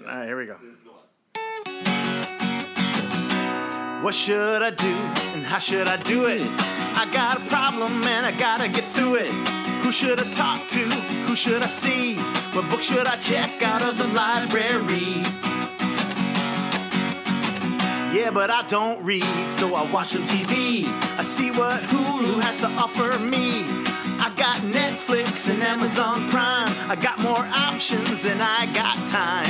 All right, Ah, here we go. This is the one. What should I do and how should I do it? I got a problem and I gotta get through it. Who should I talk to? Who should I see? What book should I check out of the library? Yeah, but I don't read, so I watch some TV. I see what Hulu has to offer me. I got Netflix and Amazon Prime. I got more options and I got time.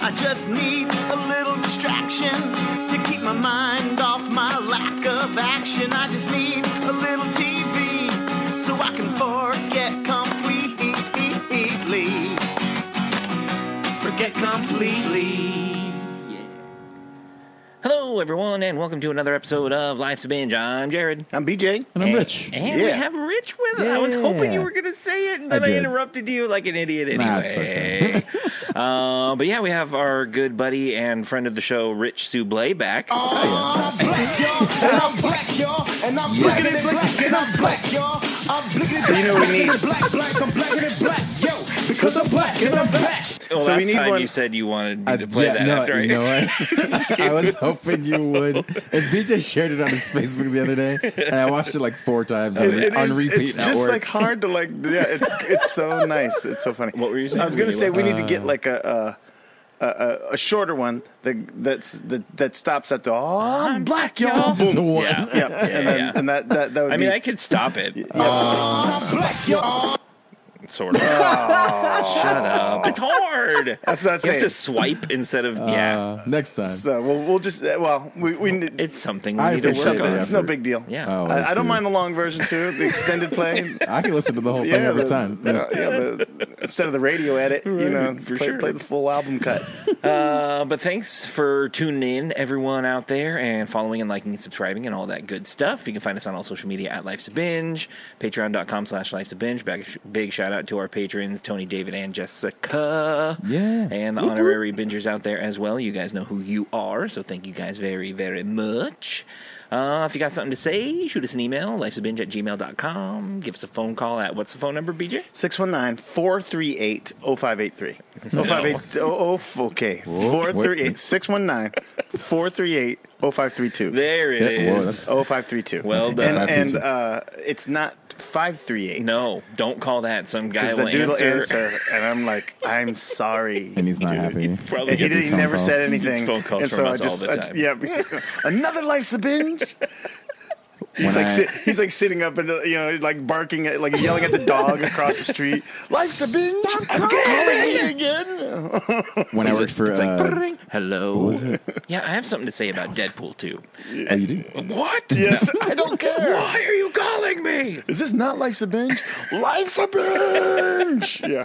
I just need a little distraction to keep my mind off my lack of action. I just need a little TV so I can forget completely. Forget completely. Hello, everyone, and welcome to another episode of Life's a Binge. I'm Jared. I'm BJ. And I'm rich. And we Yeah. have Rich with us. I was Yeah. hoping you were going to say it, and then I I, did. interrupted you like an idiot anyway. Nah, it's uh, but yeah, we have our good buddy and friend of the show, Rich Soublé, back. I'm black, y'all, and I'm black, y'all, and I'm black, and I'm black, and I'm black, y'all. I'm blickety black, you know what we blickety black, black, I'm black, and I'm black, yo, because I'm black, and I'm black. Well, so we last need time one- you said you wanted me I- to play yeah, that no, after I. you know what? I was hoping you would. And BJ shared it on his Facebook the other day, and I watched it like four times on, It- it on is- repeat. It's at just work. like hard to like. Yeah, it's it's so nice. It's so funny. What were you saying? I was gonna say we need to Uh, get like a. a- a, a, a shorter one that that's that, that stops at the oh I'm black y'all Just Boom. one. Uh, Yeah, yeah, Ah. yeah, and then yeah. and that that, that would I mean, be I could stop it, I'm black, y'all. sort of. Shut Oh, up! It's That's what I'm hard. You have saying. to swipe instead of yeah. Uh, next time. so we'll we'll just uh, well we we need, It's something we I need to it's, work appreciate okay, that. on. it's no big deal Yeah. Oh, I, let's I don't do mind the long version too the extended play it. I can listen to the whole thing every the- time. the- yeah, the, instead of the radio edit you know for play, sure. play the full album cut Uh, but thanks for tuning in, everyone out there, and following and liking and subscribing and all that good stuff. You can find us on all social media at Life's a Binge, patreon.com slash Life's a Binge. Big, big shout out to our patrons, Tony, David, and Jessica. Yeah. And the honorary bingers out there as well. You guys know who you are, so thank you guys very, very much. Uh, if you got something to say, shoot us an email, life's a binge at gmail.com. Give us a phone call at what's the phone number, BJ? 619-438-0583. 0583. Oh, oh, okay. 438 619-438-0532. There it Yeah, whoa, is. that's- 0532. Well done. And, and uh, it's not 538. No, don't call that. Some guy Because the will dude will answer. answer, and I'm like, I'm sorry. And he's not dude. happy. And probably he, get didn't- these he phone never said calls. He gets anything. phone calls and from so us I all just, the I- time. yeah, we said, another life's a binge. He's When like I- sit, he's like sitting up and you know like barking at like yelling at the dog across the street. Life's a binge. I'm calling you again. when I worked for, It's like, uh, "Bring." hello. Yeah, I have something to say about Deadpool too. oh, you do? What? Yes, I don't care. Why are you calling me? Is this not life's a binge? Life's a binge. Yeah.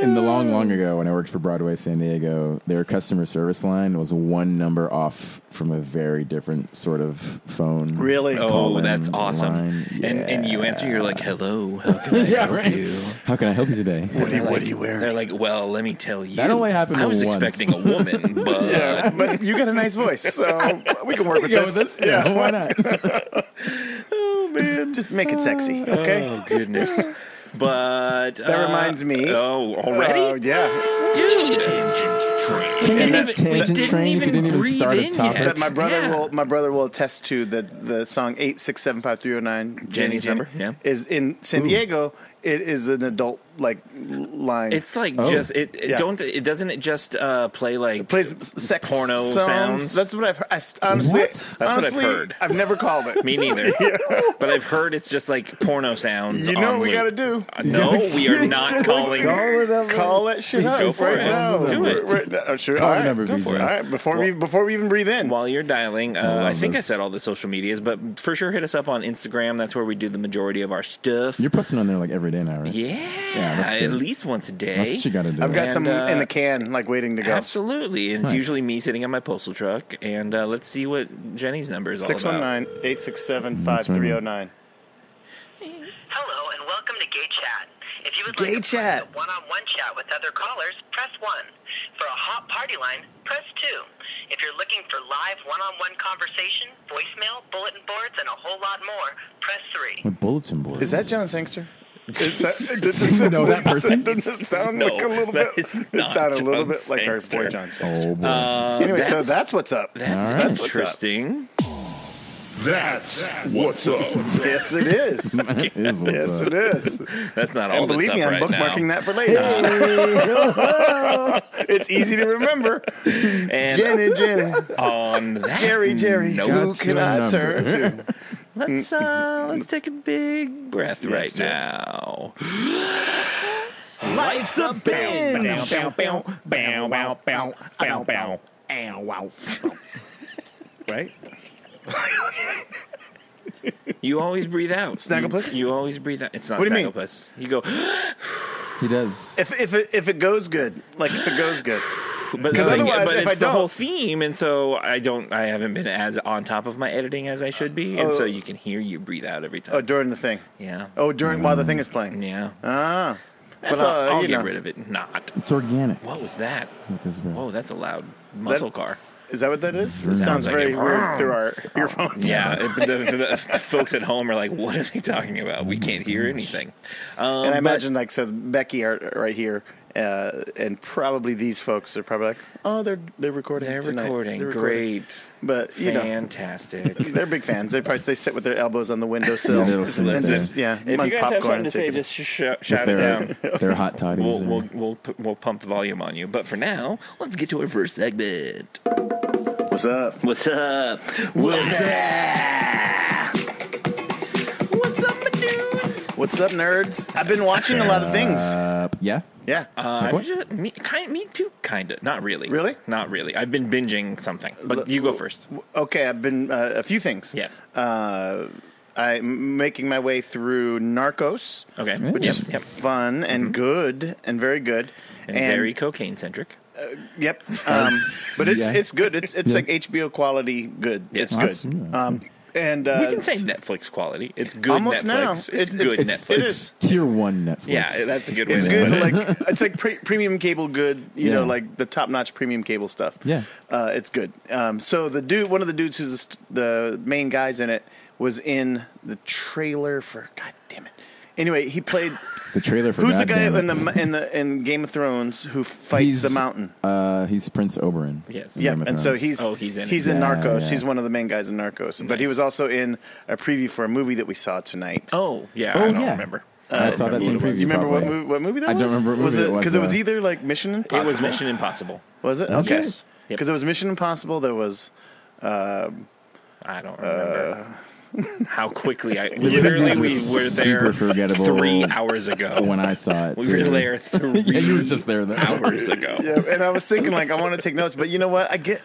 In the long, long ago, when I worked for Broadway San Diego, their customer service line was one number off from a very different sort of phone. Really? Oh, call-in that's awesome. line. And and you answer, you're like, hello. How can I Yeah, help right. you? How can I help you today? What do you, what do you wear? They're like, well, let me tell you. That only happened I was once. expecting a woman, but Yeah, but you got a nice voice, so we can work with Go this. with this? Yeah, why not? Just, just make it sexy, okay? oh goodness. But that reminds me. Oh, Oh, already, yeah. dude. Can you And do that- that tangent train if you didn't even breathe start a in topic? yet. That my brother Yeah. will my brother will attest to that the song eight six seven five three zero nine Jenny's number, yeah. is in San Diego. It is an adult like l- line. It's like Oh. just it, it Yeah. don't it doesn't it just uh, play like plays s- sex porno songs. sounds. That's what I've heard. I, s- honestly, What? That's what I've honestly, heard. I've never called it. Me neither. But I've heard it's just like porno sounds. you know on what we loop. got to do? Uh, No, we are not calling. it up. Call that shit up Go for right it. now. Do it. We're- we're- uh, sure. Call all the right. number, Go for BJ. it. All right. Before we before we even breathe in. While you're dialing, uh, love I think I this. said all the social medias, but for sure hit us up on Instagram. That's where we do the majority of our stuff. You're posting on there like every day now, right? yeah, Yeah, that's at good. least once a day. That's what you got to do. I've got And, some uh, in the can, like waiting to go. Absolutely. And it's Nice. usually me sitting on my postal truck. And uh, let's see what Jenny's number is all about. 619-867-5309. Hello and welcome to Gay Chat. If you would Gay like to Chat. one on one chat with other callers, press 1. For a hot party line, press 2. If you're looking for live one on one conversation, voicemail, bulletin boards, and a whole lot more, press 3. With bulletin boards. Is that John Sangster? It sa- it- Do you know that person? Doesn't it sound like No, a little that bit? is It not sounded a little John bit like our boy Sangster. John Sangster. Oh boy. anyway, so that's- that's what's up. That's All right. That's what's up. interesting. That's what's up. yes, it is. It is what's Yes, up. it is. That's not all. And believe that's me, up I'm right now. bookmarking that for later. it's easy to remember. And Jenny, Jenny, on that, Jerry, Jerry. note, Who Got can your I number. turn to? let's uh, let's take a big breath right let's do it. now. Life's a binge. Right? You always breathe out. Snagglepuss? You, you always breathe out. It's not What do you mean? snagglepuss. You go, He does. If if it, if it goes good, like if it goes good. but, it's like- otherwise, but if it's I the whole don't- theme, and so I don't. I haven't been as on top of my editing as I should be, and Uh, so you can hear you breathe out every time. Oh, during the thing. yeah, Oh, during while the thing is playing. yeah. Ah. But Well, I'll, uh, I'll you get know. rid of it. Not. It's organic. What was that? Look, it's real. Whoa, that's a loud muscle That- car. Is that what that is? It sounds Sounds like very it. Um, weird through our earphones. Yeah, it- the, the- the folks at home are like, "What are they talking about? We can't hear anything." Um, And but- I imagine like so Becky are right here, uh, and probably these folks are probably like, oh, they're they're recording. they're tonight. recording. They're Great, But you know, fantastic. they're big fans. They probably they sit with their elbows on the windowsill. They'll sit and there. just yeah. if you mug guys have something to popcorn and say, take it. just sh- sh- shout it They're, down. they're hot toddies. We'll, or- we'll we'll pu- we'll pump the volume on you. But for now, let's get to our first segment. what's up? What's up? What's up? What's up, my dudes? Uh, What's up, nerds? I've been watching a lot of things. Uh, yeah. Yeah. Uh, Like what? ju- me, kind, me too, kind of. Not really. Really? Not really. I've been binging something. But you go first. okay, I've been uh, a few things. Yes. Uh, I'm making my way through Narcos. Okay. Which yep, is yep. fun and good and very good And, very cocaine centric. Yep. Um, but it's Yeah. it's good. It's it's Yeah. like HBO quality good. Yeah. It's That's- yeah, good. that's Um, and uh, We can say Netflix quality. It's good Almost now. Netflix. It- It's it- good it's- Netflix. it it's is. tier one Netflix. yeah, that's a good way it's to good. put it. Like it's like pre- premium cable good. You know, Yeah. like the top notch premium cable stuff. Yeah. Uh, it's good. Um, so the dude, one of the dudes who's the, st- the main guys in it, was in the trailer for. God damn it. Anyway, he played. the trailer for Who's the God guy Damn It. in the in the in Game of Thrones who fights He's- the mountain? Uh, he's Prince Oberon. Yes. Yeah, Game of and so Thrones. he's Oh, he's in it. he's in Yeah, Narcos. yeah. He's one of the main guys in Narcos. But he Nice. was also in a preview for a movie that we saw tonight. Oh, yeah. Oh, I don't yeah. remember. Uh, I saw that same preview. Do you remember what probably. movie, what movie that I was? don't remember what was movie it was, because it was though. either like Mission Impossible. It was Mission Impossible. Was it? That's Okay. right. Yep. Because it was Mission Impossible. There was I don't uh, remember. How quickly I literally reviews we were were there super forgettable three hours ago. when I saw it. we too. were there three Yeah, you were just there. Though. hours ago. yeah, and I was thinking like I want to take notes, but you know what? I get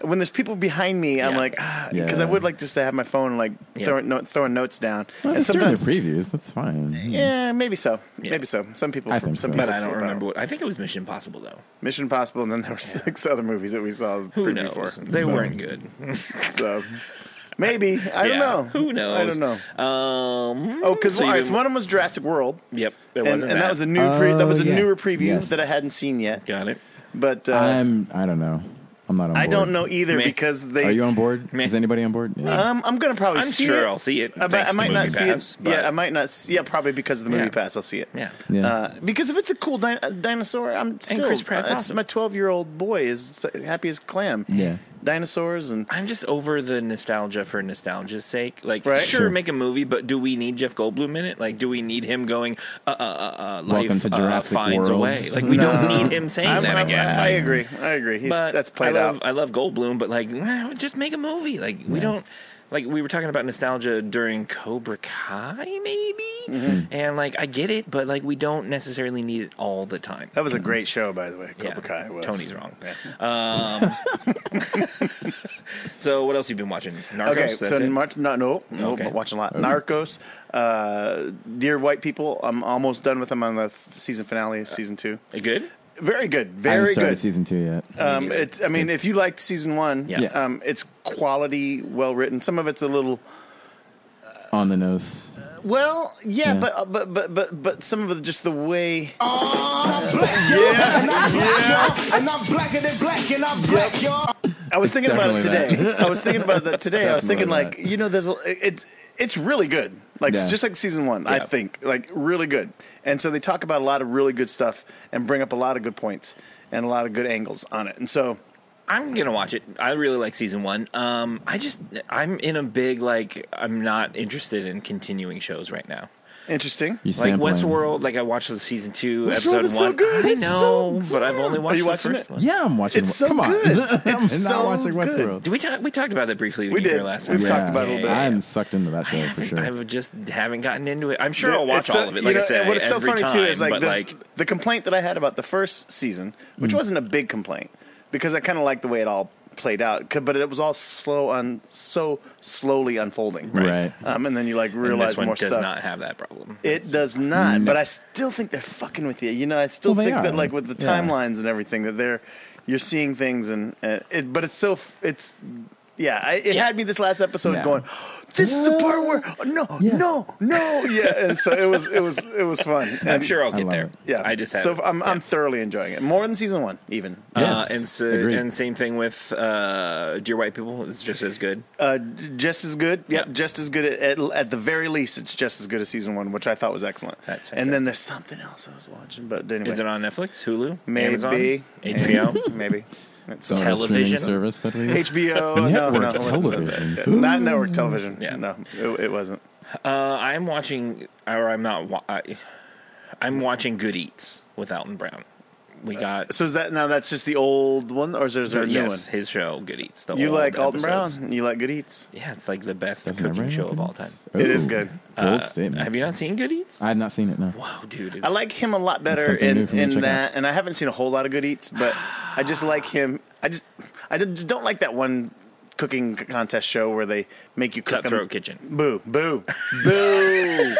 when there's people behind me, I'm Yeah. like because I Yeah. would like just to have my phone like Yeah. throwing, no, throwing notes down. Well, and it's during the sometimes, previews. That's fine. yeah, maybe so, Yeah. maybe so. Some people, I some think so. people But I don't flip out. remember what. I think it was Mission Impossible though. Mission Impossible, and then there were six other movies that we saw the Who preview knows? for. They weren't good. So maybe I Yeah. don't know. Who knows? I don't know. Um. Oh, because so you've been- one of them was Jurassic World. Yep. It and, wasn't and that. that. was a new pre- that Oh, was a yeah. newer preview Yes. that I hadn't seen yet. Got it. But uh, I'm. I don't know. I'm not on. I board. don't know either Meh. because they. Are you on board? Meh. Is anybody on board? Yeah. um, I'm gonna probably. I'm see sure it. I'll see it. I, might- thanks I to might not Movie see Pass, it. Yeah, but- I might not. See, yeah, probably because of the movie Yeah. pass, I'll see it. Yeah. Yeah. Uh, because if it's a cool di- uh, dinosaur, I'm still. Chris Pratt's that's awesome. my 12 year old boy is happy as clam. Yeah. Dinosaurs and I'm just over the nostalgia for nostalgia's sake. Like, Right. sure, Sure. make a movie, but do we need Jeff Goldblum in it? Like, do we need him going, uh, uh, uh, uh life Welcome to uh, Jurassic finds World. a way? Like, we don't need him saying I'm- that I'm- again. I Like, agree. I agree. He's but that's I played love, out. I love Goldblum, but like, eh, just make a movie. Like, we don't. Like we were talking about nostalgia during Cobra Kai, maybe, Mm-hmm. and like I get it, but like we don't necessarily need it all the time. That was a great show, by the way. Cobra Yeah, Kai was. Tony's wrong. Um, so what else you been watching? Narcos. Okay, That's so it? Mar- no, no, no, Okay. but watching a lot. Narcos, uh, Dear White People. I'm almost done with them on the f- season finale of season two. good. Very good, I haven't very started good. season two yet. Um, it, I mean, if you liked season one, Yeah. Yeah. um, it's quality, well written. Some of it's a little, on the nose. well, yeah, Yeah. but uh, but but but but some of the just the way. And I'm blacker than black, and I'm black, y'all. I was thinking about it definitely today. I was thinking about that today. I was thinking definitely like, you know, there's a, it's it's really good. like Yeah. just like season one. I Yeah. think like really good, and so they talk about a lot of really good stuff and bring up a lot of good points and a lot of good angles on it. And so I'm gonna watch it. I really like season one. Um, I just I'm in a big like I'm not interested in continuing shows right now. interesting. You Like sampling. Westworld, like I watched the season two Westworld episode is so one. good. I It's so know, but I've only watched you the watching first it? one. Yeah, I'm watching. It's so Come on, good. I'm It's not so watching good. Westworld. Did we talk? We talked about that briefly. When We you were did. here last We've time. talked about it a little bit. I'm sucked into that show for haven't- sure. I just haven't gotten into it. I'm sure I'll watch It's so- all of it. you Like I know, said, and what it's every so funny time, too is like but the, like the complaint that I had about the first season, Mm. which wasn't a big complaint because I kind of liked the way it all played out, c- but it was all slow on so slowly unfolding, Right. Um, and then you like and realize this one more does stuff. not have that problem. It does not, but I still think they're fucking with you. You know, I still Well, they think that are. like with the Yeah. timelines and everything that they're you're seeing things and uh, it, but it's so f- it's yeah, I, it Yeah. had me this last episode Yeah. going, this is the part where oh, no, Yeah. no, no, yeah, and so it was it was it was fun. I'm And, sure I'll I get love there. it. yeah, I just have so I'm I'm thoroughly enjoying it more than season one even. Yes, uh, and so, agreed. and same thing with uh, Dear White People. It's just as good. Uh, j- just as good, yep, Yep. just as good at, at at the very least. It's just as good as season one, which I thought was excellent. That's And fantastic. then there's something else I was watching, but anyway, Is it on Netflix, Hulu, Maybe. Amazon, Maybe. HBO? maybe. Some other streaming television? service that we use? HBO no, Network no, it wasn't television. that. not network television. Yeah. no, it, it wasn't. uh, I'm watching, or I'm not. Wa- I, I'm watching Good Eats with Alton Brown. We got Uh, So is that now? That's just the old one, or is there, is there a new yes, his show Good Eats. The one? You old like Alton episodes. Brown? and You like Good Eats? Yeah, it's like the best Doesn't cooking everyone show do of all time. this? It Ooh, is good. Bold Uh, statement. Have you not seen Good Eats? I've not seen it. No. wow, dude! It's, I like him a lot better something new in for me to in check that, and I haven't seen a whole lot of Good Eats, but I just like him. I just I just don't like that one cooking contest show where they make you cook 'em. Cutthroat Kitchen, Boo, boo, boo.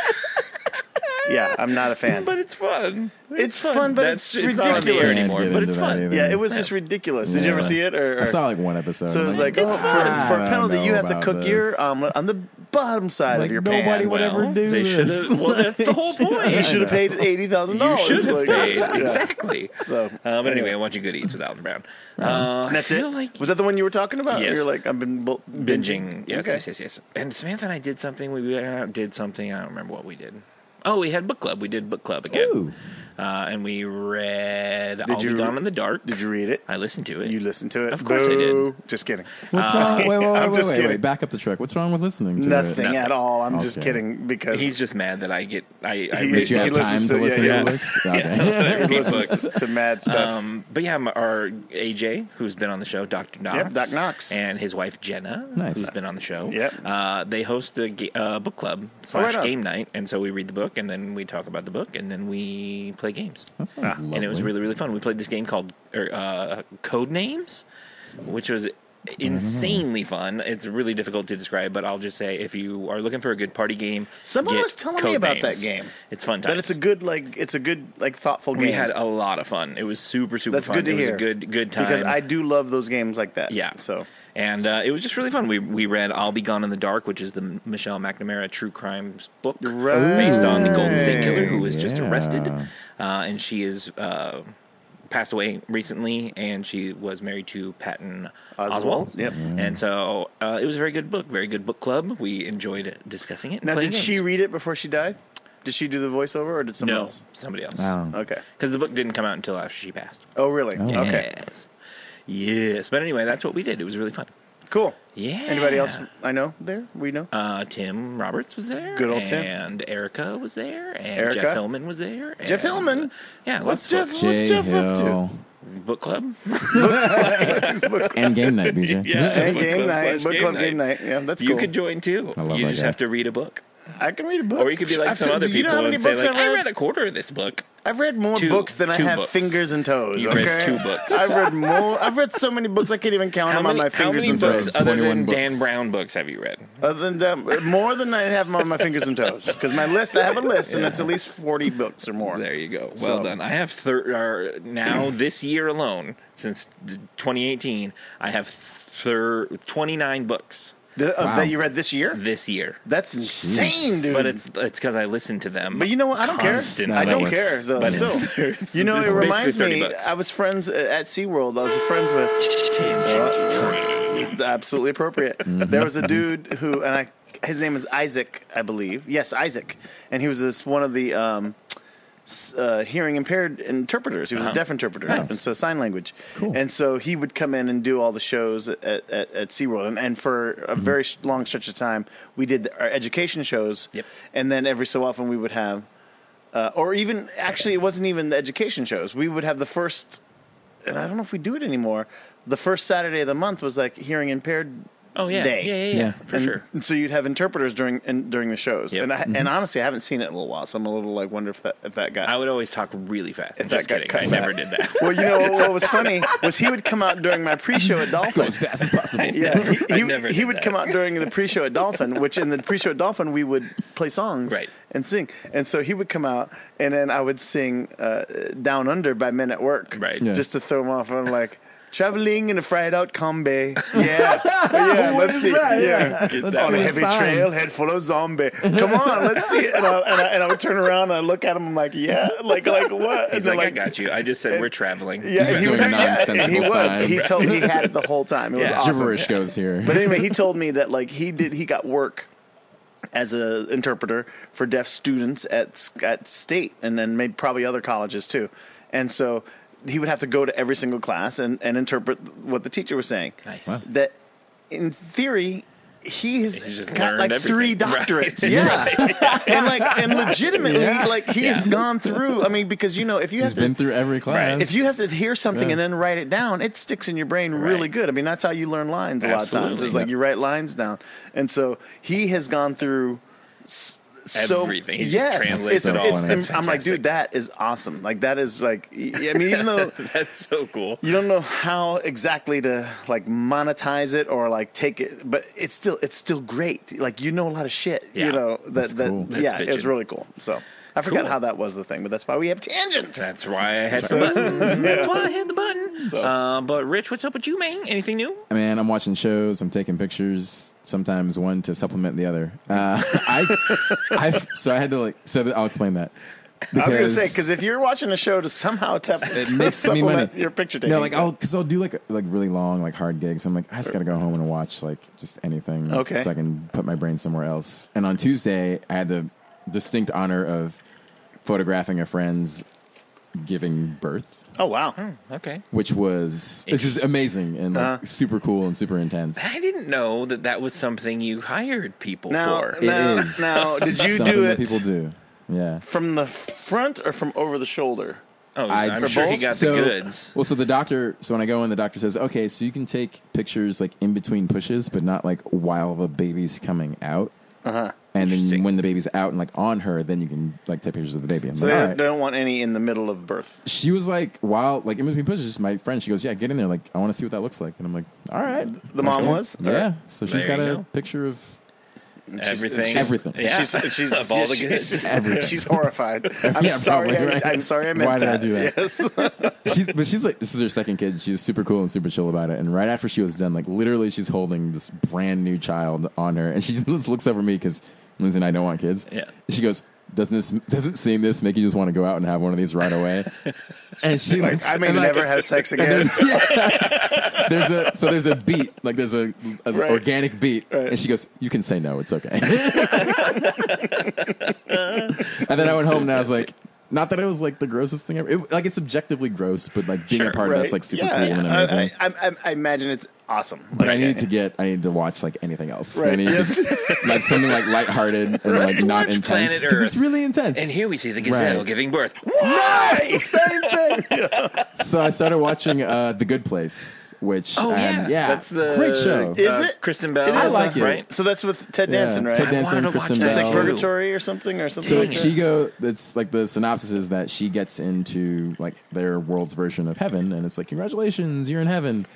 yeah, I'm not a fan. but it's fun. it's fun, but That's- it's not on the air ridiculous. anymore, Get but into it's that fun. either. yeah, it was just ridiculous. Did you ever Yeah. see it? Or, or I saw like one episode. So it I'm was like, oh, for, fine. for I don't a penalty, you know have to about cook this. your omelet on the bottom side Like, of your nobody pan. would Well, ever do they should this. have. Well, that's the whole point. you should have paid eighty thousand dollars. You should have Like, paid yeah. exactly. So, Uh-huh. uh, but anyway, I want you good eats with Alton Brown. Uh, I That's it. feel Like was that the one you were talking about? Yes. You're like I've been bu- binging? Yes, Okay. yes, yes, yes. And Samantha and I did something. We went out, and did something. I don't remember what we did. Oh, we had book club. We did book club again, Ooh. uh, and we read "All you- Be Gone in the Dark." Did you read it? I listened to it. You listened to it? Of course I did. Boo. Just kidding. What's wrong? Wait, wait, wait, I'm wait, just wait, wait. kidding. Back up the truck. What's wrong with listening to Nothing it? at all. I'm just Okay. kidding because He's just mad that I get I. I He- read Did you he have time listens to to- listen yeah, to yeah. this? Okay. I read books. listens to mad stuff. Um, but yeah, my, our AJ, who's been on the show, Dr. Knox, Yep, Doc Knox. and his wife Jenna, Nice. who's been on the show. Yep. Oh, Uh, they host a ga- uh, book club slash on. game night, and so we read the book, and then we talk about the book, and then we play games. That sounds lovely. And it was really really fun. We played this game called er, uh, Code Names, which was insanely Mm-hmm. fun. It's really difficult to describe, but I'll just say if you are looking for a good party game, Someone get was telling me Code about that Names. game. It's fun. That it's a times. good like it's a good like thoughtful game. We had a lot of fun. It was super super. That's fun. good to it hear. Was a good good time because I do love those games like that. yeah. So and uh, it was just really fun. We we read "I'll Be Gone in the Dark," which is the Michelle McNamara true crime book Right. based on the Golden State Killer, who was just Yeah. arrested, uh, and she is uh, passed away recently, and she was married to Patton Oswald, Oswald. yep. And so uh, it was a very good book, very good book club. We enjoyed discussing it. and now, playing did she games. read it before she died? Did she do the voiceover or did someone no else? somebody else? Wow. Okay. Because the book didn't come out until after she passed. Oh, really? Okay. Yes. Yes. But anyway, that's what we did. It was really fun. Cool. Yeah. Anybody else I know there? We know. Uh, Tim Roberts was there. Good old Tim. And Erica was there. And Jeff Erica? Hillman was there. And, uh, Jeff Hillman? Yeah, What's lots of folks. Jeff- What's Jeff up to? Hill. Book club. And game night, BJ. and book game club night, slash book club game night. Yeah, that's You cool. could join too. love you that just guy. have to read a book, I can read a book. or you could be like I've some said- other do you know people how many and say books like, I've "I read a quarter of this book." I've read more Two- books than I two have books. fingers and toes. You okay? read two books. I've read more. I've read so many books I can't even count How them many, on my how fingers many and books toes. other than 21 Dan books. Brown books have you read? Other than that, more than I have them on my fingers and toes. Because my list, I have a list, and it's at least forty books or more. There you go. Well So- done. I have thir- uh, now this year alone since 2018. I have thir- 29 books The- uh, Wow. That you read this year? this year. That's insane, dude. But it's it's because I listen to them. But you know what? I don't Constantly. care. I No, don't that works. care. Though, But still, it's- it's- you know, it's it basically reminds 30 me. bucks. I was friends uh, at SeaWorld. I was friends Mm-hmm. with. absolutely appropriate. There was a dude who, and I, his name is Isaac, I believe. Yes, Isaac, and he was this one of the um, s- uh, hearing impaired interpreters. He Uh-huh. was a deaf interpreter, and so sign language. Cool. And so he would come in and do all the shows at, at, at SeaWorld, and, and for a Mm-hmm. very sh- long stretch of time, we did our education shows, Yep. and then every so often we would have. Uh, or even actually, it wasn't even the education shows. We would have the first and I don't know if we do it anymore. The first Saturday of the month was like hearing impaired. Oh yeah. day. Yeah, yeah, yeah, Yeah. for And- sure. And so you'd have interpreters during and during the shows. Yep. Mm-hmm. And I, and honestly, I haven't seen it in a little while, so I'm a little like wonder if that if that got. I would always talk really fast. If that Just got kidding. cut I never did that. well, you know what, what was funny was he would come out during my pre-show at Go Dolphin. as fast as possible. Yeah, he, I he- never he did would that. come out during the pre-show at Dolphin, which in the pre-show at Dolphin we would play songs Right. and sing. And so he would come out, and then I would sing uh, "Down Under" by Men at Work, Right. Yeah. Just to throw him off. And I'm like. Traveling in a fried out combi. Yeah. Yeah, let's see. Yeah. Get On that a one. heavy sign. trail, head full of zombie. Come on, let's see it. And I, and I, and I would turn around and I look at him. I'm like, yeah, like, like what? He's and like, they're I got you. I just said we're traveling. yeah, He's he doing would- yeah, nonsensible and he would. signs. He told he had it the whole time. It was Yeah. awesome. Gibberish goes here. But anyway, he told me that like he did, he got work as a interpreter for deaf students at at state, and then maybe probably other colleges too. And so he would have to go to every single class and, and interpret what the teacher was saying. Nice. Wow. That in theory. He has He's just got like learned three everything. doctorates, Right. yeah, and like and legitimately, like he has gone through. I mean, because you know, if you He's have to, been through every class. if you have to hear something Yeah. and then write it down, it sticks in your brain really Right. good. I mean, that's how you learn lines a lot of times. Absolutely. It's like you write lines down, and so he has gone through s- so, Everything. He just yes, translates it's, it all it's- in. I'm- I'm like, dude, that is awesome. Like that is like, I mean, even though That's so cool. you don't know how exactly to like monetize it or like take it, but it's still it's still great. Like you know a lot of shit, Yeah. you know that That's that cool. That's yeah, it was bitchin'. really cool. So. I forgot Cool. how that was the thing, but that's why we have tangents. That's why I had the button. That's why I had the button. Uh, but Rich, what's up with you, man? Anything new? man, I'm watching shows. I'm taking pictures. Sometimes one to supplement the other. Uh, I, I, so I had to like. So I'll explain that. I was gonna say because if you're watching a show to somehow tap, it makes me money. supplement Your picture taking. No, like I'll because I'll do like like really long like hard gigs. I'm like I just gotta go home and watch like just anything. Okay. so I can put my brain somewhere else. And on Tuesday, I had the distinct honor of photographing a friend's giving birth, oh wow, Okay. which was this is amazing and like Uh-huh. super cool and super intense. I didn't know that that was something you hired people now, for. It now, is. now, did you Something do that it people do. Yeah. from the front or from over the shoulder? Oh, I'd I'm sure he s- got so- the goods. Well, so the doctor, so when I go in, the doctor says, okay, so you can take pictures like in between pushes, but not like while the baby's coming out. Uh Uh-huh. huh. And then Interesting. when the baby's out and like on her, then you can like take pictures of the baby. I'm So like, they, all right. they don't want any in the middle of birth. She was like, while like in between pushes, my friend, she goes, yeah, get in there. Like, I want to see what that looks like. And I'm like, all right. The mom was? Yeah. So she's There got you a go. picture of everything. Everything. Yeah. She's, she's of all the she's- goods. She's, she's horrified. I'm Yeah, sorry. probably, I, right? I'm sorry. I meant Why did I that. do that? Yes. she's but she's like this is her second kid. She was super cool and super chill about it. And right after she was done, like literally, she's holding this brand new child on her, and she just looks over me because Lindsay and I don't want kids. Yeah. she goes. Doesn't this doesn't seeing this make you just want to go out and have one of these right away? and she like I may never have sex again. there's, yeah. There's a so there's a beat like there's a, a Right. organic beat, Right. and she goes, "You can say no, it's okay." and then I went home and I was like, "Not that it was like the grossest thing ever. It, like it's objectively gross, but like being a Sure, part of that's like super yeah. cool and I- amazing." I, I, I, I imagine it's awesome. but Like, I need to get, I need to watch like anything else. I Right. need just, like something like lighthearted and like Let's not watch intense Planet because it's Earth. really intense. And here we see the gazelle Right. giving birth. Nice! Same thing. So I started watching uh, The Good Place, which Oh yeah, and, yeah, that's the great show. Is uh, it? Kristen Bell? I like it. Right? So that's with Ted Yeah, Danson, right? Ted I Danson, wanted to watch Kristen that. That's like Bell. purgatory or something, or something. So like that? she go. It's like the synopsis is that she gets into like their world's version of heaven, and it's like congratulations, you're in heaven.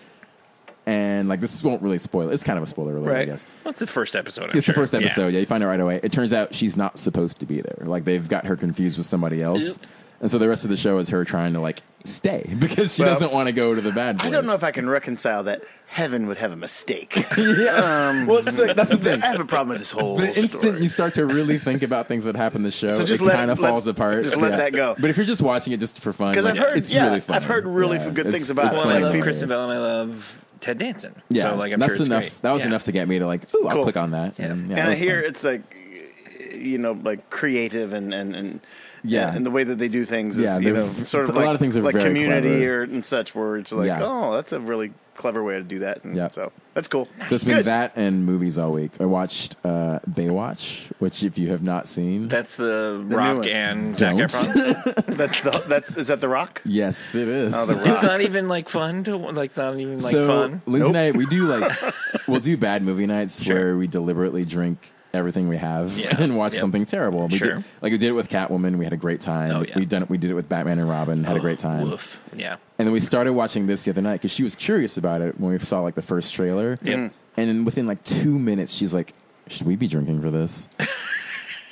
And like this won't really spoil. It's kind of a spoiler alert, I Right. guess. What's the first episode? I'm It's sure. the first Yeah. episode. Yeah. you find out right away. It turns out she's not supposed to be there. Like they've got her confused with somebody else, Oops. and so the rest of the show is her trying to like stay because she Well, doesn't want to go to the bad. Place. I don't know if I can reconcile that heaven would have a mistake. well, it's like, that's the thing. I have a problem with this whole the instant story. you start to really think about things that happen in the show, So just it let- kind of let- falls apart. just let that go. But if you're just watching it just for fun, 'Cause like, I've heard- it's yeah, really fun. I've heard really good things about it. it's Well, Like I love funny. people- Kristen Bell and I love Ted Danson. Yeah, so like I'm that's sure it's enough. great. That was Yeah. enough to get me to like, ooh, I'll Cool. click on that. Yeah. And, and it I was hear fun. it's like you know like creative and and and Yeah. and the way that they do things is Yeah, you know they've- sort of a lot like, of things are like very community clever. or and such where it's like Yeah. oh that's a really clever way to do that and Yeah. so that's cool So it's been Good. that and movies all week. I watched uh, Baywatch, which if you have not seen, That's the, new Rock one. and Zac Don't. Efron. that's the that's is that the rock yes, it is. oh the rock it's not even like fun to like. It's not even like so fun. Lindsay and I, we do like we'll do bad movie nights Sure. where we deliberately drink everything we have Yeah. and watch Yep. something terrible. We Sure. did, like we did it with Catwoman, we had a great time. Oh, yeah. Oh, We done it. We did it with Batman and Robin, had a great time. Woof. Yeah. And then we started watching this the other night because she was curious about it when we saw like the first trailer. Yep. Mm. And then within like two minutes, she's like, "Should we be drinking for this?"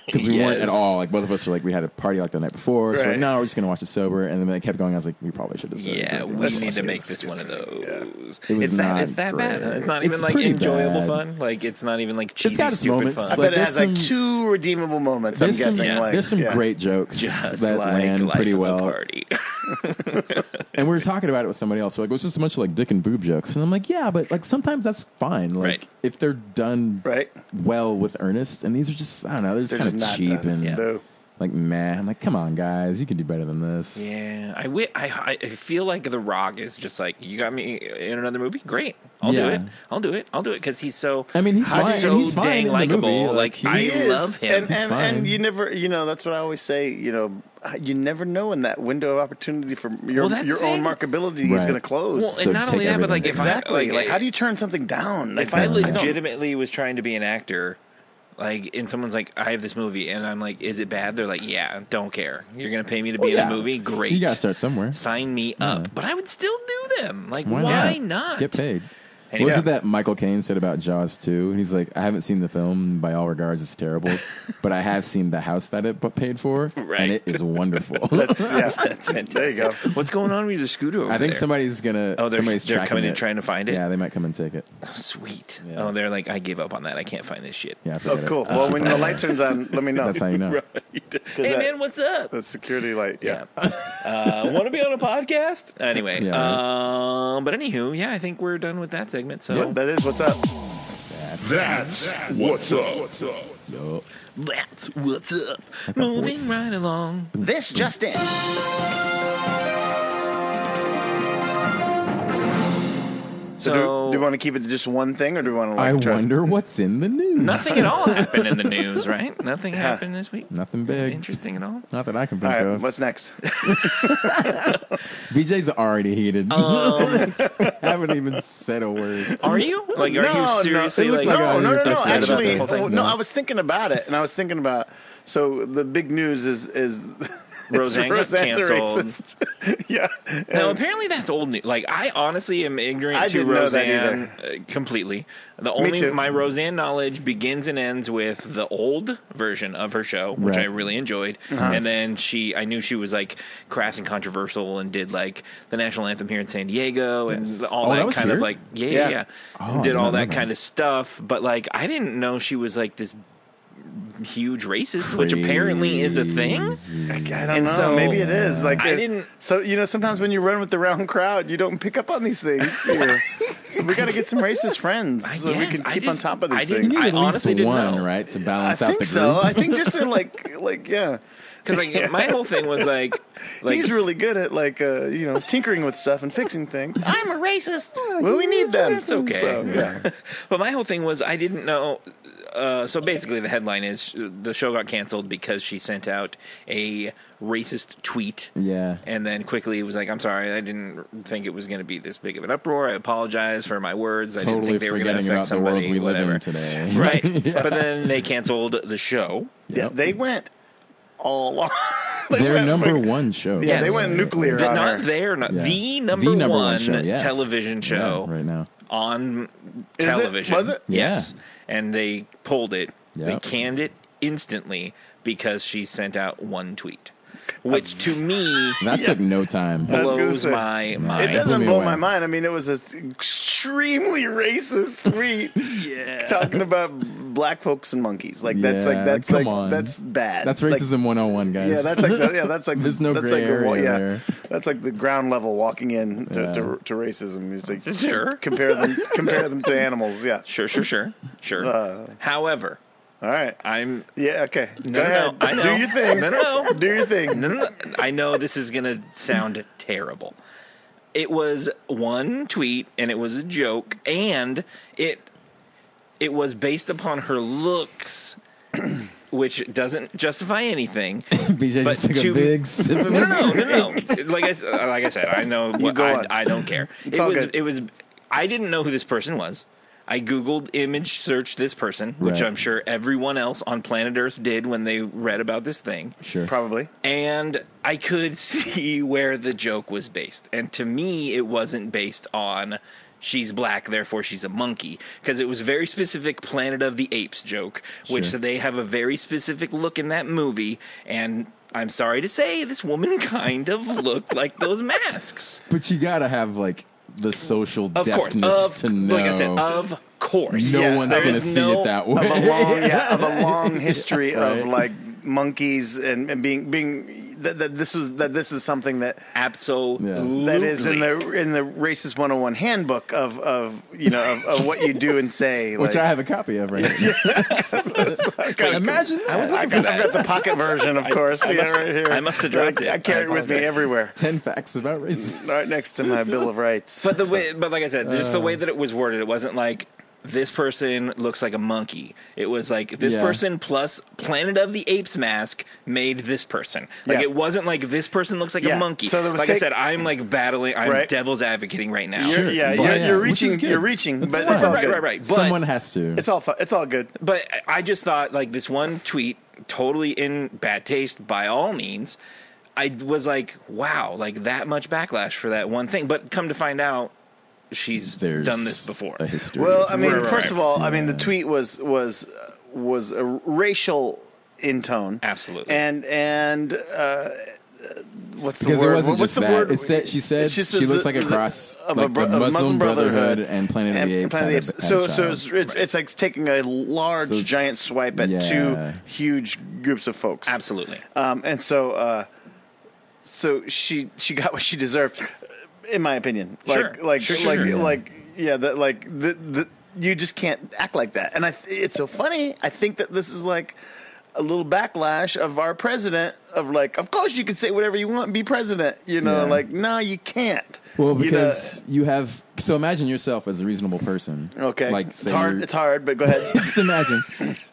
Because we weren't Yes. at all. Like both of us were like, we had a party like the night before, so we're like, Right. no, we're just gonna watch it sober. And then it kept going. I was like, we probably should just Yeah, we That's need to just- make this one of those. It was it's that, not it's that bad. great. It's not It's even like pretty enjoyable bad. fun. Like it's not even like cheesy, got its stupid moments, fun. I bet it there's has like some- two redeemable moments I'm There's guessing some, yeah, like there's some yeah. great jokes Just that like land life pretty of a well. party. And we were talking about it with somebody else. We're like, well, it's just a bunch of like dick and boob jokes. And I'm like, yeah, but like sometimes that's fine. Like Right. if they're done Right. well with earnest. And these are just, I don't know, they're just They're kind of just not cheap done. and Yeah. Boo. like meh. I'm like, come on, guys, you can do better than this. Yeah, I, wi- I I feel like The Rock is just like you got me in another movie. Great, I'll Yeah. do it. I'll do it. I'll do it because he's so. I mean, he's He's fine. so and he's fine dang in the likable, movie. like, he- I He is. love him. And, He's and, fine. and you never, you know, that's what I always say. You know, you never know when that window of opportunity for your Well, that's your the own thing. markability Right. is going to close. Well, So and not take only that, but like everything. if exactly. I, like, how do you turn something down? If I legitimately was trying to be an actor, like, and someone's like, "I have this movie," and I'm like, "Is it bad?" They're like, "Yeah, don't care. You're gonna pay me to be Well, in Oh, yeah. a movie. Great. You gotta start somewhere. Sign me up." But I would still do them. Like, why, not? Get paid. Anyway. Was it that Michael Caine said about Jaws 2? And he's like, I haven't seen the film. By all regards, it's terrible. but I have seen the house that it paid for, Right. and it is wonderful. yeah, That's fantastic. there you go. What's going on with your scooter? Over I think there? somebody's gonna. Oh, they're- somebody's they're tracking coming it. in trying to find it? Yeah, they might come and take it. Sweet. Yeah. Oh, they're like, I gave up on that. I can't find this shit. Yeah, Oh, forget cool. It. Well, That's when fine. the light turns on, let me know. that's how you know. Hey that- man, what's up? The security light. Yeah. Yeah. uh, Want to be on a podcast? Anyway. Yeah. Um. But anywho, yeah, I think we're done with that segment. So. That is what's up. That's what's up. What's up? Yo. That's what's up. Like a Moving voice. right along. This just in. So, So, do, do we want to keep it to just one thing, or do we want to? Like, I try- wonder what's in the news. nothing at all happened in the news, right? Nothing happened this week. Nothing big. Interesting at all. Not that I can All think right. of. What's next? BJ's already heated. Um. haven't even said a word. Are you? Like, are you seriously looked like? like no, I no, no, no. upset about Actually, the whole oh, no. I was thinking about it, and I was thinking about. So the big news is is is Roseanne got Roseanne's a canceled. racist. yeah. Now, And apparently that's old news. Like, I honestly am ignorant I to didn't know that Roseanne uh, completely. The only too. my Roseanne knowledge begins and ends with the old version of her show, which Right. I really enjoyed. And then she, I knew she was like crass and controversial, and did like the national anthem here in San Diego, and Yes. all Oh, that, that was kind of here? like yeah, yeah, Yeah. yeah. Oh, And did I did all not know that that. kind of stuff. But like, I didn't know she was like this huge racist, which apparently is a thing. I Crazy. don't And know. so- Maybe it is. Like I it- didn't- So you know, sometimes when you run with the wrong crowd, you don't pick up on these things. you know. so we got to get some racist friends so we guess. can I keep on just- top of I these didn't- You things. need I at least honestly didn't one, know. right, to I balance out the think group. so. I think just to like, like, yeah, Because like my whole thing was like, like he's really good at like, uh, you know, tinkering with stuff and fixing things. I'm a racist. well, we need them. It's okay. So, yeah. But my whole thing was I didn't know. Uh, so basically, the headline is uh, the show got canceled because she sent out a racist tweet. Yeah. And then quickly was like, "I'm sorry, I didn't think it was going to be this big of an uproar. I apologize for my words. I didn't Totally think they were going to forgetting affect about the somebody. world we live whatever. in today. right? But then they canceled the show. Yeah, Yep. they went all along. They Their went, number like- one show. Yeah, Yes. they went nuclear The- on not her. their, not Yeah. the number, one, show, yes. television show yeah, right now. on Is it? television. Was it? Yes. And they pulled it. They Yep. canned it instantly because she sent out one tweet. which to me That took no time. Uh, I was gonna blows say, my mind. It Blew doesn't me blow away. my mind. I mean, it was an extremely racist tweet talking about black folks and monkeys. Like that's Yeah, like that's come like on. that's bad. That's Like, racism 101, guys. yeah, that's like the, yeah, that's like There's no that's gray like the, wa- area yeah, there. that's like the ground level walking in to, Yeah. to, to racism. It's like Sure. compare them compare them to animals. Yeah, Sure, sure, sure, sure. Uh. However, all right. I'm Yeah, okay. no, Go no, ahead. no, I know. Do your thing. No, no, no. Do your thing. No, no, no. I know this is going to sound terrible. It was one tweet and it was a joke and it it was based upon her looks which doesn't justify anything. BJ just But took a to- big sip of No, his no, no, no. Like I s- uh, like I said, I know what go I, on. I don't care. It's it all was good. it was I didn't know who this person was. I googled image search this person, which Right. I'm sure everyone else on planet Earth did when they read about this thing Sure. Probably. and I could see where the joke was based. And to me, it wasn't based on she's black, therefore she's a monkey, because it was a very specific Planet of the Apes joke, which Sure. they have a very specific look in that movie. And I'm sorry to say, this woman kind of looked like those masks. But you gotta have like the social Of course, deftness of to know. like I said, of course, no Yeah, one's there gonna is see no- it that of a way. long yeah, of a long history right. of like monkeys and, and being being that, that this was that this is something that absolutely. that is in the in the racist 101 handbook of of you know of, of what you do and say Which I like, have a copy of right now. Imagine that. I was looking for I've that. got the pocket version of course yeah, right here I must have dropped it. I carry it with me apologize. everywhere Ten facts about racism. right next to my bill of rights But the way, but like I said, just the uh, way that it was worded, it wasn't like this person looks like a monkey. It was like this Yeah. person plus Planet of the Apes mask made this person. Like Yeah. it wasn't like this person looks like Yeah. a monkey. So there was like I take- said, I'm like battling. I'm Right. devil's advocating right now. You're- yeah, but- you're, you're which is reaching good. you're reaching That's but fine. it's all right, good. right, right. But Someone has to. it's all fu- it's all good but I just thought like this one tweet, totally in bad taste by all means. I was like, wow, like that much backlash for that one thing. But come to find out, she's There's done this before. A history. Well, of- I mean, Right, right, first right. of all, I mean the tweet was was uh, was a racial in tone, Absolutely. and and uh, what's the because word? it wasn't just what's the that. word? It said she said It's just she the- looks like a the- cross of like a bro- the of Muslim, Brotherhood, and Planet of and the Apes. Planet of had the a- Apes. had So a so child. it's it's, it's like taking a large So it's- giant swipe at yeah. two huge groups of folks. Absolutely. Um, and so, uh, so she she got what she deserved, in my opinion. Like Sure. like Sure, sure, like sure. like yeah, that like the, the you just can't act like that. And I th- it's so funny. I think that this is like a little backlash of our president of like, of course you can say whatever you want and be president. You know, Yeah. like no, you can't. Well, You know, because you have so imagine yourself as a reasonable person. okay, like it's say hard. you're- It's hard, but go ahead. just imagine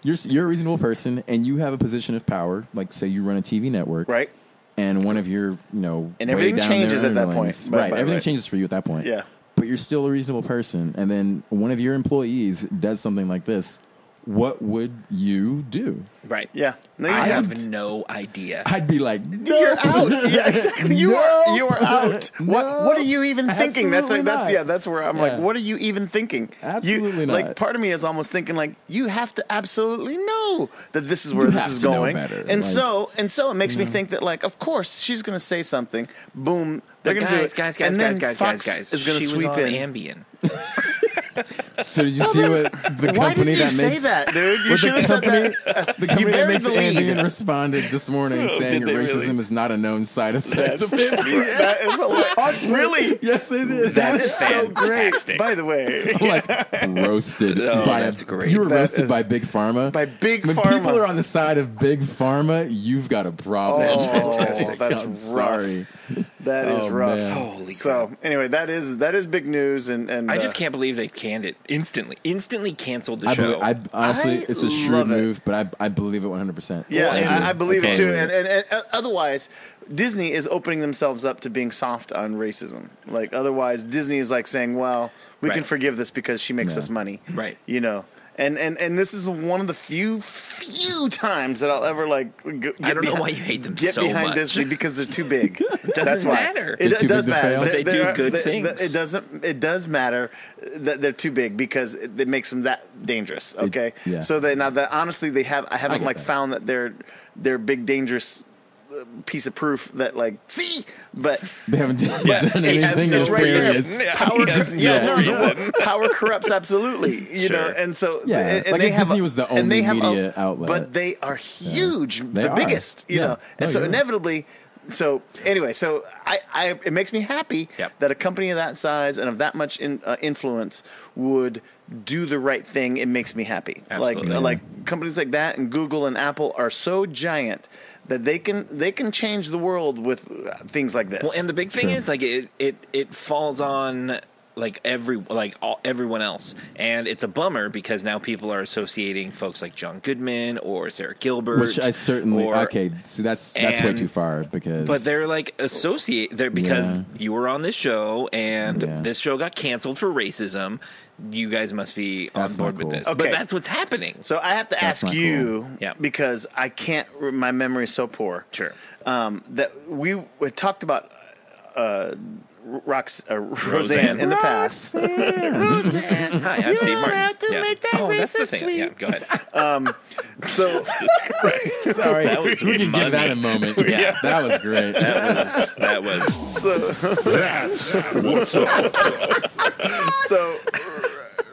you're you're a reasonable person and you have a position of power. Like say you run a TV network, right. And one of your you know And way everything down changes there at that underlings- point, by- right? by everything right. changes for you at that point. Yeah. but you're still a reasonable person. And then one of your employees does something like this. What would you do? Right. Yeah. No, you I have have no idea. I'd be like, no. You're out. Yeah, exactly. You No. are you are out. No. What what are you even thinking? That's Absolutely like that's not. yeah, that's where I'm Yeah. like, what are you even thinking? Absolutely you, not. Like part of me is almost thinking like you have to absolutely know that this is where You this have is to know going. better, And like- so and so it makes me think that like of course she's gonna say something. Boom. They're But gonna guys, do it. guys, guys, and guys, then guys, Fox guys, guys. is gonna she sweep was on in. Ambien. So did you see what the Why did company you that say makes that, dude? You what should the have said company, that. the company that buried makes the lead. Oh, Ambien responded this morning saying did that they racism really? is not a known side effect of Ambien. That is hilarious. really. yes, it is. That's That's so great. fantastic. By the way, I'm like roasted Oh, by that's great. you were That roasted is- by big pharma by Big when Pharma. people are on the side of big pharma you've got a problem Oh, that's I'm rough. sorry That is Oh, rough. man. Holy So anyway, that is that is big news, and and I uh, just can't believe they canned it instantly. Instantly canceled the I, show. believe, I honestly I it's a shrewd love it. move but I, I believe it 100% Yeah, Well, I, I believe it too. totally- And, and, and uh, otherwise, Disney is opening themselves up to being soft on racism. Like otherwise, Disney is like saying, "Well, we can Right. forgive this because she makes Yeah. us money." Right. You know. And, and and this is one of the few few times that I'll ever like. Go, get don't know behi- why you hate them Get so behind much. Disney because they're too big. doesn't That's why. matter. It, They're it too does big to matter. fail. But they do good things. It doesn't. It does matter that they're too big because it, it makes them that dangerous. Okay. yeah. So they now that honestly they have I haven't get like that. found that they're they're big dangerous uh, piece of proof that like see, but They haven't done, done It has anything no as right there. serious. Power, Just- yeah, yeah. no, no, power corrupts absolutely. You Sure. know, and so Yeah, and, and like they if have Disney a- was the and only they have a- media outlet. but they are huge, They the are. biggest. You Yeah. know, and No, so you're right. inevitably. So anyway, so I, I it makes me happy Yep. that a company of that size and of that much in, uh, influence would do the right thing. It makes me happy. Absolutely. Like uh, like companies like that and Google and Apple are so giant that they can they can change the world with uh, things like this. Well, and the big thing is like it it it falls on like every like all, everyone else, and it's a bummer because now people are associating folks like John Goodman or Sarah Gilbert, Which I certainly or- okay. See, that's that's way and- too far because. But they're like associate there because Yeah. you were on this show and Yeah. this show got canceled for racism. You guys must be on That's not board with cool. this. But Okay. that's what's happening. So I have to That's ask not you cool. Yeah. because I can't. re- My memory's so poor. Sure. Um, that we, we talked about uh, Rox, uh, Roseanne, Roseanne. in the past. Roseanne. Hi, I'm Steve Martin. Yeah. oh, that's the thing. tweet. Yeah, go ahead. So sorry. That was we can money. give that a moment. Yeah. that was great. That was that was so That's what's up. so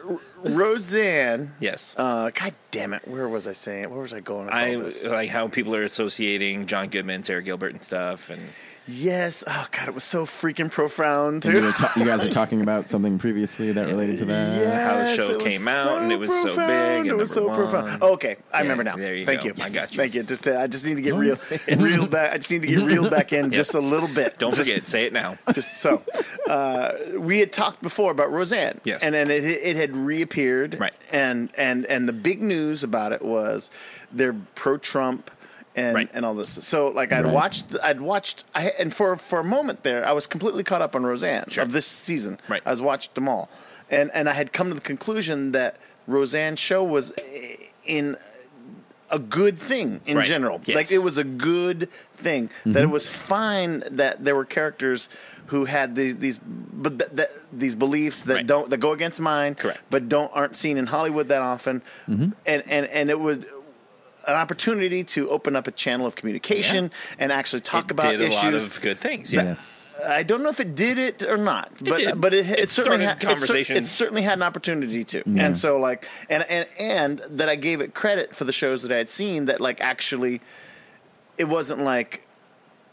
R- Roseanne. yes. Uh, God damn it! Where was I saying? Where was I going? With all I uh, this? like how people are associating John Goodman, Sarah Gilbert, and stuff. And yes. Oh God, it was so freaking profound And you, too. were ta- you guys were talking about something previously that related to that. Yeah, uh, how the show came out, and it was so big, and It was so number profound. Oh, one. Okay, I Yeah, remember now. there you Thank go. you. I got you. Thank you. Just uh, I just need to get Nice. real, real back. I just need to get reeled back in just a little bit. don't Just- forget, say it now. Just so uh, we had talked before about Roseanne, Yes. and then it, it had reappeared, Right. And and and the big news about it was they're pro-Trump. And, Right. and all this, so like I'd Right. watched, I'd watched, I, and for for a moment there, I was completely caught up on Roseanne Sure. of this season. Right. I was watched them all, and and I had come to the conclusion that Roseanne's show was eh, in a good thing in Right. general. Yes. Like it was a good thing that it was fine that there were characters who had these these but th- th- these beliefs that Right. don't that go against mine, Correct. Mm-hmm. But don't aren't seen in Hollywood that often, and and and it would. An opportunity to open up a channel of communication and actually talk It about did issues. a lot of good things. Yeah. Yes. I don't know if it did it or not, but did. but it, it, It certainly started had It, conversations. cer- it certainly had an opportunity to, and so like and and and that I gave it credit for the shows that I had seen that like actually, it wasn't like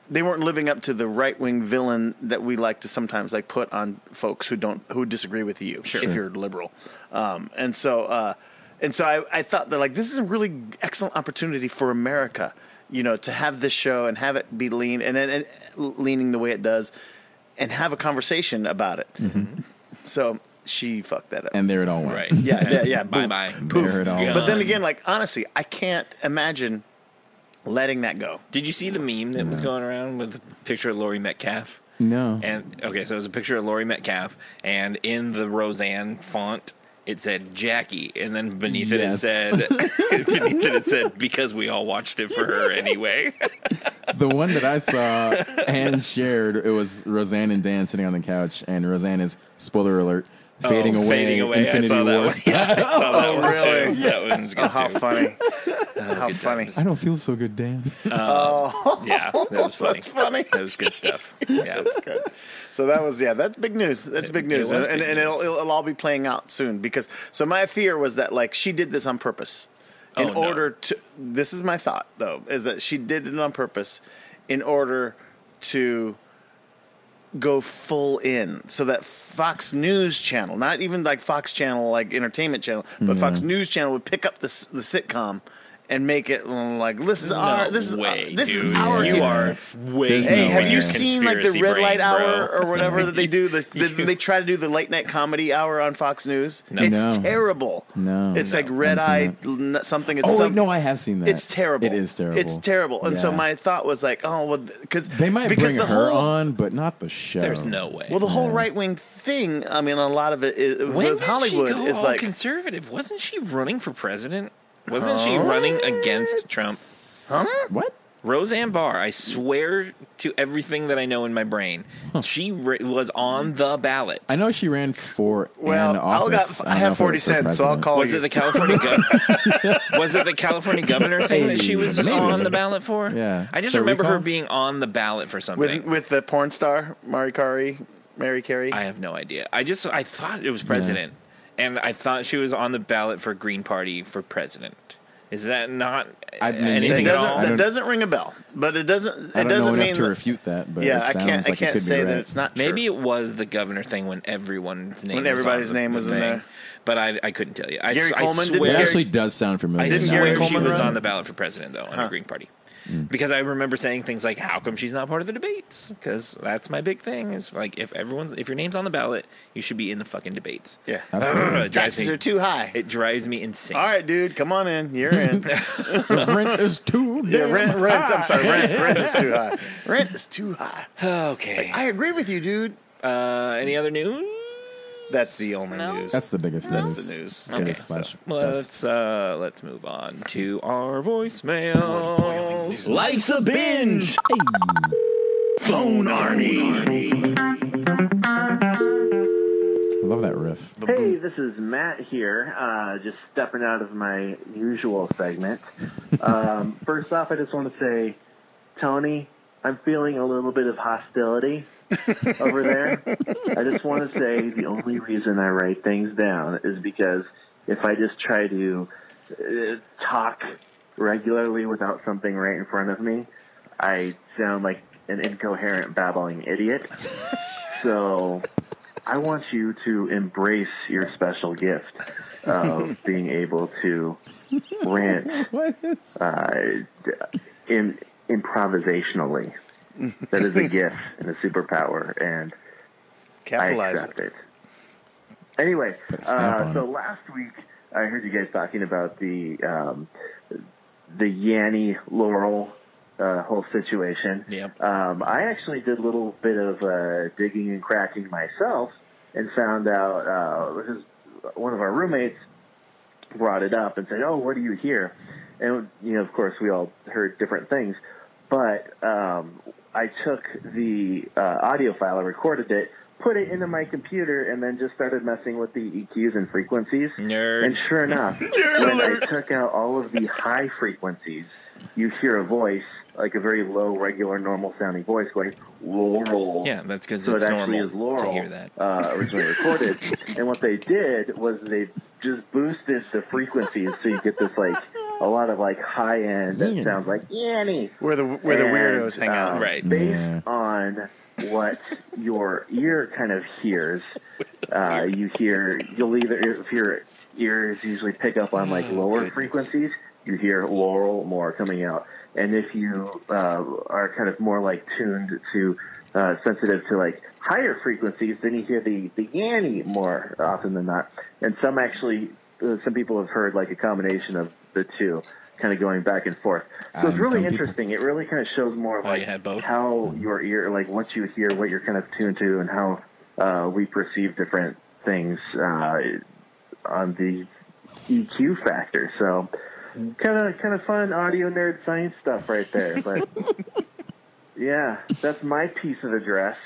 they weren't living up to the right wing villain that we like to sometimes like put on folks who don't who disagree with you if you're liberal, um, and so uh, and so I, I thought that like this is a really excellent opportunity for America, you know, to have this show and have it be lean and, and, and leaning the way it does, and have a conversation about it. So she fucked that up. And there it all went. Right. yeah, yeah, yeah. Bye boom. bye. There it all went. But then again, like honestly, I can't imagine letting that go. Did you see the meme that was going around with the picture of Laurie Metcalf? No. And okay, so it was a picture of Laurie Metcalf, and in the Roseanne font, it said Jackie, and then beneath it it Yes. said beneath it it said because we all watched it for her anyway. the one that I saw and shared, it was Roseanne and Dan sitting on the couch, and Roseanne is spoiler alert, fading Oh, away, fading away. Infinity I saw that War. one. Yeah, I saw that one Oh, really? Oh, too. That one was good How too. funny! How funny! I don't feel so good, Dan. Yeah, that was funny. That's funny. That was good stuff. Yeah, So that was yeah, that's big news. That's big it news, and, was and, big and it'll, news. it'll all be playing out soon because. So my fear was that like she did this on purpose, in Oh, no. order to. This is my thought though, is that she did it on purpose, in order to go full in, so that Fox News Channel, not even like Fox Channel, like Entertainment Channel, Mm-hmm. but Fox News Channel would pick up the s- the sitcom. And make it mm, like this is our No this is way, our, this dude. is our you hero. are way. There's Hey, No have way. you Your seen like the conspiracy red brain, light hour bro. or whatever that they do? The, the, they try to do the late night comedy hour on Fox News. It's No. terrible. No. it's like No. red I eye haven't something. It's Oh wait, some- no, I have seen that. It's terrible. It is terrible. It's terrible. And so Yeah. my thought was like, oh well, because they might because bring the her whole, on, but not the show. There's no way. Um, Well, the whole Yeah. right wing thing. I mean, a lot of it is, when with did Hollywood she go is all like conservative? Wasn't she running for president? Wasn't she running against Trump? Huh? What? Roseanne Barr, I swear to everything that I know in my brain, she re- was on the ballot. I know she ran for an Well, I'll office. got, don't I know have if it was forty for cents, so I'll president. call Was you. it the California? Gov- was it the California governor thing that she was Maybe. on the ballot for? Yeah. I just So remember her recall? being on the ballot for something. with with the porn star Mari Kari, Mary Carey. I have no idea. I just I thought it was president, and I thought she was on the ballot for Green Party for president. Is that not I mean, that anything it at doesn't all? I that don't- doesn't ring a bell, but it doesn't I it don't know doesn't enough mean to that- refute that, but yeah, it I sounds can't like I can't it could say be right. that it's not. Maybe true. it was the governor thing when everyone's name When was on everybody's the- name the was in thing. there. but I I couldn't tell you. I, Gary I Coleman didn't It swear, actually does sound familiar. I now. Didn't swear Gary she Coleman was run? on the ballot for president though under Green Party. Hmm. Because I remember saying things like, "How come she's not part of the debates?" Because that's my big thing. Is like if everyone's if your name's on the ballot, you should be in the fucking debates. yeah. it drives Taxes me. are too high. It drives me insane. All right, dude, come on in. You're in. The rent is too damn yeah, rent, rent. I'm sorry, rent, rent is too high. Rent is too high. Okay. I agree with you, dude. Uh, any other news? That's the only No. news. That's the biggest news. the news. Yeah, Okay, slash best. Let's uh, let's move on to our voicemails. Life's a binge. Phone Army. I love that riff. Hey, this is Matt here, uh, just stepping out of my usual segment. Um, first off, I just want to say, Tony, I'm feeling a little bit of hostility over there. I just want to say the only reason I write things down is because if I just try to uh, talk regularly without something right in front of me, I sound like an incoherent, babbling idiot. So I want you to embrace your special gift of being able to rant What is? uh, d- in, improvisationally. That is a gift and a superpower, and I Capitalize it. accept it. Anyway, Put a stamp uh, on so it. last week I heard you guys talking about the um, the Yanni Laurel uh, whole situation. Yep. Um, I actually did a little bit of uh, digging and cracking myself, and found out uh, this is one of our roommates brought it up and said, "Oh, what do you hear?" And you know, of course, we all heard different things, but um, I took the uh, audio file, I recorded it, put it into my computer, and then just started messing with the EQs and frequencies. Nerd. And sure enough, when I took out all of the high frequencies, you hear a voice like a very low, regular, normal sounding voice going, "Laurel." Yeah, that's because So it's it actually normal is Laurel to hear that. Uh, originally recorded. and what they did was they just boosted the frequencies so you get this like a lot of like high end that Yeah. sounds like Yanny. Where the where the And, weirdos hang out. um, Right. Based Yeah. on what your ear kind of hears, uh, you hear you'll either if your ears usually pick up on Oh, like lower frequencies, you hear laurel more coming out, and if you uh, are kind of more like tuned to uh, sensitive to like higher frequencies, then you hear the the yanny more often than not, and some actually uh, some people have heard like a combination of the two. Kind of going back and forth, so it's Um, really some people- interesting. It really kind of shows more of Oh, like you had both? how your ear, like what you hear, what you're kind of tuned to, and how uh, we perceive different things uh, on the EQ factor. So kind of kind of fun audio nerd science stuff right there. But yeah, that's my piece of address.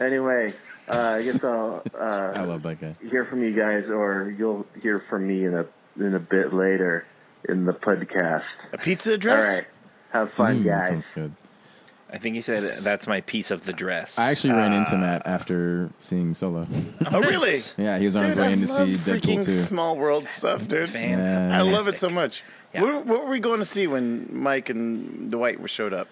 Anyway, uh, I guess I'll I uh, love that guy. hear from you guys, or you'll hear from me in a in a bit later in the podcast. A pizza All address. right, have fun, Mm, that guys. sounds good. I think he said that's my piece of the dress. I actually ran into Matt after seeing Solo. Oh, really? Yeah, he was on Dude, his way I in to love see freaking Deadpool 2. Small world stuff, dude. Fan. Yeah. I love it so much. Yeah. What, what were we going to see when Mike and Dwight were showed up?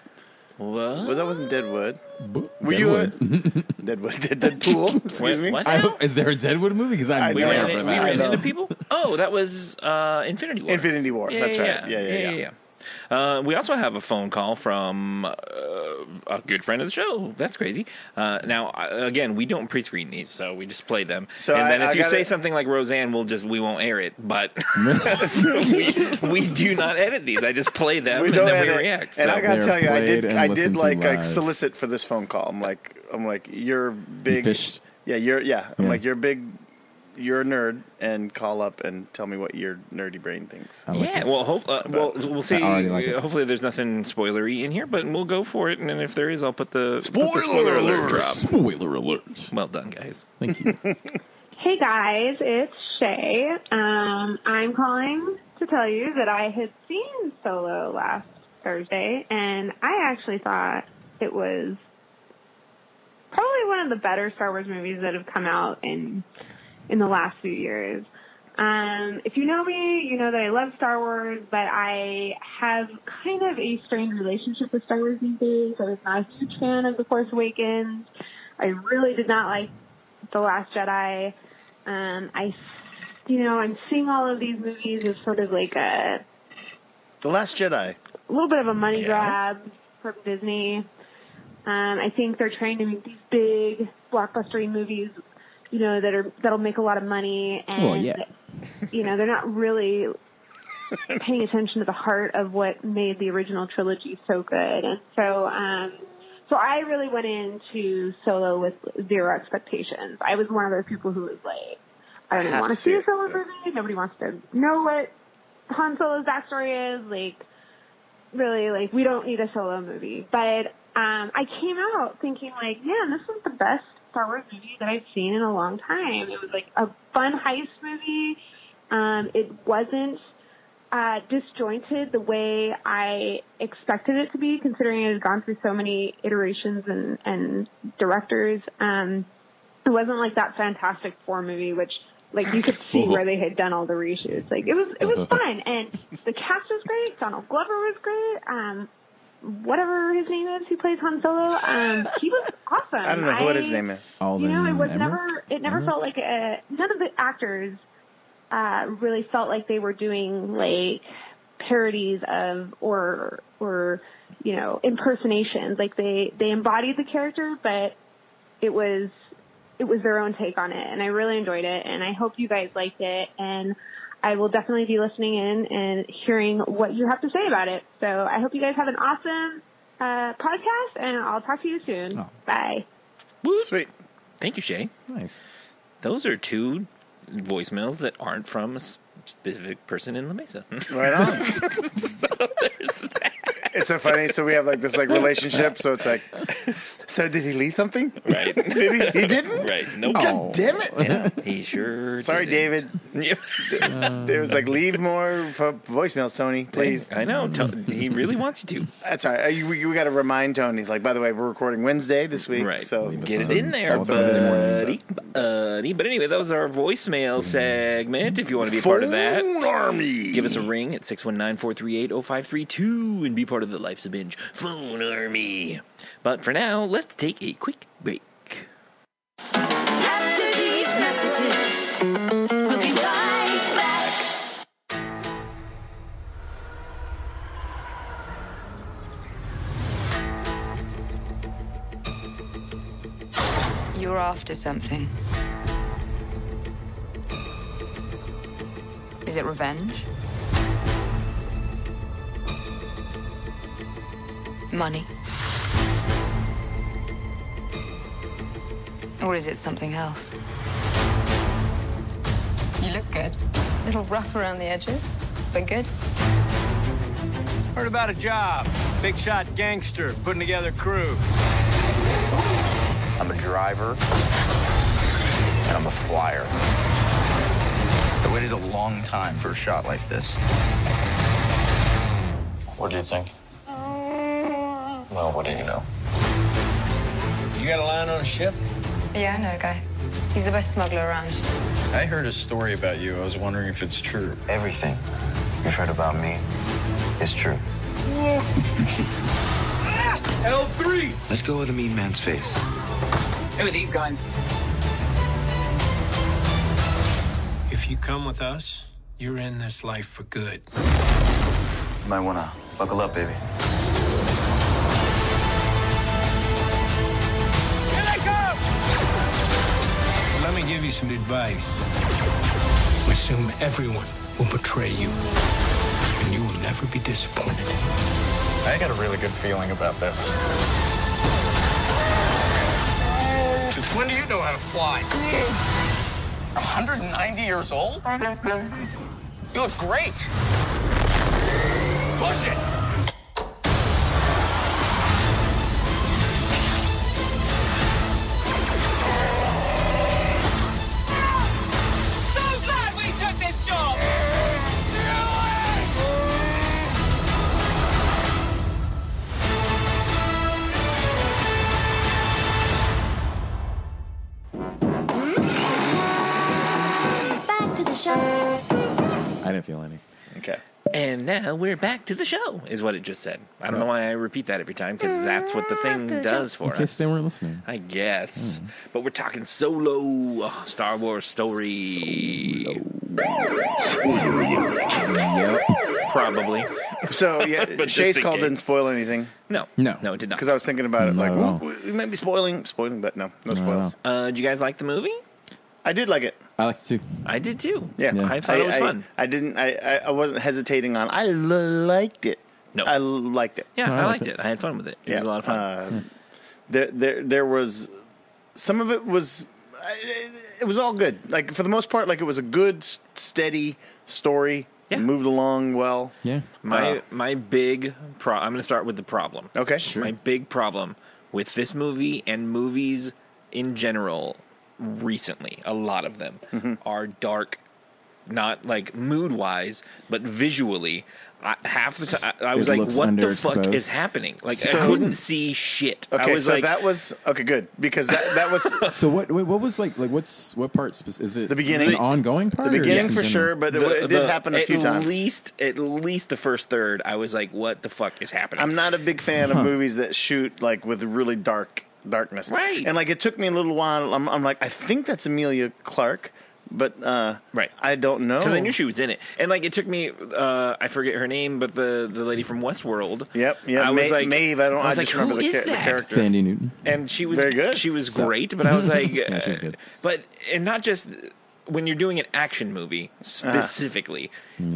What? Was that wasn't Deadwood? Bo- Were Deadwood. you a, Deadwood? Dead- Deadpool? Excuse me. What I now? hope, is there a Deadwood movie? Because I'm We We there Yeah, ran, went for in- we that. ran into people. Oh, that was uh, Infinity War. Infinity War. Yeah, That's yeah, right. Yeah, yeah, yeah. Uh, we also have a phone call from uh, a good friend of the show. That's crazy. Uh, now, I- again, we don't pre-screen these, so we just play them. So and I- then if I you gotta- say something like Roseanne, we'll just we won't air it. But we, we do not edit these. I just play them We and don't then edit. we react. and so. I gotta They're tell you, played I did. and I did listened to like, like live. solicit for this phone call. I'm like, I'm like, you're big. fished. Yeah, you're. Yeah, I'm Yeah. like, you're big. you're a nerd and call up and tell me what your nerdy brain thinks. I like Yeah, this. well, hope, uh, well, we'll see. already like it. Hopefully, there's nothing spoilery in here, but we'll go for it. And then if there is, I'll put the spoiler, the spoiler alert drop. Spoiler alert. Well done, guys. Thank you. Hey guys, it's Shay. Um, I'm calling to tell you that I had seen Solo last Thursday, and I actually thought it was probably one of the better Star Wars movies that have come out in in the last few years. Um, if you know me, you know that I love Star Wars, but I have kind of a strained relationship with Star Wars these days. I was not a huge fan of The Force Awakens. I really did not like the Last Jedi. Um, I, you know, I'm seeing all of these movies as sort of like a The Last Jedi. a little bit of a money Yeah. grab from Disney. Um, I think they're trying to make these big blockbustery movies, you know, that are that'll make a lot of money, and Well, yeah. you know, they're not really paying attention to the heart of what made the original trilogy so good. And so, um, so I really went into Solo with zero expectations. I was one of those people who was like, I don't have want to to see see a it. Solo movie. Nobody wants to know what Han Solo's backstory is. Like, really like we don't need a solo movie. But um, I came out thinking like, man, this is the best Star Wars movie that I've seen in a long time. It was like a fun heist movie. Um, it wasn't uh, disjointed the way I expected it to be, considering it had gone through so many iterations and, and directors. Um, it wasn't like that Fantastic Four movie, which like you could see where they had done all the reshoots. Like it was, it was fun, and the cast was great. Donald Glover was great. Um, whatever his name is, who plays Han Solo, um, he was awesome. I don't know what his name is. Alden you know, it was Emmerich? never, it never felt like a. None of the actors uh, really felt like they were doing like parodies of or or you know impersonations. Like they they embodied the character, but it was it was their own take on it, and I really enjoyed it. And I hope you guys liked it. And I will definitely be listening in and hearing what you have to say about it. So I hope you guys have an awesome uh, podcast, and I'll talk to you soon. Oh. Bye. Sweet. Thank you, Shay. Nice. Those are two voicemails that aren't from a specific person in La Mesa. Right on. It's so funny. So we have like this like relationship. So it's like, so did he leave something? right. Did he? He didn't. Right. Nope. Oh, God damn it! Yeah, he sure. Sorry, did it. David. Yeah. It was like leave more vo- voicemails, Tony. Please. I know. Tell, he really wants you to. That's all right. We, we got to remind Tony. Like, by the way, we're recording Wednesday this week, Right. so Get it in there, It's all Sunday buddy. buddy. But anyway, that was our voicemail segment. If you want to be a part of that, Phone Army. give us a ring at 619-438-0532 and be part of the Life's a Binge phone army. But for now, let's take a quick break. After these messages, we'll be right back. You're after something. Is it revenge? Money? Or is it something else? You look good. Little rough around the edges, but good. Heard about a job. Big shot gangster putting together crew. I'm a driver, and I'm a flyer. I waited a long time for a shot like this. What do you think? Well, what do you know? You got a line on a ship? Yeah, I know a guy. He's the best smuggler around. I heard a story about you. I was wondering if it's true. Everything you've heard about me is true. L3! Let go of the mean man's face. Who are these guys? If you come with us, you're in this life for good. Might wanna buckle up, baby. Let me give you some advice. Assume everyone will betray you, and you will never be disappointed. I got a really good feeling about this. Since when do you know how to fly? 190 years old? You look great. Push it! So glad we took this job! Back to the show. I didn't feel any. Okay. And now we're back to the show, is what it just said. I don't know why I repeat that every time because that's what the thing does for In case us. they weren't listening. I guess. But we're talking solo oh, Star Wars story. Probably. So yeah, But Chase just in call didn't case. spoil anything. No, no, no, it did not. Because I was thinking about it, Not like at all. "Ooh, we might be spoiling, spoiling, but no, no spoils. Uh, did you guys like the movie? I did like it. I liked it too. I did too. Yeah, I thought it was fun. I didn't. I, I I wasn't hesitating on. I l- liked it. No, I l- liked it. Yeah, I liked it. I had fun with it. It was a lot of fun. Uh, There, there, there was some of it was. I- It was all good. Like for the most part, like it was a good, s- steady story. It moved along well. Yeah. My Uh, my big pro. I'm going to start with the problem. Okay. My Hmm. big problem with this movie and movies in general recently, a lot of them Mm-hmm. are dark, not like mood wise, but visually. I, half the time, I, I was It like, looks "What the fuck underexposed. is happening?" Like So- I couldn't see shit. Okay, I was so like, that was okay. Good because that that was So what? Wait, what was like? Like what's what part? spec- Is it The beginning. an ongoing part? or just in general? at least, at least the first third, I was like, "What the fuck is happening?" I'm not a big fan Huh. of movies that shoot like with really dark darkness. Right. And like it took me a little while. I'm, I'm like, I think that's Amelia Clark, but uh, right. I don't know because I knew she was in it. And like, it took me, uh, I forget her name, but the the lady from Westworld. Yep, yep. I was Ma- like, Maeve, I don't- was I like, just remember who the is ca- the that? character. Sandy Newton. And she was Very good. She was So- great, but I was like, Yeah, she was good. But and not just when you're doing an action movie Uh-huh. specifically,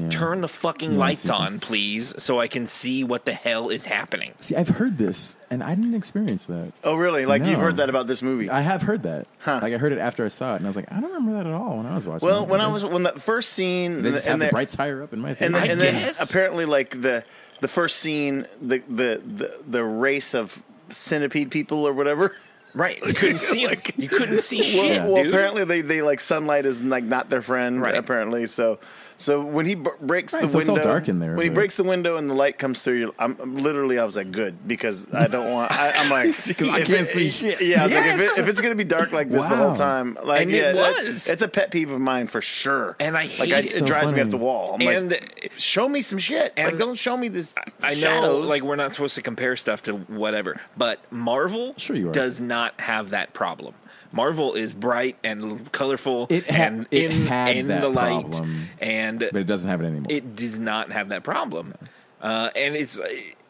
turn the fucking Yeah, lights sequence. on, please, so I can see what the hell is happening. See, I've heard this, and I didn't experience that. Oh, really? Like No. you've heard that about this movie? I have heard that. Like I heard it after I saw it, and I was like, I don't remember that at all when I was watching. Well, it. when I was when the first scene they just and have the the- brights higher up in my and, theater. then, and then apparently like the the first scene the the the, the race of centipede people or whatever right you couldn't see 'em. You couldn't see well, shit, well dude. apparently they, they like sunlight is like not their friend right apparently so so when he b- breaks Right, the so it's all window dark in there, when he but- breaks the window and the light comes through you I'm, I'm literally i was like good because i don't want I, i'm like 'Cause I if can't it- see shit. yeah I was like, Yes. if, it, if it's gonna be dark like this the whole Wow. time like And it yeah that's- was. it's a pet peeve of mine for sure And I like hate I, it. it So drives me funny. up the wall I'm And- like show me some shit like don't show me this I know, shadows. like we're not supposed to compare stuff to whatever, but Marvel you are. does not have that problem. Marvel is bright and l- colorful It ha- and it in, had in that the light, problem, and but it doesn't have it anymore. it does not have that problem. Uh, and it's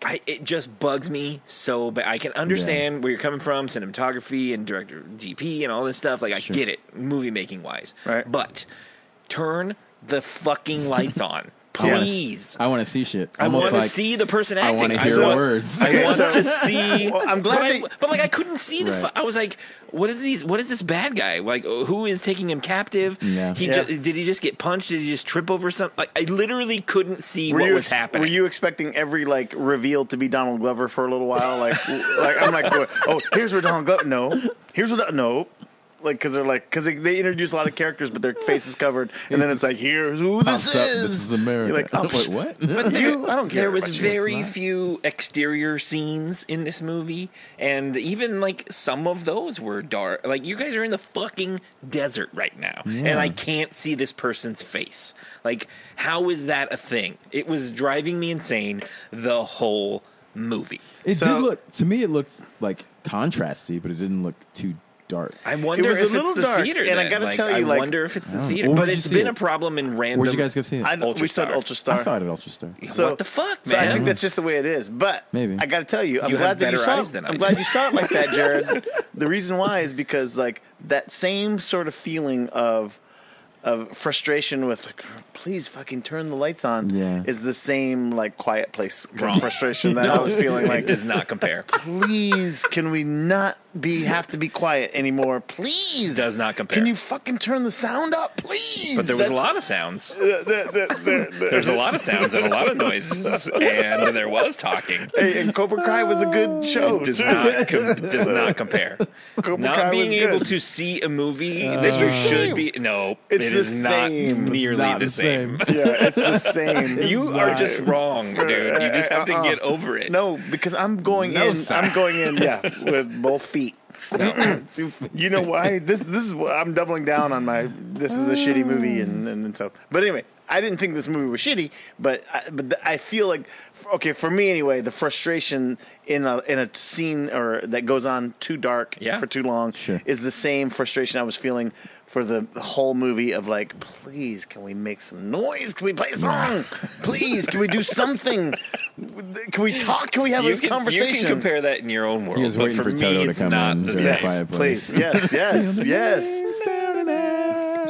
I, it just bugs me so bad. I can understand where you're coming from, cinematography and director DP and all this stuff. Like Sure. I get it, movie making wise. Right. But turn the fucking lights on, I wanna- please. I want to see shit. I Almost want to like- see the person I acting. wanna hear want- words. I Okay, want so- to see. Well, I'm glad but, I, they- but like I couldn't see the. Right. Fu- I was like, what is these? What is this bad guy? Like who is taking him captive? Yeah. He Yeah. Ju- did he just get punched? Did he just trip over something? Like I literally couldn't see what you was ex- happening. Were you expecting every like reveal to be Donald Glover for a little while? Like, like I'm like, going, oh, here's where Donald Glover. No, here's where Don- no. Like, because they're like, because they, they introduce a lot of characters, but their face is covered, and then it's like, here's who this Pops up, is. this is America. You're like, oh, Wait, what? But there, you, I don't care. there was about you. very few exterior scenes in this movie, and even like some of those were dark. Like you guys are in the fucking desert right now, Yeah. and I can't see this person's face. Like, how is that a thing? It was driving me insane the whole movie. It did look to me. It looked like contrasty, but it didn't look too dark. I wonder was a if it's little the dark, theater. and I then. gotta Like, tell you, like- oh. wonder if it's I the don't know. theater. Where'd But you it's see been it? a problem in random. Where'd you guys go see it? I, we said Ultrastar. I saw it at Ultrastar. So, What the fuck, So I man? think that's just the way it is. But Maybe. I got to tell you, I'm You have glad that you better saw. eyes than I I'm do. glad you saw it like that, Jared. the reason why is because like that same sort of feeling of of frustration with like, please fucking turn the lights on Yeah. is the same like quiet place Wrong. frustration that I No, was feeling like it does not compare. please can we not be have to be quiet anymore, please. Does not compare. Can you fucking turn the sound up, please? But there was a That's- lot of sounds. There's There's a lot of sounds and a lot of noises, and there was talking. Hey, and Cobra Kai was a good show. It does too. not com- does not compare. Cobra not Kai was being able good. to see a movie Uh, that you It's the should same. be. No, It's it the is not same. It's nearly not the the same. Yeah, it's the same. you It's are not. just wrong, dude. You just have to Uh-uh. get over it. No, because I'm going No, in. sir. I'm going in. Yeah, with both feet. you know why? This this is why I'm doubling down on my. This is a shitty movie, and Mm. and, and so. But anyway, I didn't think this movie was shitty, but I, but th- I feel like okay for me anyway. The frustration in a in a scene or that goes on too dark Yeah. for too long is the same frustration I was feeling for the whole movie of like, please, can we make some noise? Can we play a song? please, can we do something? Can we talk? Can we have you this can, conversation? You can compare that in your own world, He was but waiting for, for me, Toto to it's come not in the during same. the quiet place. Please, yes, yes, yes.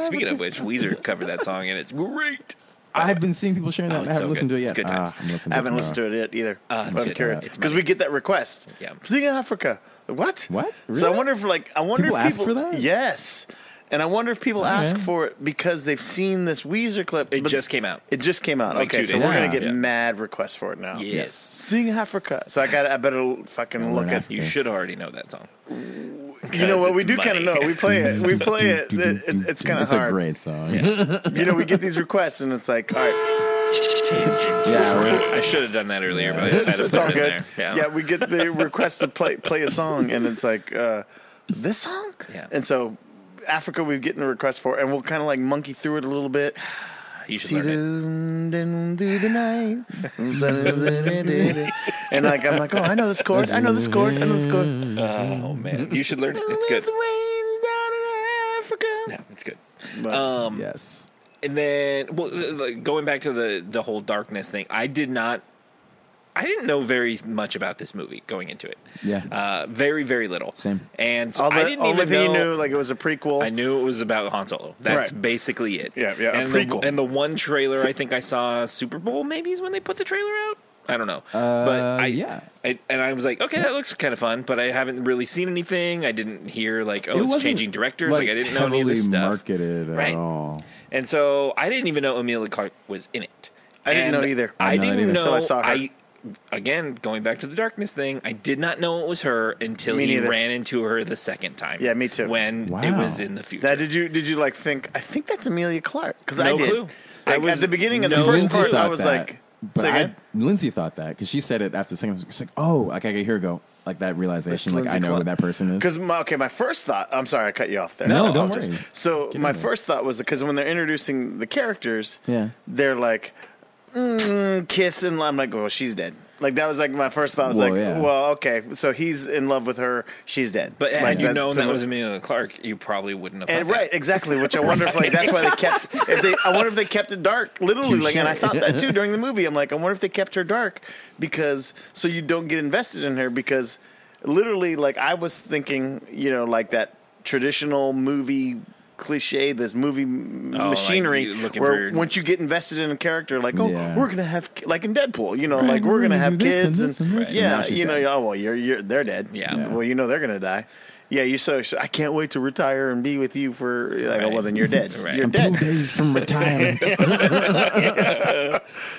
Speaking of which, Weezer covered that song, and it's great. I've been seeing people sharing that. and I it's haven't so listened good. to it yet. It's good times. Ah, I'm listening I haven't to it listened to it yet either. Ah, it's But I'm good. curious It's because we get that request. Yeah. Sing in Africa. What? What? So I Really? wonder if like I wonder People if ask people for that? Yes. And I wonder if people All ask right. for it because they've seen this Weezer clip. It but- just came out. It just came out. Like okay, two so days we're ago. gonna get Yeah. mad requests for it now. Yes. Sing Africa. So I got. I better fucking look at. You should already know that song. You know what? it's We do kind of money. know. We play it. We play it. It- It's, it's kind of It's hard. a great song. You know, we get these requests, and it's like, all right. Yeah, I should have done that earlier, but I It's, decided to it's put all it in good. there. Yeah. we get the request to play play a song, and it's like uh, this song. Yeah. And so Africa, we're getting a request for, and we'll kind of like monkey through it a little bit. you should See learn it. the through the night, and like I'm like, oh, I know this chord. I know this chord. I know this chord. Oh man, you should learn it. It's good. Yeah, it's good. Um, yes. and then well uh, like, going back to the the whole darkness thing i did not i didn't know very much about this movie going into it Yeah. uh very very little Same. and so All the i didn't only even know thing you knew, like it was a prequel. I knew it was about Han Solo. That's Right. basically it. Yeah, yeah, a And the, prequel. and the one trailer I think I saw Super Bowl maybe is when they put the trailer out. I don't know, Uh, but I yeah. I, and I was like, okay, that looks kind of fun, but I haven't really seen anything. I didn't hear like, oh, it's wasn't, changing directors. Like, I didn't know any of heavily this stuff. marketed at Right. all. And so I didn't even know Amelia Clark was in it. I didn't And know either. I, I know that didn't either. know. Until I saw her. I- again going back to the darkness thing. I did not know it was her until Me he neither. ran into her the second time. Yeah, me too. When Wow. it was in the future. That did you did you like think? I think that's Amelia Clark because I No did. clue. Like, I was- at the beginning of no the first clue. part, I thought was that, like, but say I, again? Lindsay thought that because she said it after the second. She's like, oh, like I could hear her go like that realization. Like I know who that person is. Because my, okay, my first thought. I'm sorry, I cut you off there. No, I don't apologize. worry. So Get my in there. first thought was because when they're introducing the characters, Yeah. they're like mm, kiss, and I'm like, well, she's dead. Like that was like my first thought. I was Well, like, yeah. well, okay, so he's in love with her. She's dead. but had like, you that- known that so- was Amelia Clark, you probably wouldn't have. and, thought right, exactly. Which I wonder if like that's why they kept. If they, I wonder if they kept it dark. Literally, like, and I thought that too during the movie. I'm like, I wonder if they kept her dark because so you don't get invested in her because literally, like, I was thinking, you know, like that traditional movie cliche, this movie m Oh, like, machinery you're looking where for- once you get invested in a character, like, oh, Yeah. we're gonna have like in Deadpool, you know, Right, like we're we're gonna gonna have do this and kids and, this and this, and now yeah, she's you know, dead. oh well, you're you're they're dead, Yeah. Yeah. Well, you know they're gonna die. Yeah, you so I can't wait to retire and be with you for like oh, Right. well then you're dead. Right. You're I'm Two dead. days from retirement.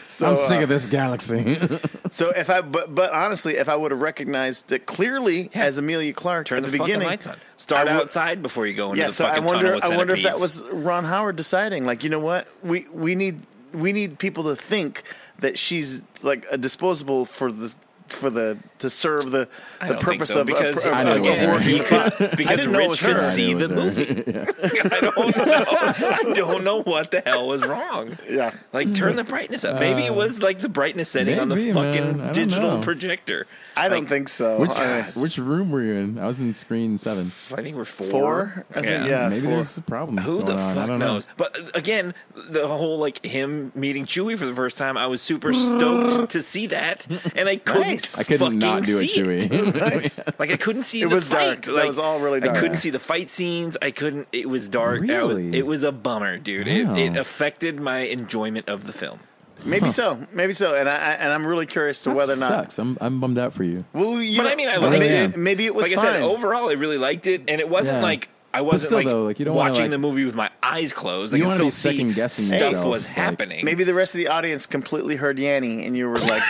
So I'm sick uh, of this galaxy. so if I but but honestly, if I would have recognized it clearly as Amelia Clark Turn at the, the, fucking beginning, lights on. Start I would- outside before you go into Yeah, the so I fucking tunnel wonder with I wonder if that centipedes. was Ron Howard deciding like, you know what? We we need we need people to think that she's like a disposable for the for the to serve the I the don't think purpose so, of of- because of, I know it of wasn't her. working class. I because didn't know it was Rich could her. see I know the it was her. movie. I don't know. I don't know what the hell was wrong. Yeah. Like turn the brightness up. Maybe it was like the brightness setting on the maybe, fucking man. I don't digital know. projector. I don't Like, think so. which I mean- which room were you in? I was in screen seven. I think we're four. Four? I think, yeah. Maybe four. there's a problem. Who going the on. I fuck don't knows? Know. But uh, again, the whole like him meeting Chewie for the first time, I was super stoked to see that, and I couldn't. Nice. I could fucking not do a see it. Chewie. Like I couldn't see It the was fight. dark. That Like, was all really dark. I couldn't see the fight scenes. I couldn't. It was dark. I was- Really? it was a bummer, dude. Wow. It, it affected my enjoyment of the film. Maybe Huh. so. Maybe so. And I I- and I'm really curious to That whether or not. sucks. I'm I'm bummed out for you. Well, you but know- I mean, I But liked maybe- it. maybe it was Like I said, oh, fine. overall, I really liked it, and it wasn't Yeah. like I But wasn't still, like, though, like, you don't wanna, watching like- the movie with my eyes closed. I You could wanna still be see second-guessing stuff yourself, was like- happening. Maybe the rest of the audience completely heard Yanny, and you were like,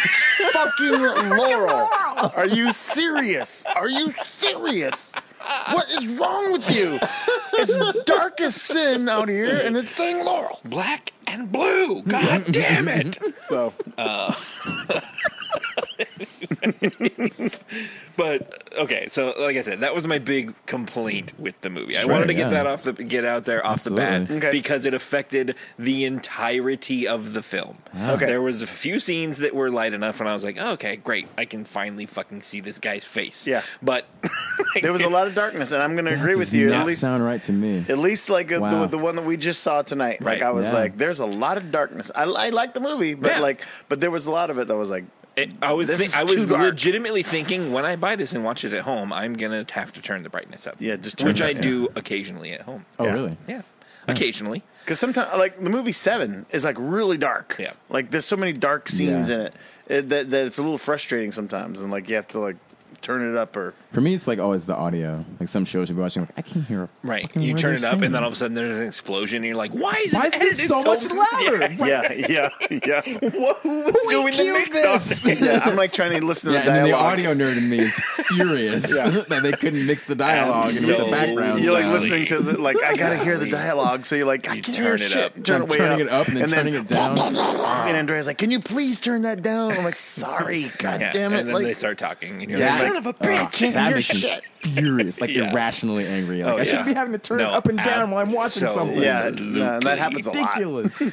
"Fucking Laurel, are you serious? Are you serious? What is wrong with you? It's dark as sin out here, and it's saying Laurel, black and blue. God damn it! So, Uh, but okay, so like I said, that was my big complaint with the movie. I Sure, wanted to get yeah. that off the get out there off the Absolutely. bat Okay. because it affected the entirety of the film. Wow. Okay. there was a few scenes that were light enough, and I was like, oh, okay, great, I can finally fucking see this guy's face. Yeah. but there was a lot of darkness, and I'm going to agree Does with you. Not At least, sound right to me. at least like uh Wow. the, the one that we just saw tonight. Like Right. I was Yeah. like, "There's a lot of darkness." I, I like the movie, but Yeah. like, but there was a lot of it that was like, It, I was This thi- is I too was dark. legitimately thinking when I buy this and watch it at home, I'm gonna have to turn the brightness up. Yeah, just turn which it I up. do occasionally at home. Oh, Yeah. really? Yeah, occasionally. Because sometimes, like the movie Seven is like really dark. Yeah. Like there's so many dark scenes Yeah. in it, it that, that it's a little frustrating sometimes, and like you have to like turn it up or For me, it's like always the audio. Like some shows you'll be watching, like I can hear. a Right, fucking you word turn they're it up, saying. and then all of a sudden there's an explosion, and you're like, "Why is Why this, is this edited so much louder? Yeah. Why- yeah yeah yeah. Who was doing the mix on it? yeah I'm like trying to listen to Yeah, the and then the dialogue. audio nerd in me is furious that they couldn't mix the dialogue and with the background. You're like sounds. listening to the like I gotta hear the dialogue, so you're like I can turn hear it shit. up. Turn I'm it way turning up. it up and then turning it down. And Andrea's like, "Can you please turn that down?" I'm like, "Sorry, god Yeah, damn it!" And then Like, they start talking, and you're Yeah, like, like, "Son of a oh, bitch!" that hear makes me shit. furious, like Yeah. irrationally angry. Like Oh, I shouldn't yeah. be having to turn No, it up and down while I'm watching something. yeah, no, that happens a lot. ridiculous.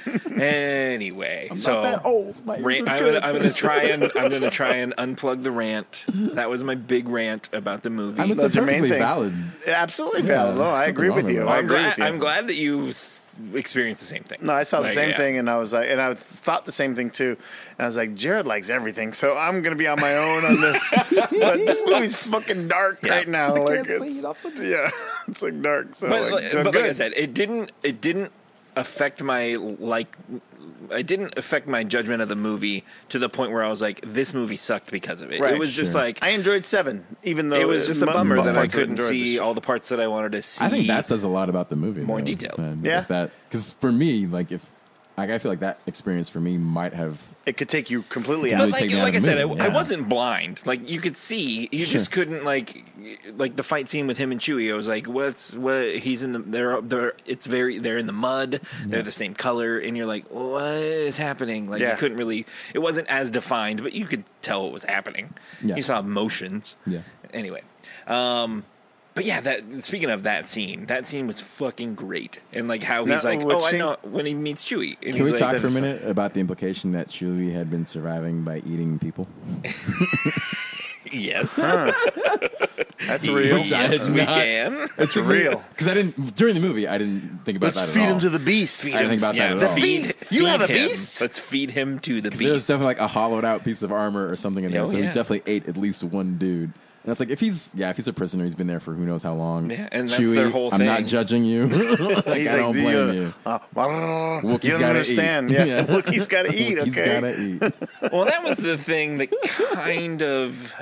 Anyway, I'm so not that old. My Rant, ears are I'm, gonna, good. I'm gonna try and I'm gonna try and unplug the rant. That was my big rant about the movie. I mean, it's That's a your main perfectly thing. valid. Absolutely, Yeah, valid. No, there's I nothing agree wrong with with you. it. I I'm agree glad, with you. I'm glad that you s- experienced the same thing. No, I saw the Like, same yeah. thing, and I was like, and I thought the same thing too. And I was like, Jared likes everything, so I'm gonna be on my own on this. but this movie's fucking dark Yeah. right now. I like, can't see it's- nothing. yeah, it's like dark. So, But, like, li- so but like I good. said, it didn't it didn't affect my like it didn't affect my judgment of the movie to the point where I was like, this movie sucked because of it. Right, it was just sure. like I enjoyed seven, even though it was just a mo- bummer mo- that I parts of it couldn't enjoyed see the- all the parts that I wanted to see. I think that says a lot about the movie. More though, detail. and Yeah. if that because for me, like if like I feel like that experience for me might have It could take you completely out. But really like, take me out like I of the said, I, movie, I yeah. wasn't blind. Like you could see, you just couldn't like, like the fight scene with him and Chewie. I was like, what's what? He's in the they're they're it's very they're in the mud. They're the same color, and you're like, what is happening? Like Yeah. you couldn't really. It wasn't as defined, but you could tell what was happening. Yeah. You saw motions. Yeah. Anyway, um. But yeah, that speaking of that scene, that scene was fucking great, and like how he's Now, like, which "Oh, I scene- know," when he meets Chewie, and Can he's we like, talk that for a is fine. minute about the implication that Chewie had been surviving by eating people? "Yes, That's real. Which I had yes, we not- can." It's real. Because I didn't during the movie. I didn't think about Let's that. feed at all. him to the beast. I didn't think about that at all. Feed, Beast? You feed have a him. beast? Let's feed him to the beast. There's definitely like a hollowed out piece of armor or something in there. Oh, so he yeah. definitely ate at least one dude. And it's like if he's yeah, if he's a prisoner, he's been there for who knows how long. Yeah, and that's their whole I'm thing. not judging you. like, I He's don't like, blame uh, you. uh, you Wookiees don't gotta understand. eat. Yeah, Yeah. Wookiees gotta eat. He's okay, gotta eat. well, that was the thing that kind of.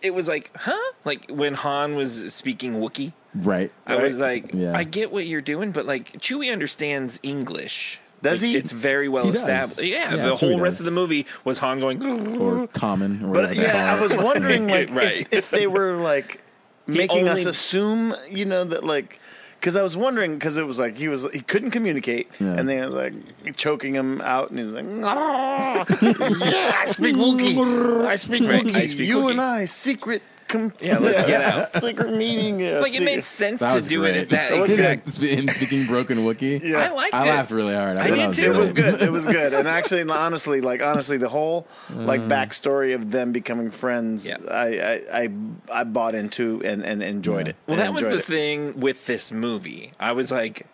It was like, huh? Like when Han was speaking Wookiee, Right. I was like, Yeah. I get what you're doing, but like Chewie understands English. Does Like, he? It's very well He does. established. Yeah, Yeah, the Chewie whole rest does. of the movie was Han going. Mm-hmm. or common or But uh, whatever they yeah, call I it. was wondering like Right. if, if they were like making us only- assume, you know, that like because I was wondering because it was like he was he couldn't communicate, Yeah. and then it was like choking him out, and he's like, "Ah, yeah, I speak Wookiee, I speak Right, Wookiee, I speak you Wookiee." and I secret. Com- Yeah, let's get out. Secret meeting. Yeah, Like it made secret- sense That to was do great. it at that His- exact. sp- him speaking broken Wookiee. Yeah. I liked I it. laughed really hard. I, I thought did that was too. It was great. good. It was good. And actually, and honestly, like honestly, the whole Mm. like backstory of them becoming friends, Yeah. I, I I I bought into and and enjoyed it. Well, I that was enjoyed the it. thing with this movie. I was like,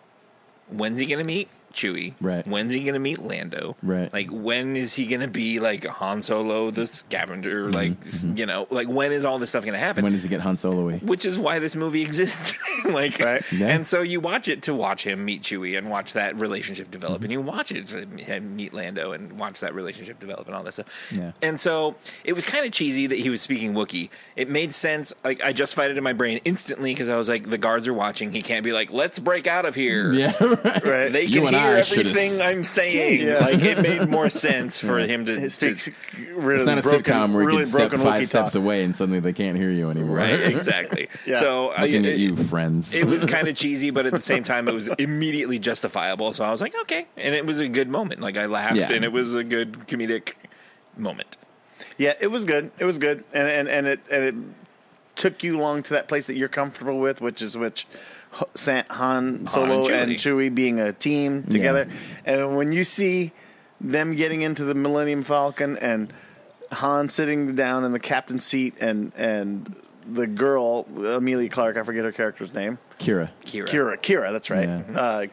when's he going to meet Chewie? Right. When's he gonna meet Lando? Right. Like when is he gonna be like Han Solo, the scavenger? Like s- Mm-hmm. you know, like when is all this stuff gonna happen? When does he get Han Solo? away? Which is why this movie exists. like, Yeah. and so you watch it to watch him meet Chewie and watch that relationship Mm-hmm. develop, and you watch it to him meet Lando and watch that relationship develop and all that stuff. Yeah. And so it was kind of cheesy that he was speaking Wookiee. It made sense. Like I justified it in my brain instantly because I was like, the guards are watching. He can't be like, let's break out of here. Yeah, right. They You can and hear I should everything I'm saying. Like it made more sense for him to. to- it's not a sitcom where you can step five steps away and suddenly they can't hear you anymore. Right, exactly. So, uh, I- looking at it- you, friends. it was kind of cheesy, but at the same time, it was immediately justifiable. So I was like, okay, and it was a good moment. Like I laughed, Yeah. and it was a good comedic moment. Yeah, it was good. It was good, and and and it and it took you along to that place that you're comfortable with, which is which Ho- San, Han Solo Chewie. and Chewie being a team Mm, together. And when you see them getting into the Millennium Falcon and Han sitting down in the captain's seat and and the girl Amelia Clark, I forget her character's name. Kira. Kira. Kira, Kira, that's right. Uh,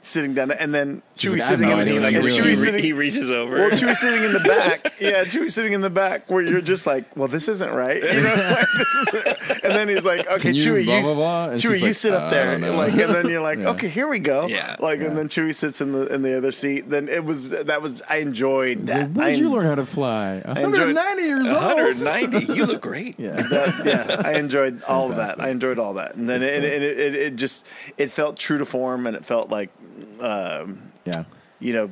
sitting down, and then She's Chewie like, I have sitting no in idea the what I'm and doing. Chewie's He re- sitting- he reaches over. Well, Chewie's sitting in the back. Yeah, Chewie's sitting in the back where you're just like, well, this isn't right. You know, like, this isn't And then he's like, okay, Can you Chewie, blah, you, blah, blah? And Chewie, she's you like, sit uh, I up there. don't know. Like, and then you're like, Yeah. okay, here we go. Yeah. Like, and then Chewie sits in the in the other seat. Then it was that was I enjoyed Like, that. Where I did you learn how to fly? I enjoyed- 190 years old. 190. You look great. Yeah. That- yeah, I enjoyed all of that. Fantastic. I enjoyed all that, and then That's it, good. it, it, it it just it felt true to form, and it felt like, um, yeah, you know,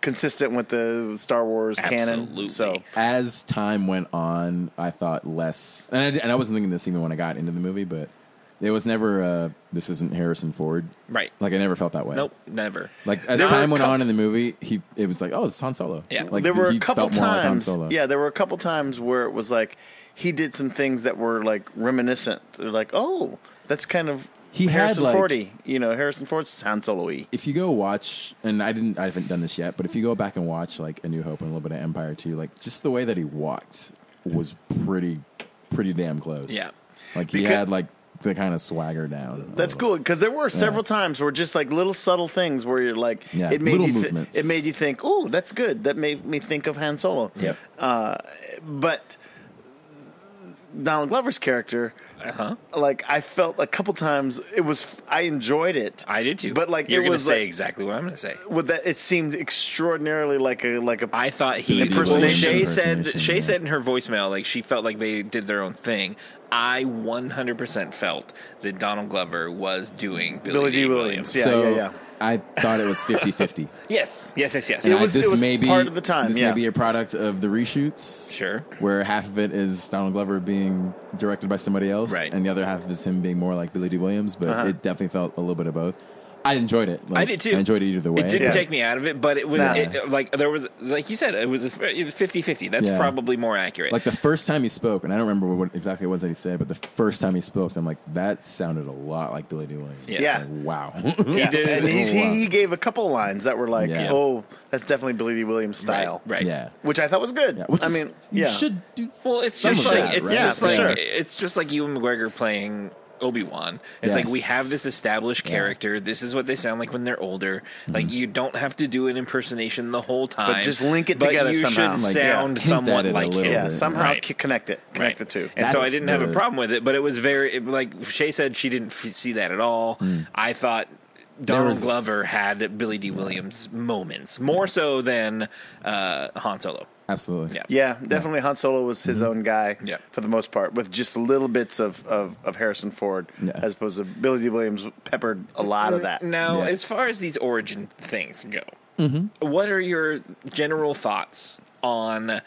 consistent with the Star Wars canon. So as time went on, I thought less, and I, and I wasn't thinking this even when I got into the movie, but it was never uh, this isn't Harrison Ford, Right. Like I never felt that way. Nope, never. Like as There were time a went couple- on in the movie, he it was like, oh, it's Han Solo. like there were he a couple felt more like Han times. Solo. Yeah, there were a couple times where it was like he did some things that were like reminiscent. They're like, oh, that's kind of He had, Harrison like- Fordy. You know, Harrison Ford's Han Solo-y. if you go watch, and I didn't, I haven't done this yet, but if you go back and watch like A New Hope and a little bit of Empire too, like just the way that he walked was pretty, pretty damn close. Yeah. like he Because- had like the kind of swagger down. That's cool because there were several times where just like little subtle things where you're like, Yeah, it made little you thi- movements. it made you think, oh, that's good. That made me think of Han Solo. Yep. Uh, but Donald Glover's character, Uh-huh. like I felt a couple times it was I enjoyed it. I did too. But like You're it gonna was say like, exactly what I'm gonna say. with that it seemed extraordinarily like a like a I thought he impersonation. Shay said Shay said in her voicemail like she felt like they did their own thing. I 100% felt that Donald Glover was doing Billy, Dee Williams. so I thought it was 50-50. Yes, yes, yes, yes. And I- this may be, This yeah. may be a product of the reshoots. Sure. Where half of it is Donald Glover being directed by somebody else, Right. and the other half is him being more like Billy D. Williams, but Uh-huh. it definitely felt a little bit of both. I enjoyed it. Like, I did too. I enjoyed it either way. It didn't but- take me out of it, but it was Nah. it, like there was like you said it was a- it was 50-50. That's Yeah. probably more accurate. Like the first time he spoke, and I don't remember what exactly it was that he said, but the first time he spoke, I'm like, that sounded a lot like Billy D. Williams. Yes. Yeah. Like, wow. Yeah, and he, Wow. he, he gave a couple lines that were like, Yeah. "Oh, that's definitely Billy Dee Williams style," right. Yeah. Which I thought was good. which I is- mean, you yeah. should do Well, it's some just of like that, it's right? just Yeah, like for sure. it's just like Ewan McGregor playing Obi Wan. It's like Yes. we have this established Yeah. Mm-hmm. character. This is what they sound like when they're older. Like you don't have to do an impersonation the whole time, But just link it but together you somehow. Should Like, yeah. sound Hint at somewhat it a like little him. bit. Yeah, somehow c- connect it, connect the two. And so I That's didn't have a the- problem with it, but it was very it- like Shay said she didn't f- see that at all. Mm. I thought. There Donald was- Glover had Billy D. Williams moments more so than uh, Han Solo. Absolutely. Yeah. Yeah, definitely. Han Solo was his own guy Mm-hmm. Yeah. for the most part, with just little bits of, of, of Harrison Ford, as opposed to Billy Dee Williams peppered a lot of that. Now, as far as these origin things go, what are your general thoughts on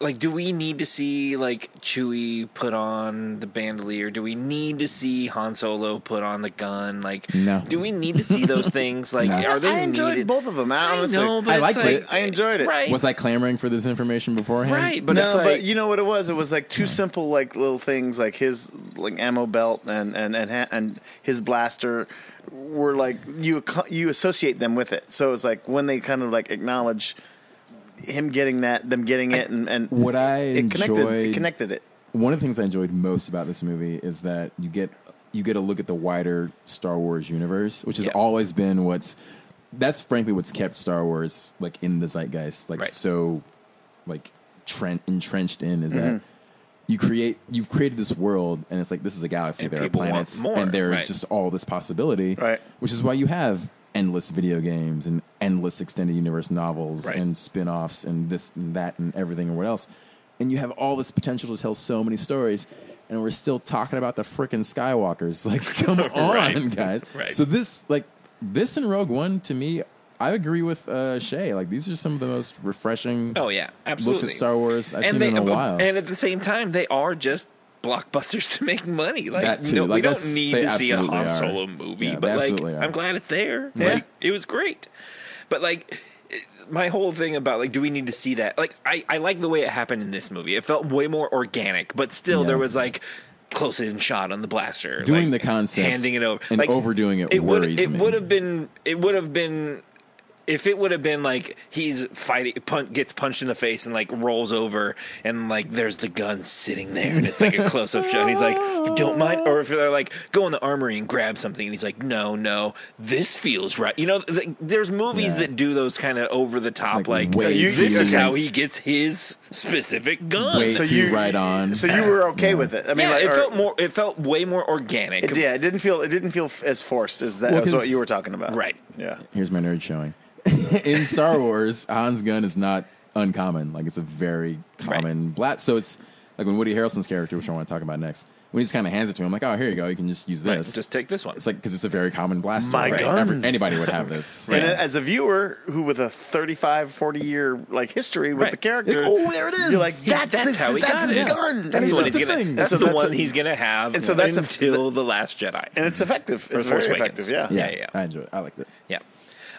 like do we need to see like Chewie put on the bandolier? Do we need to see Han Solo put on the gun? Like No. do we need to see those things? Like No. are they I enjoyed needed? both of them. I, I honestly, know, but it's like- I enjoyed it. Right. Was I clamoring for this information beforehand? no, but you know what it was? It was like two simple, like little things, like his like ammo belt and and and ha- and his blaster were like you ac- you associate them with it. So it's like when they kind of like acknowledge him getting that, them getting it, and and what I it connected enjoyed- it connected it. one of the things I enjoyed most about this movie is that you get you get a look at the wider Star Wars universe, which has always been what's that's frankly what's kept Star Wars like in the zeitgeist, like Right. so like tren- entrenched in is Mhm. that you create you've created this world and it's like this is a galaxy And there are people want planets more, and there's right. just all this possibility right which is why you have endless video games and endless extended universe novels Right. and spin-offs and this and that and everything and what else and you have all this potential to tell so many stories and we're still talking about the frickin' skywalkers like come on Right. guys Right. so this like this and rogue one to me i agree with uh, shay like these are some of the most refreshing Oh yeah, absolutely. looks at star wars i've seen in a but- while And at the same time, they are just blockbusters to make money. Like, That too. no, we Like, don't that's- need they to see a absolutely Han are. Solo movie, Yeah, they but like, absolutely are. I'm glad it's there. Yeah. Like, it was great. But like, it- my whole thing about like, do we need to see that? Like, I I like the way it happened in this movie. It felt way more organic, but still, Yeah. there was like. Close in shot on the blaster, doing like, the concept handing it over, and Like, overdoing it, would- worries it me would have been it would have been if it would have been like he's fighting pun- gets punched in the face and like rolls over and like there's the gun sitting there and it's like a close up shot and he's like you don't mind or if they're like go in the armory and grab something and he's like no no this feels right you know th- there's movies Yeah. that do those kind of over the top Like, like, way You- this too- is how he gets his specific gun way too right on So you were okay with it. I mean, yeah, like, it or- felt more it felt way more organic It- yeah, it didn't feel it didn't feel f- as forced as that Well, was 'cause- what you were talking about. Right. Yeah. Here's my nerd showing. in Star Wars, Han's gun is not uncommon. Like it's a very common blast. So it's like when Woody Harrelson's character, which I want to talk about next, when he just kind of hands it to him, like, oh, here you go, you can just use Right, this. just take this one It's like because it's a very common blaster. My right? gun. Every- anybody would have this. And as a viewer who with a 35, 40 year like history with Right. the character, Like, oh, there it is. You're like, Yeah, that's, that's the- how he that's got his it. gun. Yeah. And That's so what He's the gonna- thing. that's And so the that's one a- he's gonna have and so that's a- until the last jedi and it's effective. Or It's Force very Awakens. effective. Yeah. yeah, yeah. I enjoyed it. I liked it. Yeah.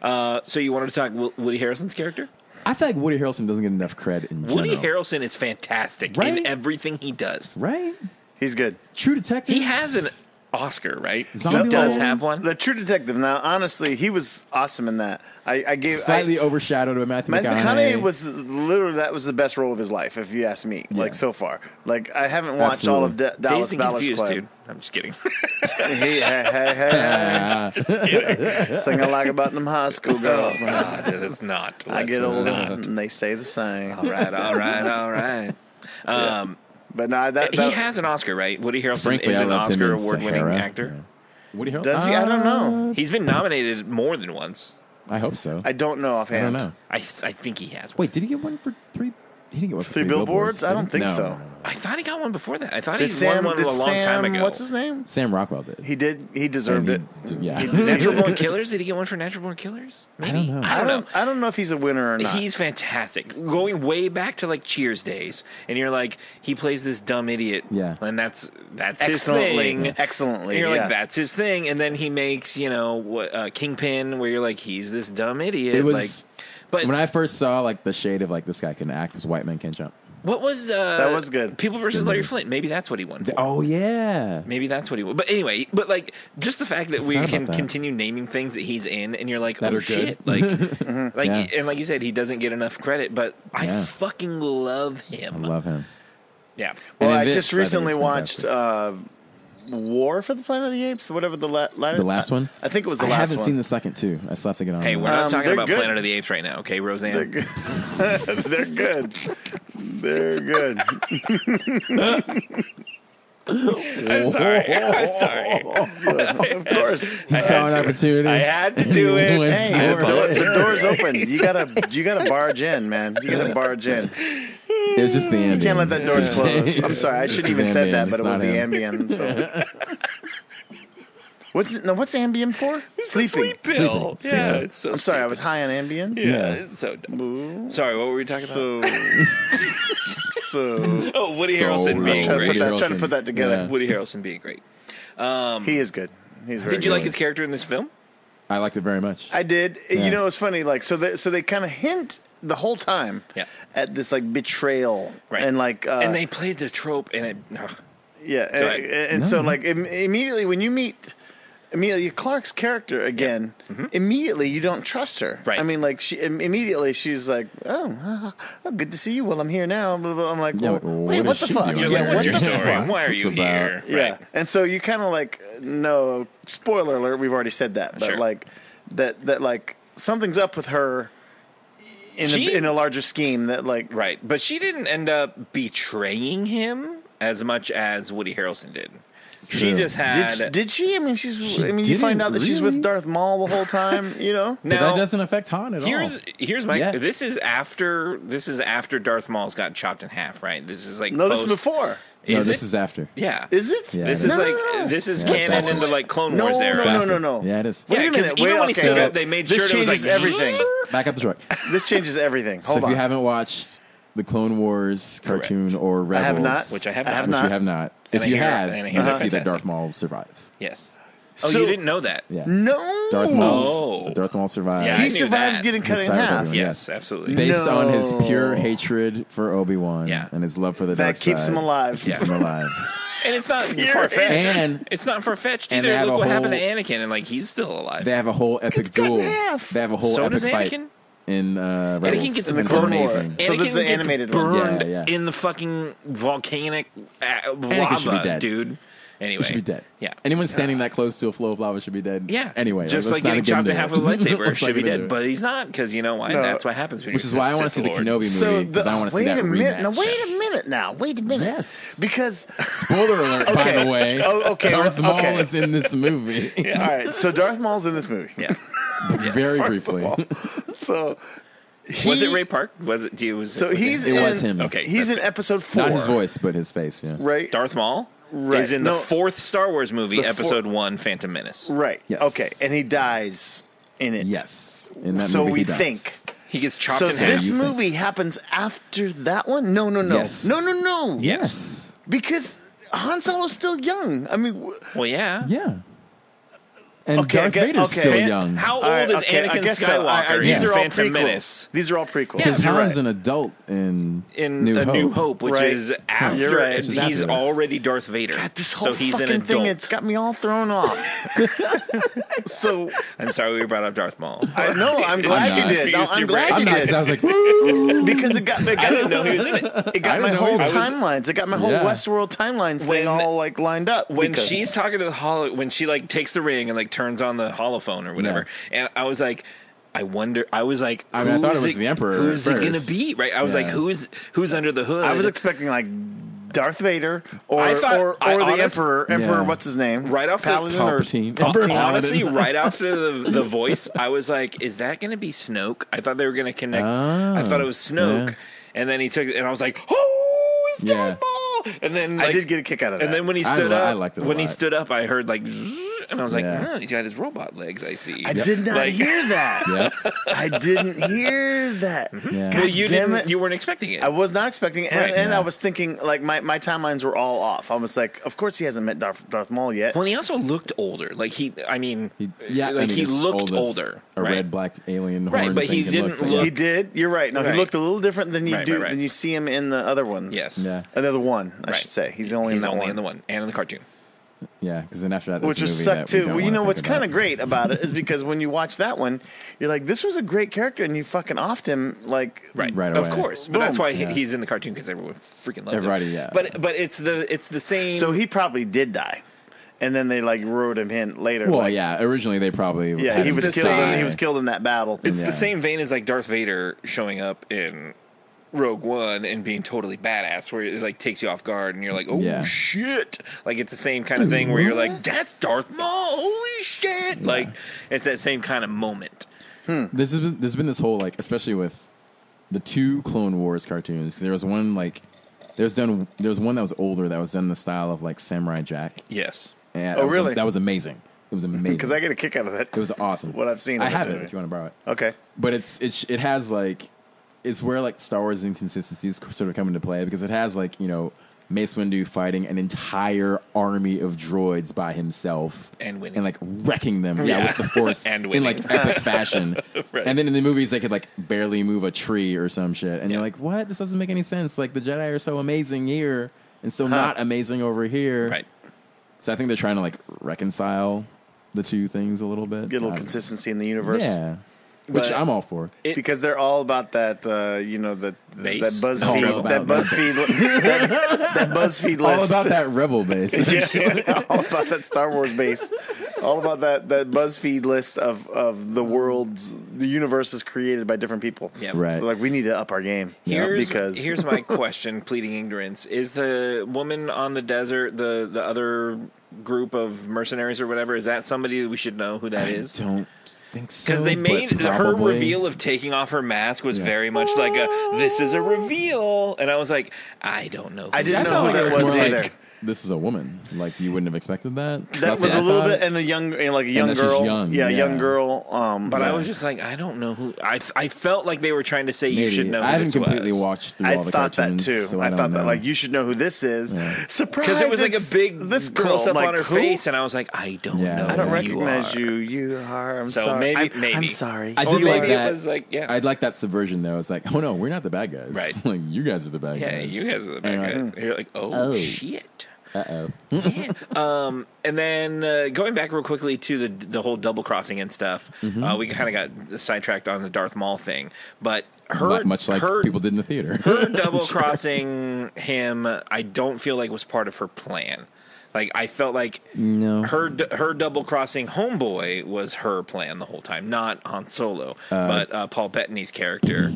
Uh, so you wanted to talk Wo- Woody Harrelson's character? I feel like Woody Harrelson doesn't get enough credit in Woody general. Harrelson is fantastic Right? in everything he does. right? He's good. True Detective. He has an Oscar, right? Zombieland. He does have one. The True Detective. Now, honestly, he was awesome in that. I, I gave Slightly I, overshadowed by Matthew, Matthew McConaughey was literally that was the best role of his life, if you ask me. Like so far, like I haven't watched all of Da- Dallas Dazed and Ballers confused, Club. dude. I'm just kidding. hey, hey, hey, Uh, hey. Just kidding. This thing I like about them high school girls. man. God, it is not. I get Let's older not. and they say the same. All right, all right, all right. Um, But no, that, he that- has an Oscar, right? Woody Harrelson Frankly, is I an loved him Oscar in award-winning Sahara. actor. Woody Harrelson. Does he? I don't know. He's been nominated more than once. I hope so. I don't know I don't offhand. know. I, I think he has. Wait, did he get one for three? He didn't get one for Three three, billboards? I did he? don't think No, so. no, no, no. I thought he got one before that. I thought Did he Sam? won one did a long Sam, time ago. What's his name? Sam Rockwell did. He did. He deserved And it. he did- yeah. He did. Natural Born Killers? Did he get one for Natural Born Killers? Maybe. I don't know. I don't. I don't know if he's a winner or not. He's fantastic. Going way back to like Cheers days, and you're like, he plays this dumb idiot. Yeah. And that's that's his excellently, thing. excellently. And you're yeah. like, that's his thing. And then he makes, you know, what uh, Kingpin, where you're like, he's this dumb idiot. It was. like, but when I first saw like the shade of like this guy can act, this white man can jump. what was uh, That was good. People versus good Larry movie. Flint. Maybe that's what he won. For. Oh yeah, Maybe that's what he. But anyway, but like just the fact that we about can that. continue naming things that he's in, and you're like, That oh are good. shit, like, mm-hmm. like, Yeah. and like you said, he doesn't get enough credit, but I Yeah. fucking love him. I love him. yeah, well, and I in this, I just think recently it's watched fantastic. uh, War for the Planet of the Apes, whatever the la- la- The last one. I think it was the I last haven't one. seen the second two. I still have to get on. hey, that. we're not Um, talking they're about good. Planet of the Apes right now, okay, Roseanne? They're good. They're good. They're good. I'm sorry, I'm sorry. of course. he saw an opportunity. I had to do He it. went Hey, for the, door, it. the door's open. You gotta, you gotta barge in, man. You gotta barge in. It was just the You ambient. can't let that door Yeah. close. I'm sorry. I It's shouldn't his even said ambient. that, but It's it was not the him. ambient. So. What's no, what's Ambien for? Sleeping. Sleep pill. Sleeping. Yeah, Sleeping. it's so. I'm sorry, I was high on Ambien. stupid. Yeah, it's so. Dumb. Ooh. Sorry, what were we talking about? So, so Oh, Woody So Harrelson I was being trying to put great. that- trying to put that together. Yeah. Woody Harrelson being great. he is good. He's very Did you like good. his character in this film? I liked it very much. I did. Yeah. You know, it's funny. Like, so they, so they kind of hint the whole time Yeah. at this like betrayal Right. and like uh, and they played the trope, and it. ugh. yeah, and, ahead. and so like im- immediately when you meet Amelia Clark's character again, Mm-hmm. immediately you don't trust her. Right. I mean, like she im- immediately she's like, "Oh, ah, oh, good to see you. Well, I'm here now." Blah, blah, blah. I'm like, Yeah, well, like, well, "Wait, what what is the she fuck? doing here? What's your the story? fuck? Why are What's you this about? here? Yeah. Right. And so you kind of like, no spoiler alert. We've already said that, but Sure. like that that like something's up with her in She- a, in a larger scheme that like right. But she didn't end up betraying him as much as Woody Harrelson did. She True. just had. Did, did she? I mean, she's. I mean, you didn't find out that she's really. with Darth Maul the whole time. You know. But that doesn't affect Han at here's all. here's my. Yeah. This is after. This is after Darth Maul's gotten chopped in half. Right. This is like. No, this is post- before. no, Is this it? is after. Yeah. Is it? Yeah, this it is is. like No. this is Yeah, it's canon after. into like Clone No, Wars no, era. no, no, It's no, after. no. Yeah, it is. Yeah, Wait a because minute, even wait, when he okay. stood So up, they made this sure it was like changes everything. Back up the truck. This changes everything. So Hold if on. you haven't watched the Clone Wars cartoon or I Rebels, have not. Which I have I have not. not. you have not. And if I you hear- have, and I you hear will they're see that fantastic. Darth Maul survives. Yes. Oh, So- you didn't know that? Yeah, No. Darth Maul. Oh. Darth Maul survives. Yeah, I He knew survives that. getting His cut in fight with half. everyone, Yes, absolutely. Based on his pure No. hatred for Obi Wan Yeah. and his love for the dark That keeps side, him alive. keeps him alive. And it's not Pure far fetched. And- It's not far fetched and either. they have Look a what happened to whole- Anakin, and like he's still alive. They have a whole epic cut in duel. half. They have a whole So epic does fight Anakin. in uh, Rebels. Anakin gets and it's Clone amazing. War. So this is the Anakin gets animated one. burned Yeah, yeah. in the fucking volcanic uh, lava, Anakin should be dead. dude. Anyway, He should be dead. Yeah. Anyone standing that close to a flow of lava should be dead. Yeah. Anyway, just let's like, not getting get chopped into in half with it. a lightsaber Let's not should be get into dead, it. but he's not because you know why? No. That's what happens. When Which you're is why I a want to Sith see the Lord. Kenobi movie So because the, I want to see wait that a minute. rematch. Now wait a minute. Now wait a minute. Yes. Because Spoiler alert, by Okay. the way. Oh, okay, Darth Maul okay. is in this movie. all right. So Darth Maul's in this movie. Yeah. Very First of briefly. all. So was it he- Ray Park? Was it? do you- Was So it, was he's It in, was him. Okay, He's that's in episode four. Not his voice, but his face. Yeah. Right. Darth Maul Right. is in No. the fourth Star Wars movie, The four- Episode One, Phantom Menace. Right. Yes. Okay. And he dies in it. Yes. In that so movie, we he dies. think. He gets chopped So in half. this you think. movie happens after that one? No, no, no, Yes. no, no, no. Yes. because Han Solo's still young. I mean, w- well, yeah. Yeah. And Okay, I Darth get- Vader's okay. still Fan- young. How old all right, is okay, I Anakin guess Skywalker? so. All right, He's These are all Phantom prequels. Menace. These are all prequels. Yeah, Because You're Han's right. an adult in in New A Hope. New Hope, which Right. is You're after right. it. Which is he's afterwards. already Darth Vader. This whole so he's fucking an adult. thing. It's got me all thrown off. so I'm sorry we brought up Darth Maul. I know. I'm glad I'm you not. did. No, Confused I'm your glad I'm you not. 'cause did. I was like, "Woo!" because it got, it got I didn't know he was in it. It got I my didn't know whole either. I was- timelines. It got my whole Yeah. Westworld timelines When- thing all like lined up. When because- she's talking to the hollow, when she like takes the ring and like turns on the holophone or whatever, and I was like, I wonder. I was like, I mean, I thought it who's was the Emperor Who's at it gonna first. be? Right? I was like, Yeah. who's who's under the hood? I was expecting like Darth Vader or I thought- or, or I the honest- Emperor. Emperor, Yeah. what's his name? Right off the- Paladin or- Palpatine. Hon- Emperor Paladin. Honestly, right after the, the voice, I was like, "Is that going to be Snoke?" I thought they were going to connect. I Oh, thought it was Snoke, yeah. and then he took, it, and I was like, "Oh, it's Yeah. Darth Maul!" And then I like- did get a kick out of that. And then when he I stood li- up, I liked it a when he lot. stood up, I heard like, and I was like, Yeah. "Oh, he's got his robot legs." I see. I did not Like- hear that. Yep. I didn't hear that. Mm-hmm. Yeah. Well, God you damn didn't. it. You weren't expecting it. I was not expecting it. And, Right. and Yeah. I was thinking, like, my, my timelines were all off. I was like, of course he hasn't met Darth, Darth Maul yet. when he also looked older, like he, I mean, He- yeah, I like mean, he it's looked old as older, A right? red, black alien horn Right, but thing he can didn't look, but look- he did. You're right. No, Right. he looked a little different than you Right, do right, right. than you see him in the other ones. Yes. Yeah, And they're the one, I Right. should say. He's only in He's that only one. in the one and in the cartoon. yeah. Because then after that, which would was suck too. Well, you know what's kind of great. great about it is because when you watch that one, you're like, "This was a great character," and you fucking offed him like right, Right of away. course. But Boom. that's why he- Yeah. he's in the cartoon because everyone freaking loves Everybody, him. yeah. But but it's the it's the same. So he probably did die, and then they like wrote him in later. Well, like, yeah. Originally, they probably yeah, had he him was the killed. same- In, he was killed in that battle. it's yeah. the same vein as like Darth Vader showing up in Rogue One and being totally badass, where it like takes you off guard and you're like, oh Yeah. shit! Like it's the same kind of thing where you're like, that's Darth Maul, holy shit! Like it's that same kind of moment. This has been, there's been this whole like, especially with the two Clone Wars cartoons. 'cause there was one like, there was done. There was one that was older that was done in the style of like Samurai Jack. Yes. And Oh, that was- really? that was amazing. It was amazing. because I get a kick out of it. it was awesome. what I've seen I of it, have it. anyway. If you want to borrow it. Okay, but it's it's it has like it's where like Star Wars inconsistencies sort of come into play because it has like you know Mace Windu fighting an entire army of droids by himself And winning. and like wrecking them yeah, Yeah. with the Force And in winning. like epic fashion Right. and then in the movies they could like barely move a tree or some shit and you're Yeah. like what this doesn't make any sense like the Jedi are so amazing here and so not amazing over here Right. so I think they're trying to like reconcile the two things a little bit. Get a little consistency in the universe. Yeah. Which I'm all for. because they're all about that, uh, you know, that that Base? BuzzFeed, All that about BuzzFeed, that, that BuzzFeed all list, about that rebel base. yeah, all about that Star Wars base, all about that that BuzzFeed list of of the worlds, the universes created by different people. Yep. Right. So, like we need to up our game. Here's, because here's my question, pleading ignorance. Is the woman on the desert the the other group of mercenaries or whatever? Is that somebody we should know who that I is? don't think so. Because they but made her probably. reveal of taking off her mask was Yeah. very much like a this is a reveal, and I was like, I don't know. I who didn't that know who is. that It's was more like, either. This is a woman. Like you wouldn't have expected that. That That's what was I a little thought. bit, and a young, and like a And young that's just girl, young, yeah, young yeah. girl. Um, But I yeah. was just like, I don't know who. I I felt like they were trying to say you Maybe. should know. Who I haven't this completely was. watched through I all the thought that cartoons, too. so I, I don't thought that know. like you should know who this is. Surprise! because it was like a it's big this girl. close up I'm like, on her who? face, and I was like, I don't know. I don't who recognize you. you. You are. I'm So sorry. maybe- I'm, I'm maybe. sorry. I Or did like maybe it that. was like, yeah. I'd like that subversion though. It's like, oh no, we're not the bad guys. Right. like you guys are the Are. bad Yeah, guys. you guys are the bad guys. And you're like, oh, shit. Uh oh. Yeah. um, and then uh, going back real quickly to the the whole double crossing and stuff, Mhm. uh, we kind of got sidetracked on the Darth Maul thing, but her much like her people did in the theater. her double crossing him i don't feel like was part of her plan like i felt like No. her d- her double crossing homeboy was her plan the whole time not han solo Uh, but uh, paul bettany's character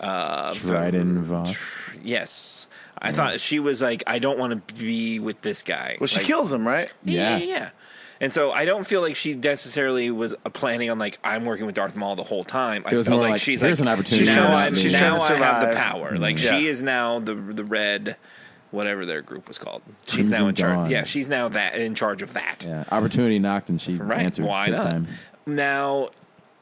uh Dryden Voss. from- yes i thought she was like i don't want to be with this guy Well, she Like- kills him, right? yeah, yeah, yeah. And so I don't feel like she necessarily was uh, planning on like I'm working with Darth Maul the whole time. I It was felt more like, like, she's here's like an opportunity Now, to I, sneak. She's now trying to I have the survive. power. Like Yeah. she is now the the red, whatever their group was called. She's now Crimson in charge. Dawn. Yeah, she's now that in charge of that. Yeah. Opportunity knocked and she Right? answered Why big not? time. Now,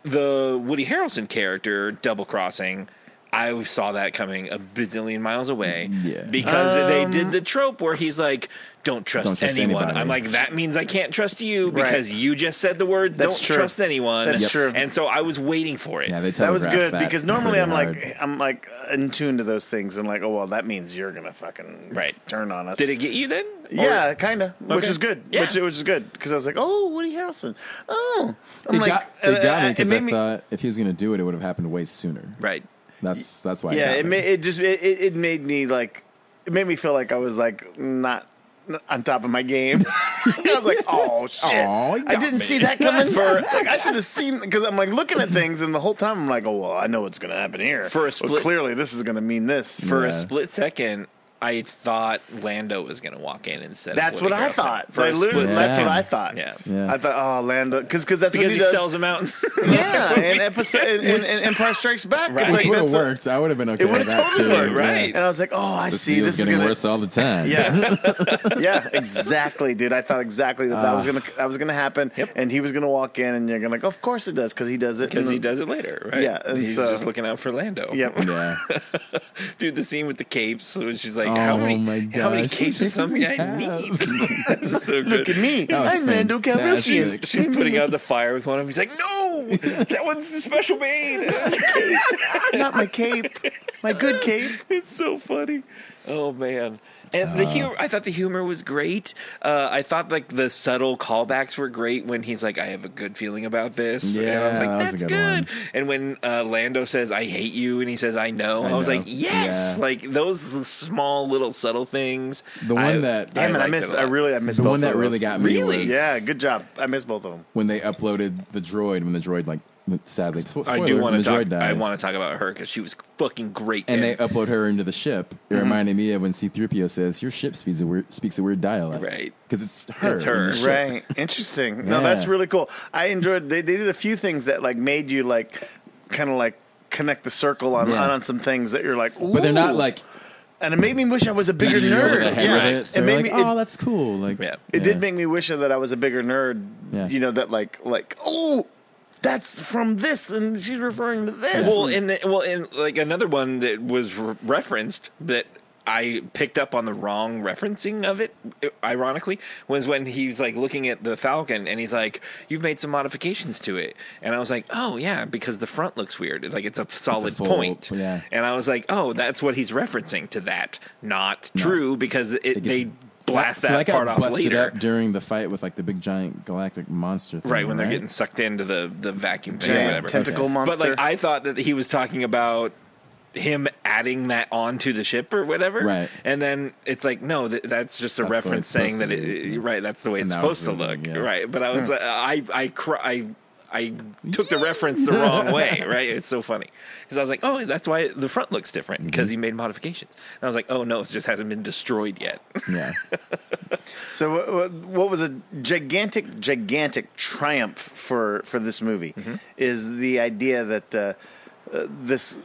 the Woody Harrelson character double crossing. I saw that coming a bazillion miles away Mm, Yeah. because they Um, did the trope where he's like, "Don't trust, Don't trust anyone." anybody. I'm like, that means I can't trust you Right. because you just said the words. That's Don't true. trust anyone. That's Yep. true. And so I was waiting for it. Yeah, they That was telegraphed good because that normally pretty I'm hard. like I'm like in tune to those things. I'm like, oh well, that means you're gonna fucking right turn on us. Did it get you then? Or- Yeah, kind of, which Okay. is good. Yeah. Which, which is good because I was like, oh, Woody Harrelson. Oh, I'm it like, got, it got uh, me because made I thought if he was going to do it, it would have happened way sooner. Right. That's that's why. yeah, it, it got made it just it, it, it made me like it made me feel like I was like not not on top of my game. I was like, oh shit, Aw, you I got didn't me. see that coming. For like, I should have seen because I'm like looking at things and the whole time I'm like, oh well, I know what's gonna happen here. For a Well, split- clearly this is gonna mean this for a split second, I thought Lando was going to walk in instead. That's of Woody what I Harrelson. thought. For a I split literally- that's second. what I thought. Yeah. I thought, oh, Lando, because that's Because what he, he does. sells him out. yeah, and episode and, and, and Empire Strikes Back. Which It's like would have that's a- worked. I would have been okay. It would with have that totally too. worked, Yeah. right? And I was like, oh, I This see. deal's This is getting gonna worse all the time. Yeah, yeah, exactly, dude. I thought exactly that that was Ah. gonna that was gonna happen, and he was gonna walk in, and you're gonna like, of course it does, because he does it, Mm-hmm. Because and he then- does it later, right? Yeah, and he's so- just looking out for Lando. Yep. Yeah. Dude, the scene with the capes, which is like, Oh how many, my how many gosh, capes what is something capes I does he need? so good. Look at me, That was I'm Lando Calrissian. fantastic. She's, she's putting out the fire with one of them. He's like, no, that one's special made. Not my cape, my good cape. It's so funny. Oh man. And the Uh. humor, I thought the humor was great. Uh, I thought like the subtle callbacks were great when he's like, "I have a good feeling about this." and I was like, Yeah, that was a "That's good good." one. And when uh, Lando says, "I hate you," and he says, "I know," I, I was know. like, "Yes!" Yeah. Like those small little subtle things. The one I- that- Damn it, I liked missed. a lot. I really, I missed The both one that of really those. got me Really? was- Yeah, good job. I missed both of them. When they uploaded the droid, when the droid like sadly, spoiler, I do when want to the talk. droid I dies. want to talk about her because she was fucking great. and in- they upload her into the ship. It Mm-hmm. Mhm. reminded me of when C-3PO says, "Your ship speaks a weird speaks a weird dialect," right? Because it's her. It's in the ship. Right. Interesting. No, Yeah. that's really cool. I enjoyed. They, they did a few things that like made you like kind of like connect the circle on Yeah. on, on some things that you're like. But they're not "Ooh." like- And it made me wish I was a bigger Beating you over nerd. the head with it, so it made like, me. oh, it, that's cool. Like, yeah. it did make me wish that I was a bigger nerd. Yeah. You know that like like oh, that's from this, and she's referring to this. Well, and the, well, and like another one that was re- referenced that I picked up on the wrong referencing of it. Ironically, was when he's like looking at the Falcon and he's like, "You've made some modifications to it," and I was like, "Oh yeah," because the front looks weird. Like it's a solid full- point. yeah. And I was like, "Oh, that's what he's referencing to that. Not true because it, gets they." blast so that got part off busted later. up during the fight with like the big giant galactic monster. Thing, Right when they're getting sucked into the the vacuum thing Giant or whatever tentacle Okay. But like monster. I thought that he was talking about him adding that onto the ship or whatever. Right. And then it's like no, th- that's just a That's the way reference it's saying supposed that to it, right. That's the way And it's that was supposed to the look. thing, yeah. Right. But I was Hmm. uh, I I cry, I I took the reference the wrong way. Right. It's so funny because I was like, oh, that's why the front looks different because Mm-hmm. he made modifications. And I was like, oh no, it just hasn't been destroyed yet. Yeah. So what- what, what was a gigantic, gigantic triumph for for this movie is the idea that uh, uh, this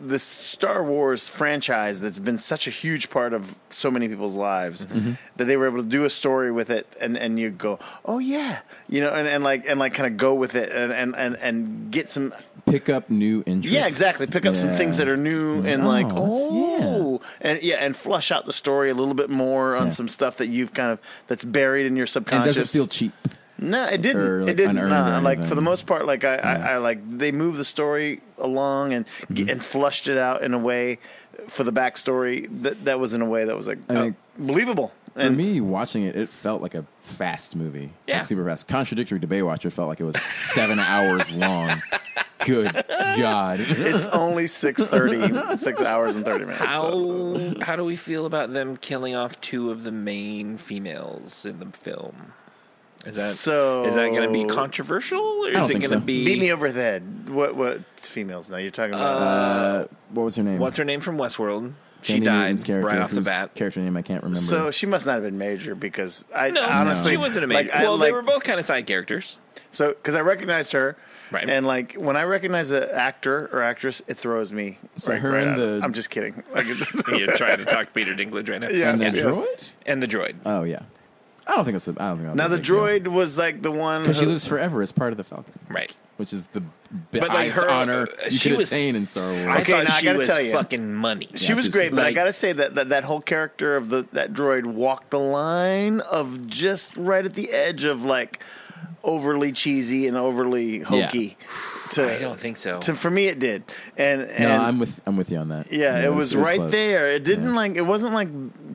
this Star Wars franchise that's been such a huge part of so many people's lives Mhm. that they were able to do a story with it and, and you go, oh yeah, you know, and, and like and like kind of go with it and, and, and, and get some Pick up new interest. yeah, exactly. Pick up some Yeah. things that are new and Oh, like, that's- oh, and yeah, and flush out the story a little bit more on some stuff that you've kind of that's buried in your and it subconscious. doesn't feel cheap. No, it or, didn't. like, it didn't. unearned Nah, or like anything. for the most part, like I, I, I like they moved the story along and Mm-hmm. g and flushed it out in a way for the backstory that that was in a way that was like I mean, oh, believable. For me, watching it, it felt like a fast movie. Yeah. Like super fast. Contradictory to Baywatch, it felt like it was seven hours long. Good God. It's only 6:30, six hours and thirty minutes. How so. how do we feel about them killing off two of the main females in the film? Is that so? Is that going to be controversial? Or is it going to be beat me over the head? What what females? Now you're talking about Uh, what was her name? What's her name from Westworld? She Sandy died Newton's character, right off the whose bat. Character name I can't remember. So she must not have been major because I No, honestly she wasn't a like, major. I, well, they like- were both kind of side characters. So because I recognized her, right? And like when I recognize an actor or actress, it throws me. So right- her right and out. the- I'm just kidding. You're trying to talk Peter Dinklage right now. Yes, And the yes. droid? And the droid. Oh yeah. I don't think that's. A, I don't think. Now the droid was like the one because she who- lives forever as part of the Falcon, right? Which is the b- But, like, highest her- uh, honor you she could was- attain in Star Wars. I Okay, thought now I she gotta was tell you. fucking money. She was great, but I gotta say that, that that whole character of the that droid walked the line of just right at the edge of like overly cheesy and overly hokey. To, I don't think so. To, for me, it did, and and No, I'm with. I'm with you on that. Yeah, No, it was, right close. there. It didn't like it wasn't like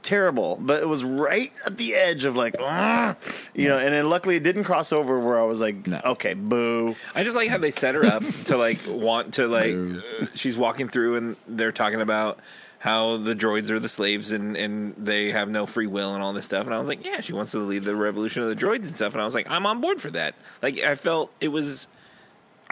terrible, but it was right at the edge of like, "Ah," you know. And then luckily, it didn't cross over where I was like, okay, boo. I just like how they set her up to like want to like. uh, she's walking through and they're talking about how the droids are the slaves and and they have no free will and all this stuff. And I was like, yeah, she wants to lead the revolution of the droids and stuff. And I was like, I'm on board for that. Like I felt it was.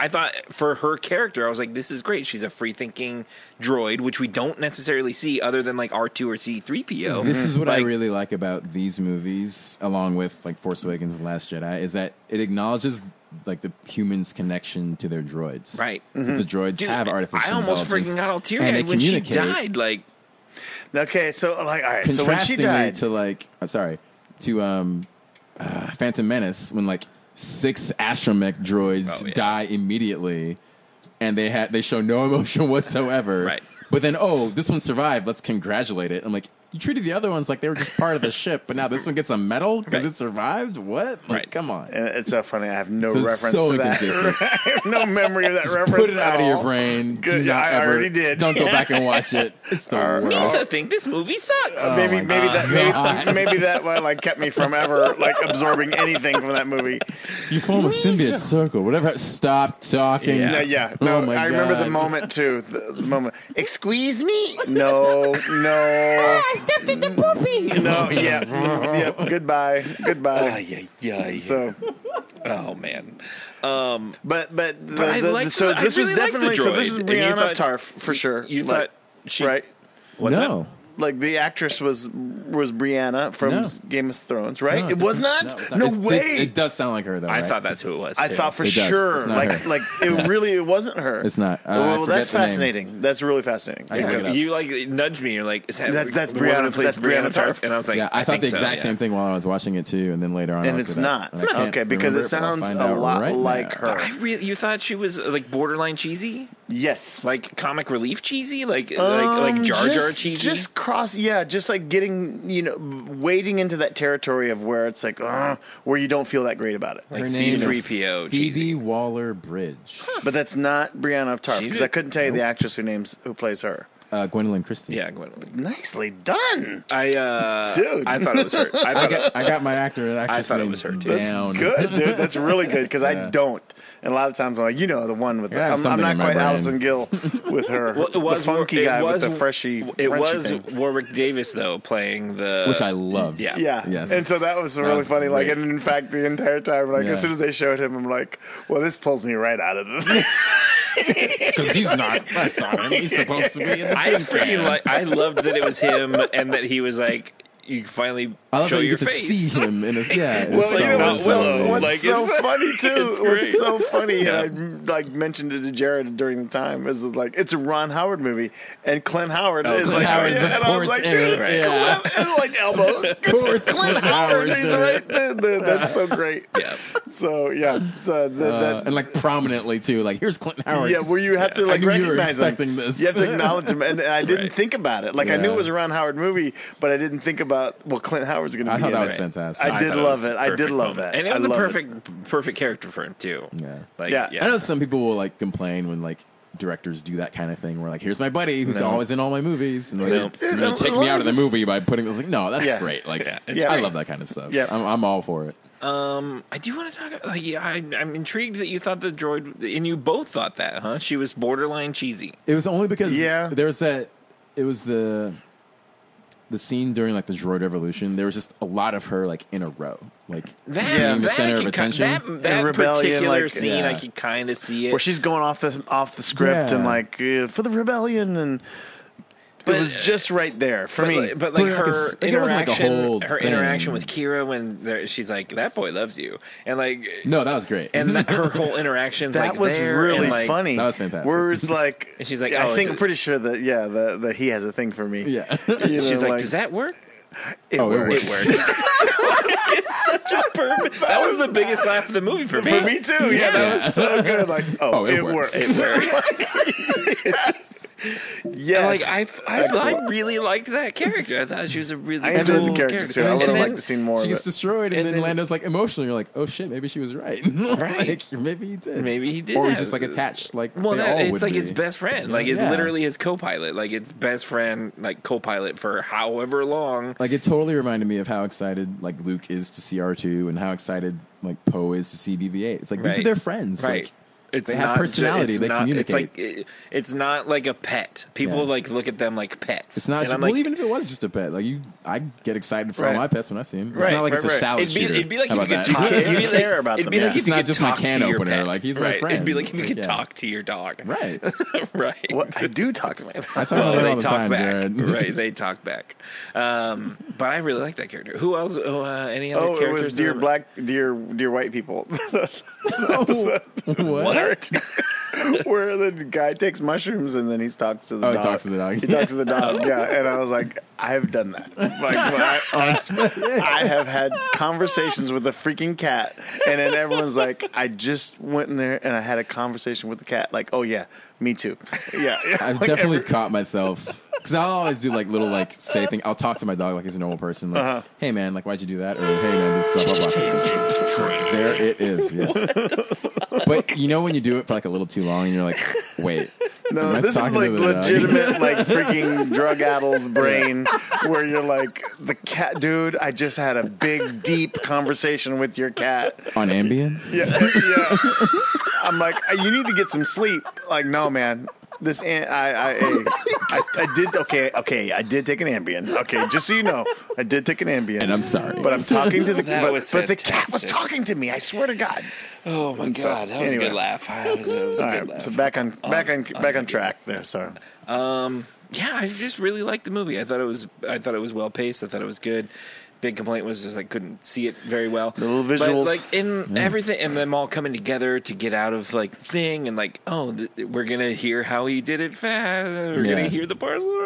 I thought for her character, I was like, this is great. She's a free thinking droid, which we don't necessarily see other than like R two or C three PO. Mm-hmm. This is what I really like about these movies, along with like Force Awakens and Last Jedi, is that it acknowledges like the humans' connection to their droids. Right. That Mm-hmm. The droids Dude, have artificial I almost intelligence, freaking got all teary and they eyed when she communicate. died. Like, okay, so like, all right, so when she contrastingly died, to like I'm sorry to um uh, Phantom Menace when like six astromech droids die immediately and they had they show no emotion whatsoever right but then oh this one survived let's congratulate it I'm like you treated the other ones like they were just part of the ship but now this one gets a medal because it survived what like, right come on and it's so funny. I have no So reference so to that. inconsistent. I have no memory of that Just reference. put it at out of your all. brain. Do Good. not I ever- already did. don't go back and watch it. It's the worst. Misa think this movie sucks. Uh, maybe maybe that Oh God. maybe, maybe that one like kept me from ever like absorbing anything from that movie. You form a symbiote circle. Whatever. Stop talking. Yeah, yeah. Oh No, I remember the moment too. The, the moment. Excuse me? No, no. Ah, I stepped into poopy. Oh No, yeah, yeah. Goodbye, goodbye. yeah. So, oh man. Um, but but, the, I the- liked so the- I this was really liked the definitely so this is droid. And you Brianna thought- Tarf for sure. you Like, thought she- right? What's No. Like the actress was was Brianna from No. Game of Thrones, right? it was No, not. it's No, It's- way. it's- It does sound like her though. I right? thought that's who it was. I too. thought for It does. It's sure, not like her. like it really it wasn't her. It's not. Uh, I well, forget that's the name. fascinating. That's really fascinating. I can look Because it up. You like nudged me. You're like, is that, That- that's the woman Brianna- who plays that's Brianna Brianna Tarf? Tarf. And I was like, yeah, I thought think the exact so, yeah. same thing while I was watching it too, and then later on, I And looked it's it not. up, and I can't Okay, because remember it if I'll sounds find a out lot right like now. her. I really, you thought she was uh, like borderline cheesy? Yes. Like comic relief cheesy? Like Um, like like Jar Jar just- cheesy? Just cross, yeah, just like getting, you know, wading into that territory of where it's like, uh, where you don't feel that great about it. Her name is Oh, Phoebe Waller Bridge. But that's not Brianna of Tarf She because did- I couldn't tell you the actress who names who plays her. uh, Gwendolyn Christie. Yeah, Gwendolyn. Nicely done. I uh, dude, I thought it was her. I, I thought got, it- I got my actor and I actress thought it name was her too. That's down. good, dude. That's really good because I Yeah. don't. And a lot of times I'm like, you know, the one with Yeah, I have the, I'm, something I'm not in my quite brain. Allison Gill with her. Well, it was the funky it guy was, with the freshy. It Frenchy was thing. Warwick Davis though playing the Which I loved. Yeah, Yeah. Yes. And so that was That really was funny. Like, great. and in fact, the entire time, like, Yeah. as soon as they showed him, I'm like, well, this pulls me right out of the. Because he's not. That's not him. He's supposed to be in the I tin freaking can. like. I loved that it was him and that he was like, you finally I love show that you your get face. to see him in his yeah. in a Well, Star you Wars know um, what, Willow, movie. what's Like, so it's- funny too? it's great. What's so funny, Yeah. and I like mentioned it to Jared during the time, is that, like it's a Ron Howard movie, and Clint Howard Oh, is Clint like, Howard's, and of I was course, like, in it, dude, yeah. Clint, and, like elbow, course Clint Clint Howard, Howard's he's in right it. there. There, That's so great. Yeah. So yeah, so the, Uh, that. and like prominently too. Like here's Clint Howard. yeah, where you have to I like knew you were recognize him. expecting this. You have to acknowledge him, and I didn't Right. think about it. Like I Yeah. knew it was a Ron Howard movie, but I didn't think about well, Clint Howard's going to. I be thought in that it. was fantastic. I did thought it love was it. I perfect did love moment. that. and it was I a loved it. perfect, perfect character for him too. Yeah. Like, Yeah. I know some people will like complain when like directors do that kind of thing. Where like, here's my buddy who's No. always in all my movies, and like, No. you're Dude, gonna as take long me out as of the it's- movie by putting. I was like, no, that's Yeah. great. Like, Yeah, it's I great. love that kind of stuff. Yeah. I'm, I'm all for it. Um, I do want to talk. Like, yeah, I, I'm intrigued that you thought the droid, and you both thought that, huh? She was borderline cheesy. It was only because Yeah. there was that. It was the the scene during like the droid revolution. There was just a lot of her like in a row, like That, being the that I center can of ki- attention. that that rebellion, particular like, scene, I yeah. could kind of see it. where she's going off the off the script Yeah. and like uh, for the rebellion and But- it was just right there for but, me. like, but But like like a her s- like it wasn't like a interaction, whole her thing. interaction with Kira when there, she's like, "That boy loves you," and like, no, that was great. and that, her whole interactions that like was there, really and, like, funny. That was fantastic. Where it's like, And she's like, I oh, think it- I'm pretty sure that yeah, the, the he has a thing for me. yeah, You know, She's like, "Does that work?" it Oh, it works. It works. Such a burp. That was the biggest laugh of the movie for me. For me too. Yeah, that was so good. Like, oh, Oh, it, it works. works. Like yes. I, I, I really liked that character. I thought she was a really I enjoyed cool the character too. I And would have then- liked to see more. she of gets it. destroyed, and, and then, then- Lando's like emotional. You're like, oh shit, maybe she was right. Right. like, maybe he did. Maybe he did Or have- he's just like attached. Like, Well, they that, all it's would like be. its best friend. Like it's Yeah. literally his co-pilot. Like it's best friend, like co-pilot for however long. Like it totally reminded me of how excited like Luke is to see R two, and how excited like Poe is to see BB eight. It's like these Right. are their friends. Right. Like, it's they have not ju- personality, it's they not, It's communicate. like it- it's not like a pet. People Yeah. like look at them like pets. It's not. And Just, I'm well, like, even if it was just a pet, like you, I get excited for Right. all my pets when I see him. It's Right, not like it's a right, right. salad It'd be, shooter. it'd be like How if you about could talk. that? It'd be You like, care about it'd them, be yeah. like if It's you not could just my talk can to your opener, pet. like, he's my right. It'd be friend. like if you It's could like, yeah. talk to your dog. right. right. What I do talk to my. I talk Well, about that they all the talk time, back, Jared. right? They talk back. Um, but I really like that character. Who else? Oh, uh, any other Oh, it characters? was dear that- black, dear dear white people. what? part where the guy takes mushrooms and then he talks to the Oh, he dog. talks to the dog. He talks to the dog. yeah, and I was like, I've done that. Like, when I, I have had conversations with a freaking cat, and then everyone's like, I just went in there and I had a conversation with the cat. Like, oh yeah, me too. Yeah, yeah. I've Like, definitely every- caught myself because I'll always do like little like say thing. I'll talk to my dog like he's a normal person. Like, Uh-huh. hey man, like why'd you do that? Or hey man, this blah blah blah. there it is. Yes. But you know when you do it for like a little too long and you're like, wait, am No, I this is talking to like the dog? legitimate, like freaking drug addled brain where you're like, the cat, dude, I just had a big, deep conversation with your cat. on Ambien? Yeah, yeah. I'm like, you need to get some sleep. Like, no, man. This an- I, I I I I did okay okay I did take an Ambien okay just so you know I did take an Ambien And I'm sorry. but I'm talking to the That but, was but the cat was fantastic. talking to me I swear to God Oh my so, god, that was a anyway. good laugh. That was, that was a all good right laugh. so back on back on back on track there sorry Um, yeah, I just really liked the movie. I thought it was I thought it was well paced. I thought it was good. Big complaint was just I couldn't see it very well. The little visuals. like in everything, and them all coming together to get out of like thing, and like oh, th- we're gonna hear how he did it fast. We're Yeah. gonna hear the parcel.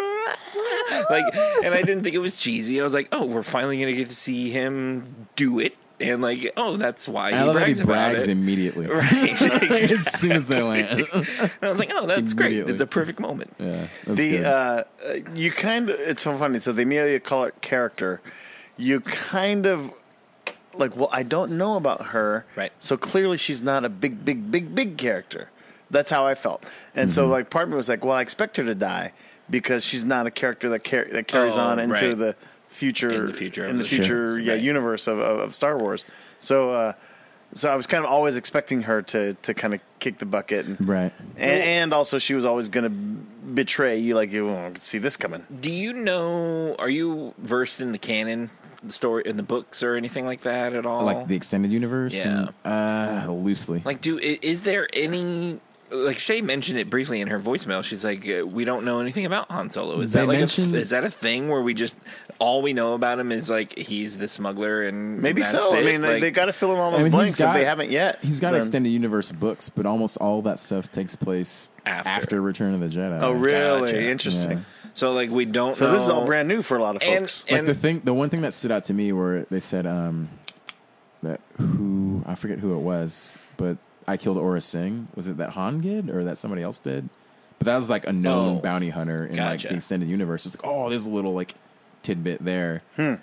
like, and I didn't think it was cheesy. I was like, oh, we're finally gonna get to see him do it, and like oh, that's why he I love that he brags, about brags it. immediately. Right. as soon as they land. And I was like, oh, that's great. Immediately. It's a perfect moment. Yeah, that's the good. uh, uh, you kind of it's so funny. So the Amelia Clark character, you kind of like. Well, I don't know about her, Right. So clearly she's not a big, Mm-hmm. big, big, big character. That's how I felt, and so like part of me was like, well, I expect her to die. because she's not a character that car- that carries Oh, on into right. the future In the future of in the the- future Sure. yeah Right. universe of, of, of Star Wars. So uh, so I was kind of always expecting her to to kind of kick the bucket and Right. and, and also she was always going to betray you like you won't see this coming. Do you know? Are you versed in the canon the story in the books or anything like that at all? Like the extended universe? Yeah. and, uh, loosely. Like, do i- is there any? Like Shay mentioned it briefly in her voicemail. She's like, uh, "We don't know anything about Han Solo. Is They that like a, mentioned- is that a thing where we just all we know about him is like he's the smuggler and Maybe that's so. I it? mean, they, Like- they got to fill in all I those mean, blanks he's got- if they haven't yet. He's got then- extended universe books, but almost all that stuff takes place After. after, Return of the Jedi. Oh, really? Interesting. So like we don't. So this is know- all brand new for a lot of And- folks. Like the thing, the one thing that stood out to me where they said um, that who I forget who it was, but I killed Aura Singh. Was it that Han did or that somebody else did? But that was like a known Oh. bounty hunter in like Gotcha. the extended universe. It's like oh, there's a little like tidbit there. Hmm.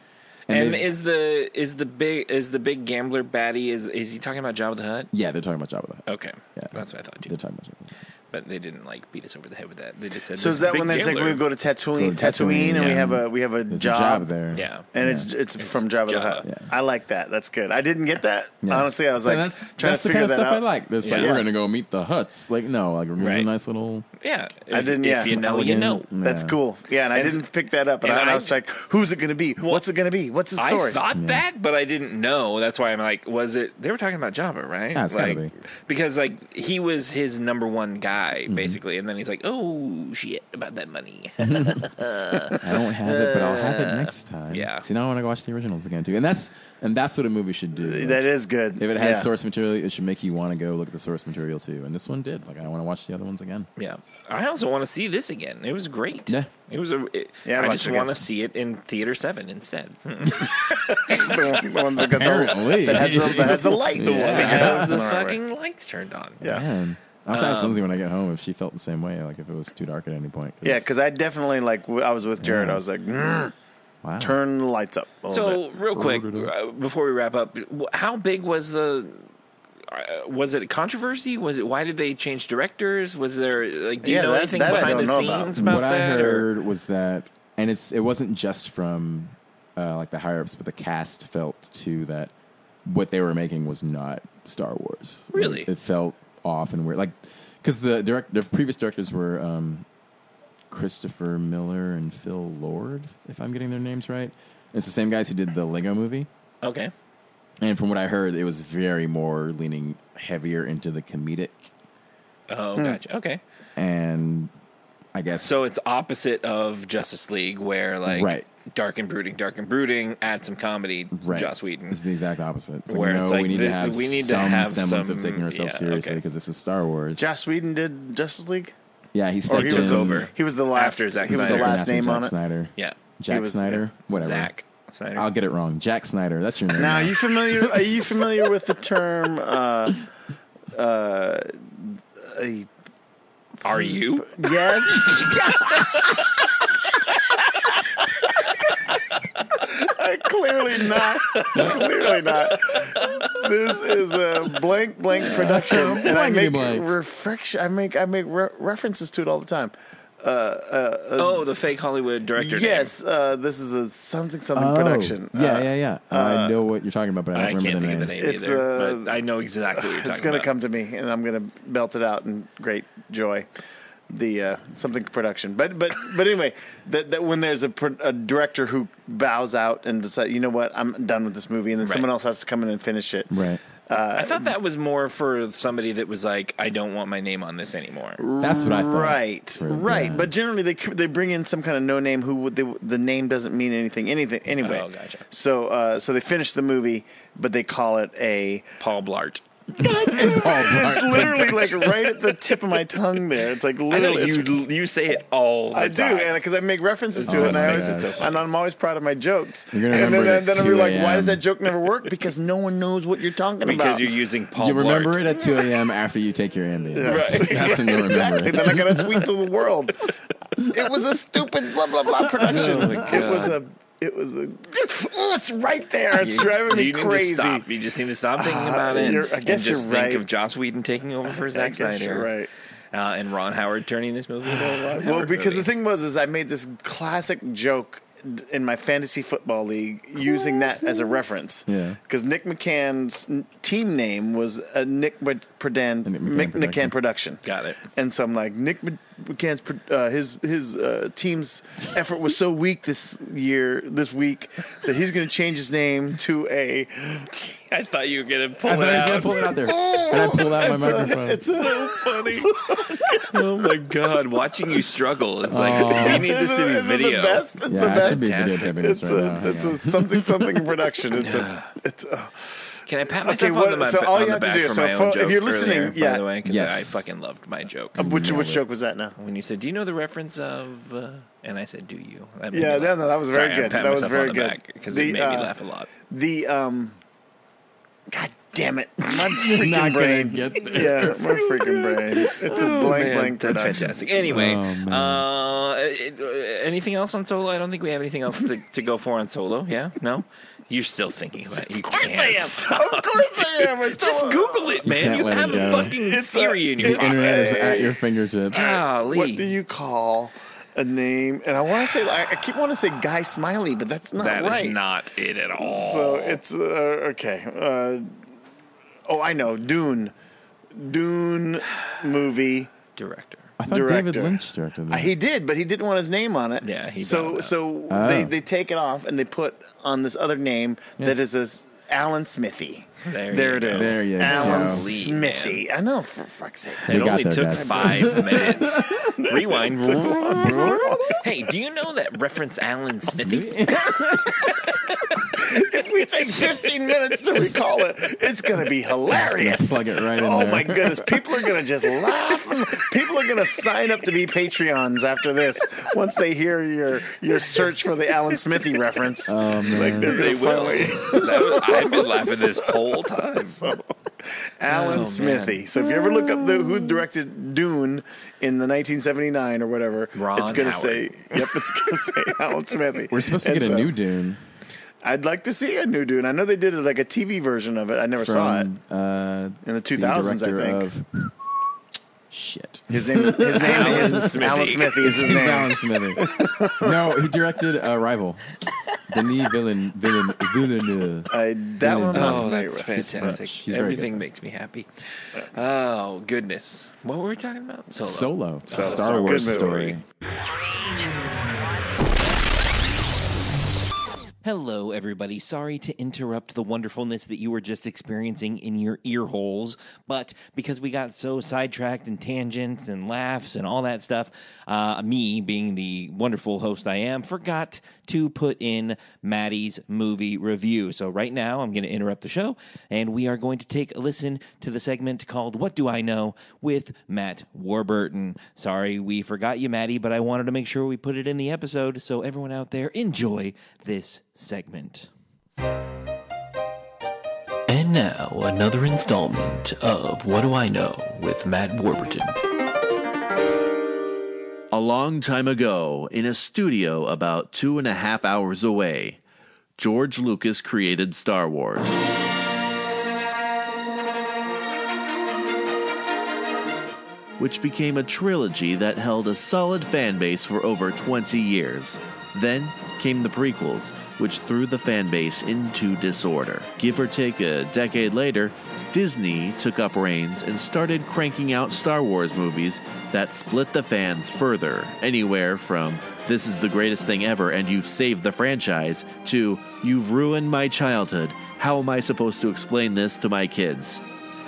And, they've- is the is the big is the big gambler baddie is is he talking about Jabba the Hutt? yeah, they're talking about Jabba the Oh, Hutt. Okay, Yeah, that's what I thought too. They're talking about Jabba. the Hutt. But they didn't like beat us over the head with that. They just said. So this is that big when they like gambler. we go to Tatooine, Go to Tatooine, and we yeah. have a we have a There's job, job there. Yeah. and it's, it's from Jabba the Jabba. Hutt. I like that. That's good. I didn't get that Yeah. honestly. I was So like that's, trying that's to the figure kind of that stuff out. I like. It's like Yeah. we're gonna go meet the Huts. Like no, like there's a Right. nice little. Yeah, I didn't. If, Yeah, if you know, you know. That's cool. Yeah, and I And it's- didn't pick that up. And, and I, and I I- was like, who's it going to be? What's it going to be? What's the story? I thought that, but I didn't know. That's why I'm like, was it? They were talking about Jabba, right? Yeah, it's gotta like, be. Mm-hmm. because like he was his number one guy basically, and then he's like, oh shit about that money. Mm-hmm. I don't have it, but I'll have it next time. yeah. See, now I want to watch the originals again too, and that's and that's what a movie should do. Like, that is good. If it has Yeah. source material, it should make you want to go look at the source material too. And this one did. Like I want to watch the other ones again. Yeah, I also want to see this again. It was great. Yeah. it was a. It, Yeah, yeah, I'd I watch just it again. want to see it in theater seven instead. Hmm. the one, the one that got the- Apparently. that has the, that has the light. The one That that has has the light. fucking lights turned on. Yeah. Man, I'll ask Um, Lindsay when I get home if she felt the same way. Like if it was too dark at any point. Yeah, because I definitely like. w- I was with Jared. I was like, "Mm, wow. turn the lights up. a little So bit." real quick, uh, before we wrap up, wh- how big was the? uh, Was it a controversy? Was it why did they change directors? Was there like do you Yeah, know that- anything that I behind the don't know about. scenes about, what I that? or- heard was that, and it's it wasn't just from uh, like the higher ups, but the cast felt too that what they were making was not Star Wars. Like, Really? it felt off and weird. Like because the direct the previous directors were um, Christopher Miller and Phil Lord, if I'm getting their names right. It's the same guys who did the Lego Movie. okay, And from what I heard, it was very more leaning heavier into the comedic, oh gotcha, okay. and I guess So it's opposite of Justice League, where like Right. dark and brooding, dark and brooding, add some comedy, right. Joss Whedon. It's the exact opposite. It's like, Where no, it's like we need the- to have we need to some have semblance of some- taking ourselves yeah, seriously okay. because this is Star Whars. Joss Whedon did Justice League. yeah, he Or stepped he was in. the, he was the last. After Zack he was the Snyder. last After name Jack on it. Snyder. Yeah, Jack He was- Snyder. Whatever. Zach Snyder. I'll get it wrong. Jack Snyder. That's your name. Now, are you familiar? Are you familiar with the term? Uh, uh, a- Are you? yes. Uh, Clearly not. Clearly not. This is a blank blank production, and I Blankety make blank. reflection. I make I make re- references to it all the time. oh, the fake Hollywood director. name. Yes, uh, this is a something something Oh, production. Yeah, Uh, yeah, yeah. I know what you're talking about, but I don't I can't remember think the name. of the name It's, either, uh, but I know exactly what you're talking It's going to about. come to me, and I'm going to belt it out in great joy. The uh, something production, but but but anyway, that, that when there's a, pro- a director who bows out and decides, you know what, I'm done with this movie, and then Right. someone else has to come in and finish it. Right. I thought that was more for somebody that was like, I don't want my name on this anymore. That's what I thought. Right, Right, right. yeah. But generally, they they bring in some kind of no name who would- they, the name doesn't mean anything. Anything anyway. Oh, gotcha. So uh, so they finish the movie, but they call it a Paul Blart. Paul Blart. It's literally like right at the tip of my tongue there. It's like I know literally. it's- you you say it all the I do, time. and because I make references to Oh it, and my I always, gosh. It's so and I'm always proud of my jokes. You're gonna and then, remember it then, at then I'm 2 like, why does a.m.. that joke never work? Because no one knows what you're talking because about. you're using Paul You remember Blart. it at 2 a.m. after you take your Ambien. That's, that's when you remember exactly. it. Then I got to tweet to the world. It was a stupid blah blah blah production. it was a. It was a. Oh, it's right there. It's driving me you need crazy. To stop. You just need to stop thinking about Ah, it. you're- I guess and just think you're right. of Joss Whedon taking over for I Zack guess Snyder. You're right. uh, and Ron Howard turning this movie into a Ron Howard well, because movie. the thing was, is I made this classic joke d- in my fantasy football league using that as a reference. Yeah. Because Nick McCann's n- team name was a Nick Mc- Prodan, Nick McCann McCann, Production. Production. Got it. And so I'm like, Nick Mc- McCann's pro- uh, his his uh, team's effort was so weak this year, this week, that he's going to change his name to a. I thought you were gonna pull I it thought I out. was gonna pull it out there. And I pulled out my It's a- microphone. it's so funny. oh my god, watching you struggle. It's like Aw. we need this to Isn't it- be isn't it the video. best? It's Yeah, the I should be video Fantastic. taping It's this right now. a, Hang it's on. a something something production. It's a it's oh. a, Can I pat Okay, myself what- on the, so so all you on the have to back do- for so my own if- joke if you're listening, earlier, by yeah. the way? Because Yes. I fucking loved my joke. uh, which Nailed which it. joke was that now? When you said, "Do you know the reference of?" Uh, and I said, "Do you?" That made Yeah, me no, laugh. no, that was Sorry, very I'm good. patting That was myself very on the good. because The, it made me uh, laugh a lot. The um, god damn it, my freaking Not gonna brain. get there. Yeah, my freaking brain. It's a Oh, blank man, blank That's production. fantastic. Anyway, Oh, man. uh, it- uh, anything else on Solo? I don't think we have anything else to, to go for on Solo. Yeah, no. You're still thinking about it. You can't. stop. Of course I am. It's Just all- Google it, man. can't You let it have a go. fucking It's a- Siri in your it's The internet pocket. is at your fingertips. Golly. What do you call a name? And I want to say I, I keep wanting to say Guy Smiley, but that's not That is right. not it at all. So it's uh, okay. Uh, oh, I know. Dune, Dune movie. director. I thought David Director. Lynch directed Uh, that. He did, but he didn't want his name on it. Yeah, he got it So out. so Oh. they they take it off and they put on this other name that is this Alan Smithy. There you it go. is. There you Alan go. Smithy. I know. For fuck's sake. We It got only there, took guys. five minutes. Rewind. hey, do you know that reference Alan Smithy? If we take 15 minutes to recall it, it's going to be hilarious. plug it right in Oh there. my goodness. People are going to just laugh. and- People are going to sign up to be Patreons after this once they hear your your search for the Alan Smithy reference. Oh man. they will. That was- I've been laughing this whole time. Alan Oh, Smithy. man. So if you ever look up the, who directed Dune in the 1979 or whatever, Ron it's going to Howard. say, yep, it's going to say Alan Smithy. We're supposed to And get a so new Dune I'd like to see a new Dune. I know they did like a TV version of it. I never saw it. from uh, In the the 2000s, I director think. of shit. His name is, his name Alan is Smithy. Alan Smithy is his It's name. Alan Smithy. no, he directed uh, Rival. Denis Villen, Villen, Villeneuve. I, that one. I'm not Oh, familiar that's with. fantastic. He's very Everything good. makes me happy. Oh, goodness. What were we talking about? Solo. Solo, So- a Star so Wars good movie. story. Hello, everybody. Sorry to interrupt the wonderfulness that you were just experiencing in your ear holes, but because we got so sidetracked and tangents and laughs and all that stuff, uh, me, being the wonderful host I am, forgot to put in Maddie's movie review. So, right now, I'm going to interrupt the show and we are going to take a listen to the segment called What Do I Know with Matt Warburton. Sorry, we forgot you, Maddie, but I wanted to make sure we put it in the episode. So, everyone out there, enjoy this segment. And now, another installment of What Do I Know with Matt Warburton. A long time ago, in a studio about two and a half hours away, George Lucas created Star Wars. Which became a trilogy that held a solid fan base for over 20 years. Then came the prequels, which threw the fan base into disorder. Give or take a decade later, Disney took up reins and started cranking out Star Wars movies that split the fans further, anywhere from this is the greatest thing ever and you've saved the franchise to you've ruined my childhood. How am I supposed to explain this to my kids?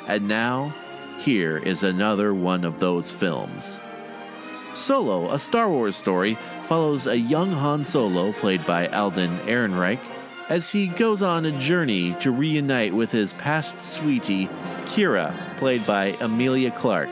And now, here is another one of those films. Solo, a Star Wars story, follows a young Han Solo, played by Alden Ehrenreich, as he goes on a journey to reunite with his past sweetie, Kira, played by Amelia Clark.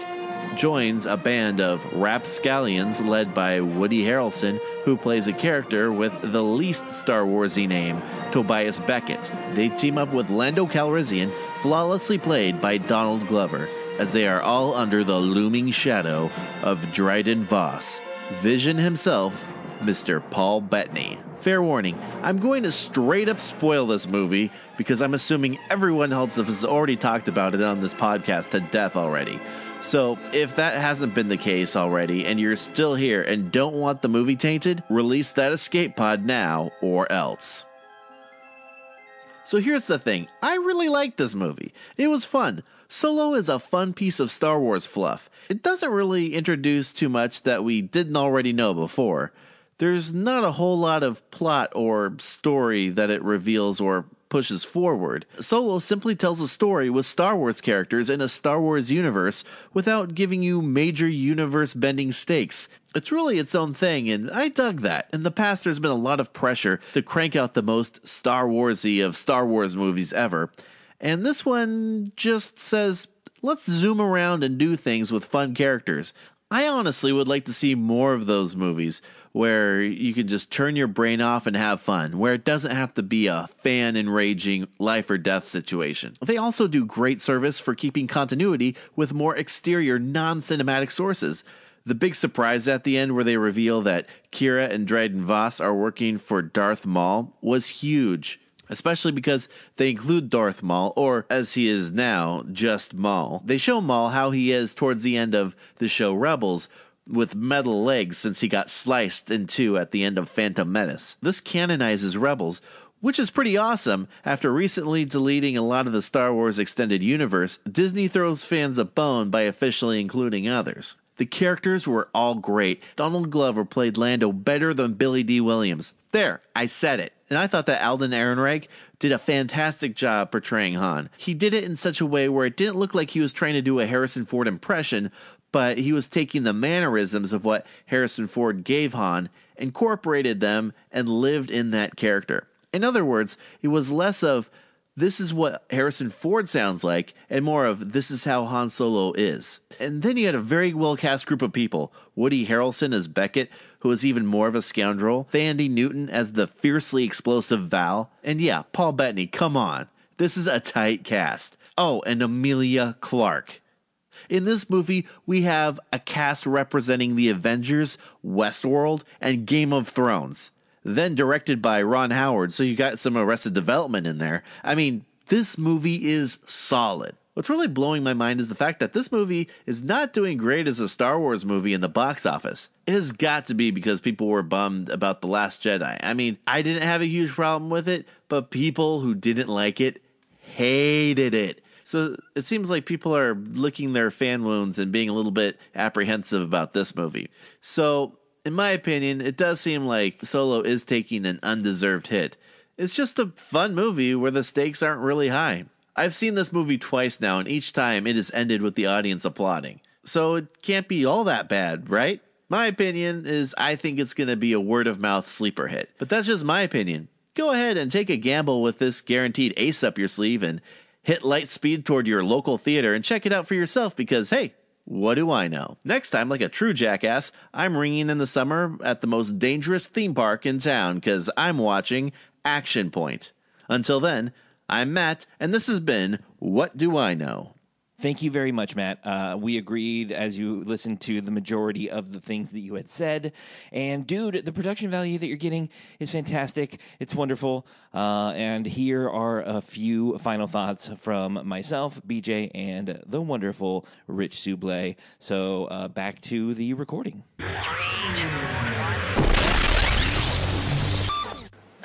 Joins a band of rapscallions led by Woody Harrelson, who plays a character with the least Star Warsy name, Tobias Beckett. They team up with Lando Calrissian, flawlessly played by Donald Glover, as they are all under the looming shadow of Dryden Voss, Vision himself, Mr. Paul Bettany. Fair warning, I'm going to straight up spoil this movie because I'm assuming everyone else has already talked about it on this podcast to death already. So, if that hasn't been the case already and you're still here and don't want the movie tainted, release that escape pod now or else. So, here's the thing I really liked this movie. It was fun. Solo is a fun piece of Star Wars fluff. It doesn't really introduce too much that we didn't already know before. There's not a whole lot of plot or story that it reveals or pushes forward. Solo simply tells a story with Star Wars characters in a Star Wars universe without giving you major universe bending stakes. It's really its own thing, and I dug that. In the past, there's been a lot of pressure to crank out the most Star Warsy of Star Wars movies ever. And this one just says, let's zoom around and do things with fun characters. I honestly would like to see more of those movies where you can just turn your brain off and have fun, where it doesn't have to be a fan enraging life or death situation. They also do great service for keeping continuity with more exterior non cinematic sources. The big surprise at the end, where they reveal that Kira and Dryden Voss are working for Darth Maul, was huge especially because they include Darth Maul, or as he is now, just Maul. They show Maul how he is towards the end of the show Rebels. With metal legs, since he got sliced in two at the end of Phantom Menace. This canonizes Rebels, which is pretty awesome. After recently deleting a lot of the Star Wars extended universe, Disney throws fans a bone by officially including others. The characters were all great. Donald Glover played Lando better than Billy D. Williams. There, I said it. And I thought that Alden Ehrenreich did a fantastic job portraying Han. He did it in such a way where it didn't look like he was trying to do a Harrison Ford impression, but he was taking the mannerisms of what Harrison Ford gave Han, incorporated them, and lived in that character. In other words, it was less of this is what Harrison Ford sounds like, and more of this is how Han Solo is. And then you had a very well cast group of people Woody Harrelson as Beckett, who is even more of a scoundrel, Thandi Newton as the fiercely explosive Val, and yeah, Paul Bettany, come on. This is a tight cast. Oh, and Amelia Clark. In this movie, we have a cast representing the Avengers, Westworld, and Game of Thrones then directed by Ron Howard, so you got some arrested development in there. I mean, this movie is solid. What's really blowing my mind is the fact that this movie is not doing great as a Star Wars movie in the box office. It has got to be because people were bummed about The Last Jedi. I mean, I didn't have a huge problem with it, but people who didn't like it hated it. So it seems like people are licking their fan wounds and being a little bit apprehensive about this movie. So in my opinion, it does seem like Solo is taking an undeserved hit. It's just a fun movie where the stakes aren't really high. I've seen this movie twice now, and each time it has ended with the audience applauding. So it can't be all that bad, right? My opinion is I think it's going to be a word of mouth sleeper hit. But that's just my opinion. Go ahead and take a gamble with this guaranteed ace up your sleeve and hit light speed toward your local theater and check it out for yourself because, hey, what do I know? Next time, like a true jackass, I'm ringing in the summer at the most dangerous theme park in town because I'm watching Action Point. Until then, I'm Matt, and this has been What Do I Know? Thank you very much, Matt. Uh, we agreed as you listened to the majority of the things that you had said. And, dude, the production value that you're getting is fantastic. It's wonderful. Uh, and here are a few final thoughts from myself, BJ, and the wonderful Rich Suble. So, uh, back to the recording.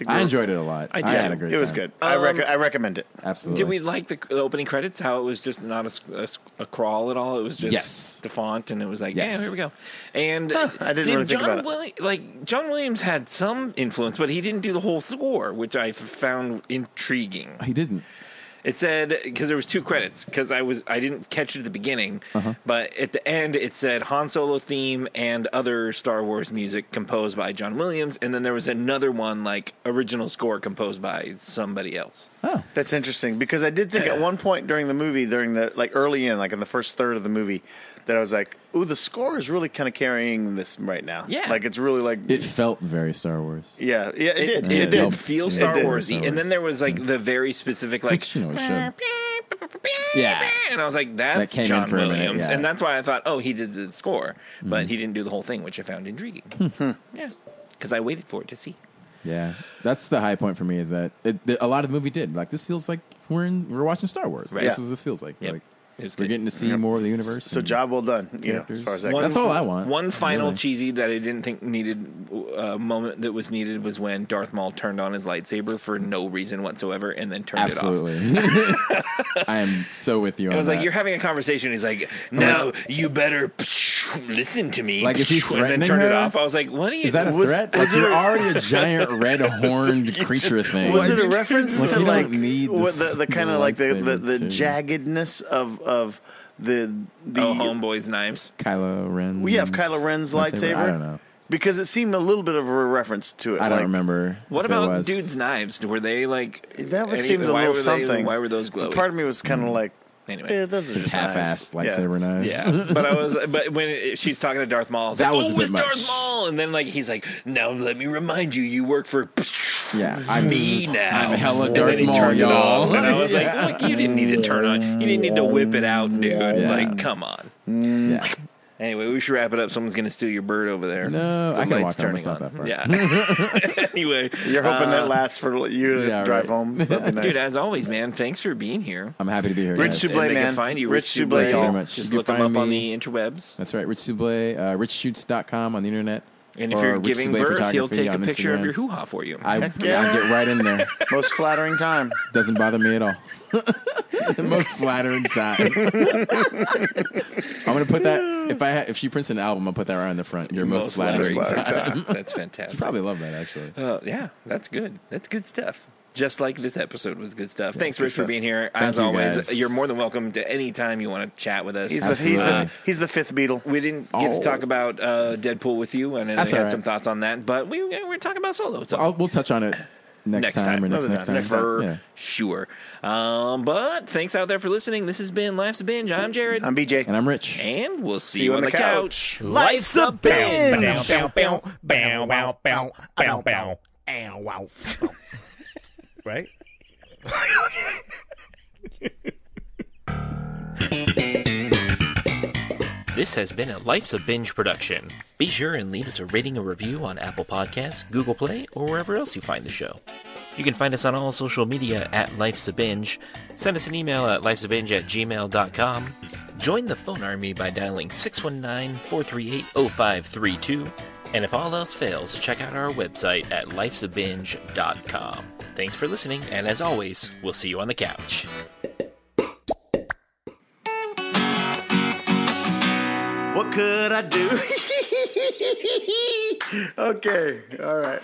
I enjoyed it a lot. I, I had a great it was time. good. I, Um, rec- I recommend it. Absolutely. Did we like the the opening credits? How it was just not a s- a, s- a crawl at all. It was just Yes. the font, and it was like, Yes. yeah, here we go. And I did didn't really think John about it. Willi- like John Williams had some influence, but he didn't do the whole score, which I f- found intriguing. He didn't. It said because there was two credits because I was I didn't catch it at the beginning, Uh-huh. but at the end it said Han Solo theme and other Star Wars music composed by John Williams, and then there was another one like original score composed by somebody else. That's interesting because I did think at one point during the movie, during the like early in, like in the first third of the movie, that I was like, "Ooh, the score is really kind of carrying this right now." Yeah. like it's really like It felt very Star Wars. Yeah, yeah, it, it, it did. did It, did. feel It Star did. Warsy, and then there was like the very specific like, Which, you know, it should. Yeah. and I was like, that's That came in John for a minute, Williams, yeah. Mm-hmm. and that's why I thought, oh, he did the score, but he didn't do the whole thing, which I found Hmm. intriguing. yeah, because I waited for it to see. Yeah, that's the high point for me is that it, that a lot of the movie did. Like this feels like we're in we're watching Star Wars. Like, Right. This Yeah. is what this feels like. Yep. Like We're getting to see more of the universe. So and- job well done. You know, as characters. far as that One- goes. That's all I want. One final Really. cheesy that I didn't think needed uh, moment that was needed was when Darth Maul turned on his lightsaber for no reason whatsoever and then turned it off. Absolutely. I am so with you It on was that. like you're having a conversation. He's like, "No, you better listen to me." Like, is he and then threatening turn it her? off. I was like, "What are you?" Is that a was- threat? was Like, you're it- already a giant red horned creature thing. Was Like, it a reference like, to you don't like need what this the, the kind of like the, the, the lightsaber to- jaggedness of of the the oh, homeboys knives. Kylo Ren? we have Kylo Ren's lightsaber? I don't know. Because it seemed a little bit of a reference to it. I don't like, remember. What if it about was. dudes' knives? Were they like That was any- seemed a why little were they- something. Why were those glowing? Part of me was kind of like, Anyway. eh, those are His just half-assed knives. lightsaber knives. Yeah, but I was, but when it, she's talking to Darth Maul, I was That like, was a "Oh, bit it's Darth much. Maul," and then like he's like, "Now let me remind you, you work for Yeah, I'm me now." I'm hella and Darth then he Maul, turned it y'all. off, and I was Yeah. like, "Look, you didn't need to turn on. You didn't need to whip it out, dude. Like, come on." Yeah. Anyway, we should wrap it up. Someone's gonna steal your bird over there. No, The I can light's walk home. turning It's not on. that far. Yeah. anyway, You're hoping uh, that lasts for you to Yeah, right. drive home. So that'd be nice. Dude, as always, man, thanks for being here. I'm happy to be here. Rich guys. Sublime. And they man. can find you, Rich Rich, Sublay. Sublay. Thank you very much. Just You look can him up find on me- the interwebs. That's right, Rich Sublay, uh, richshoots.com on the internet. And if or you're Rich giving Sublay birth, he'll Photography take a on picture of Instagram. your hoo ha for you. I, yeah. I get right in there. Most flattering time. Doesn't bother me at all. the most flattering time. I'm gonna put that if I ha- if she prints an album, I'll put that right on the front. Your most, flattering, time. That's She'd fantastic. probably love that actually. Uh, yeah, that's good. That's good stuff. Just like this episode was good stuff. Thanks, Rich, for being here. Thank As you, always, guys. you're more than welcome to any time you want to chat with us. He's the, he's, the, Absolutely. he's the fifth Beatle. we didn't get Oh. to talk about uh, Deadpool with you, and I know That's you had all right. some thoughts on that, but we, we're talking about Solo. So I'll, we'll touch on it next, next time, or next next time. for Yeah. sure. Um, but thanks out there for listening. This has been Life's a Binge. I'm Jared, I'm BJ. And I'm Rich. and we'll see, you on, the couch. Life's a binge. Right? This has been a Life's a Binge production. Be sure and leave us a rating or review on Apple Podcasts, Google Play, or wherever else you find the show. You can find us on all social media at Life's a Binge. Send us an email at lifesabinge at gmail.com. Join the phone army by dialing 619 438 0532. And if all else fails, check out our website at lifesabinge.com. Thanks for listening, and as always, we'll see you on the couch. What could I do? okay. All right.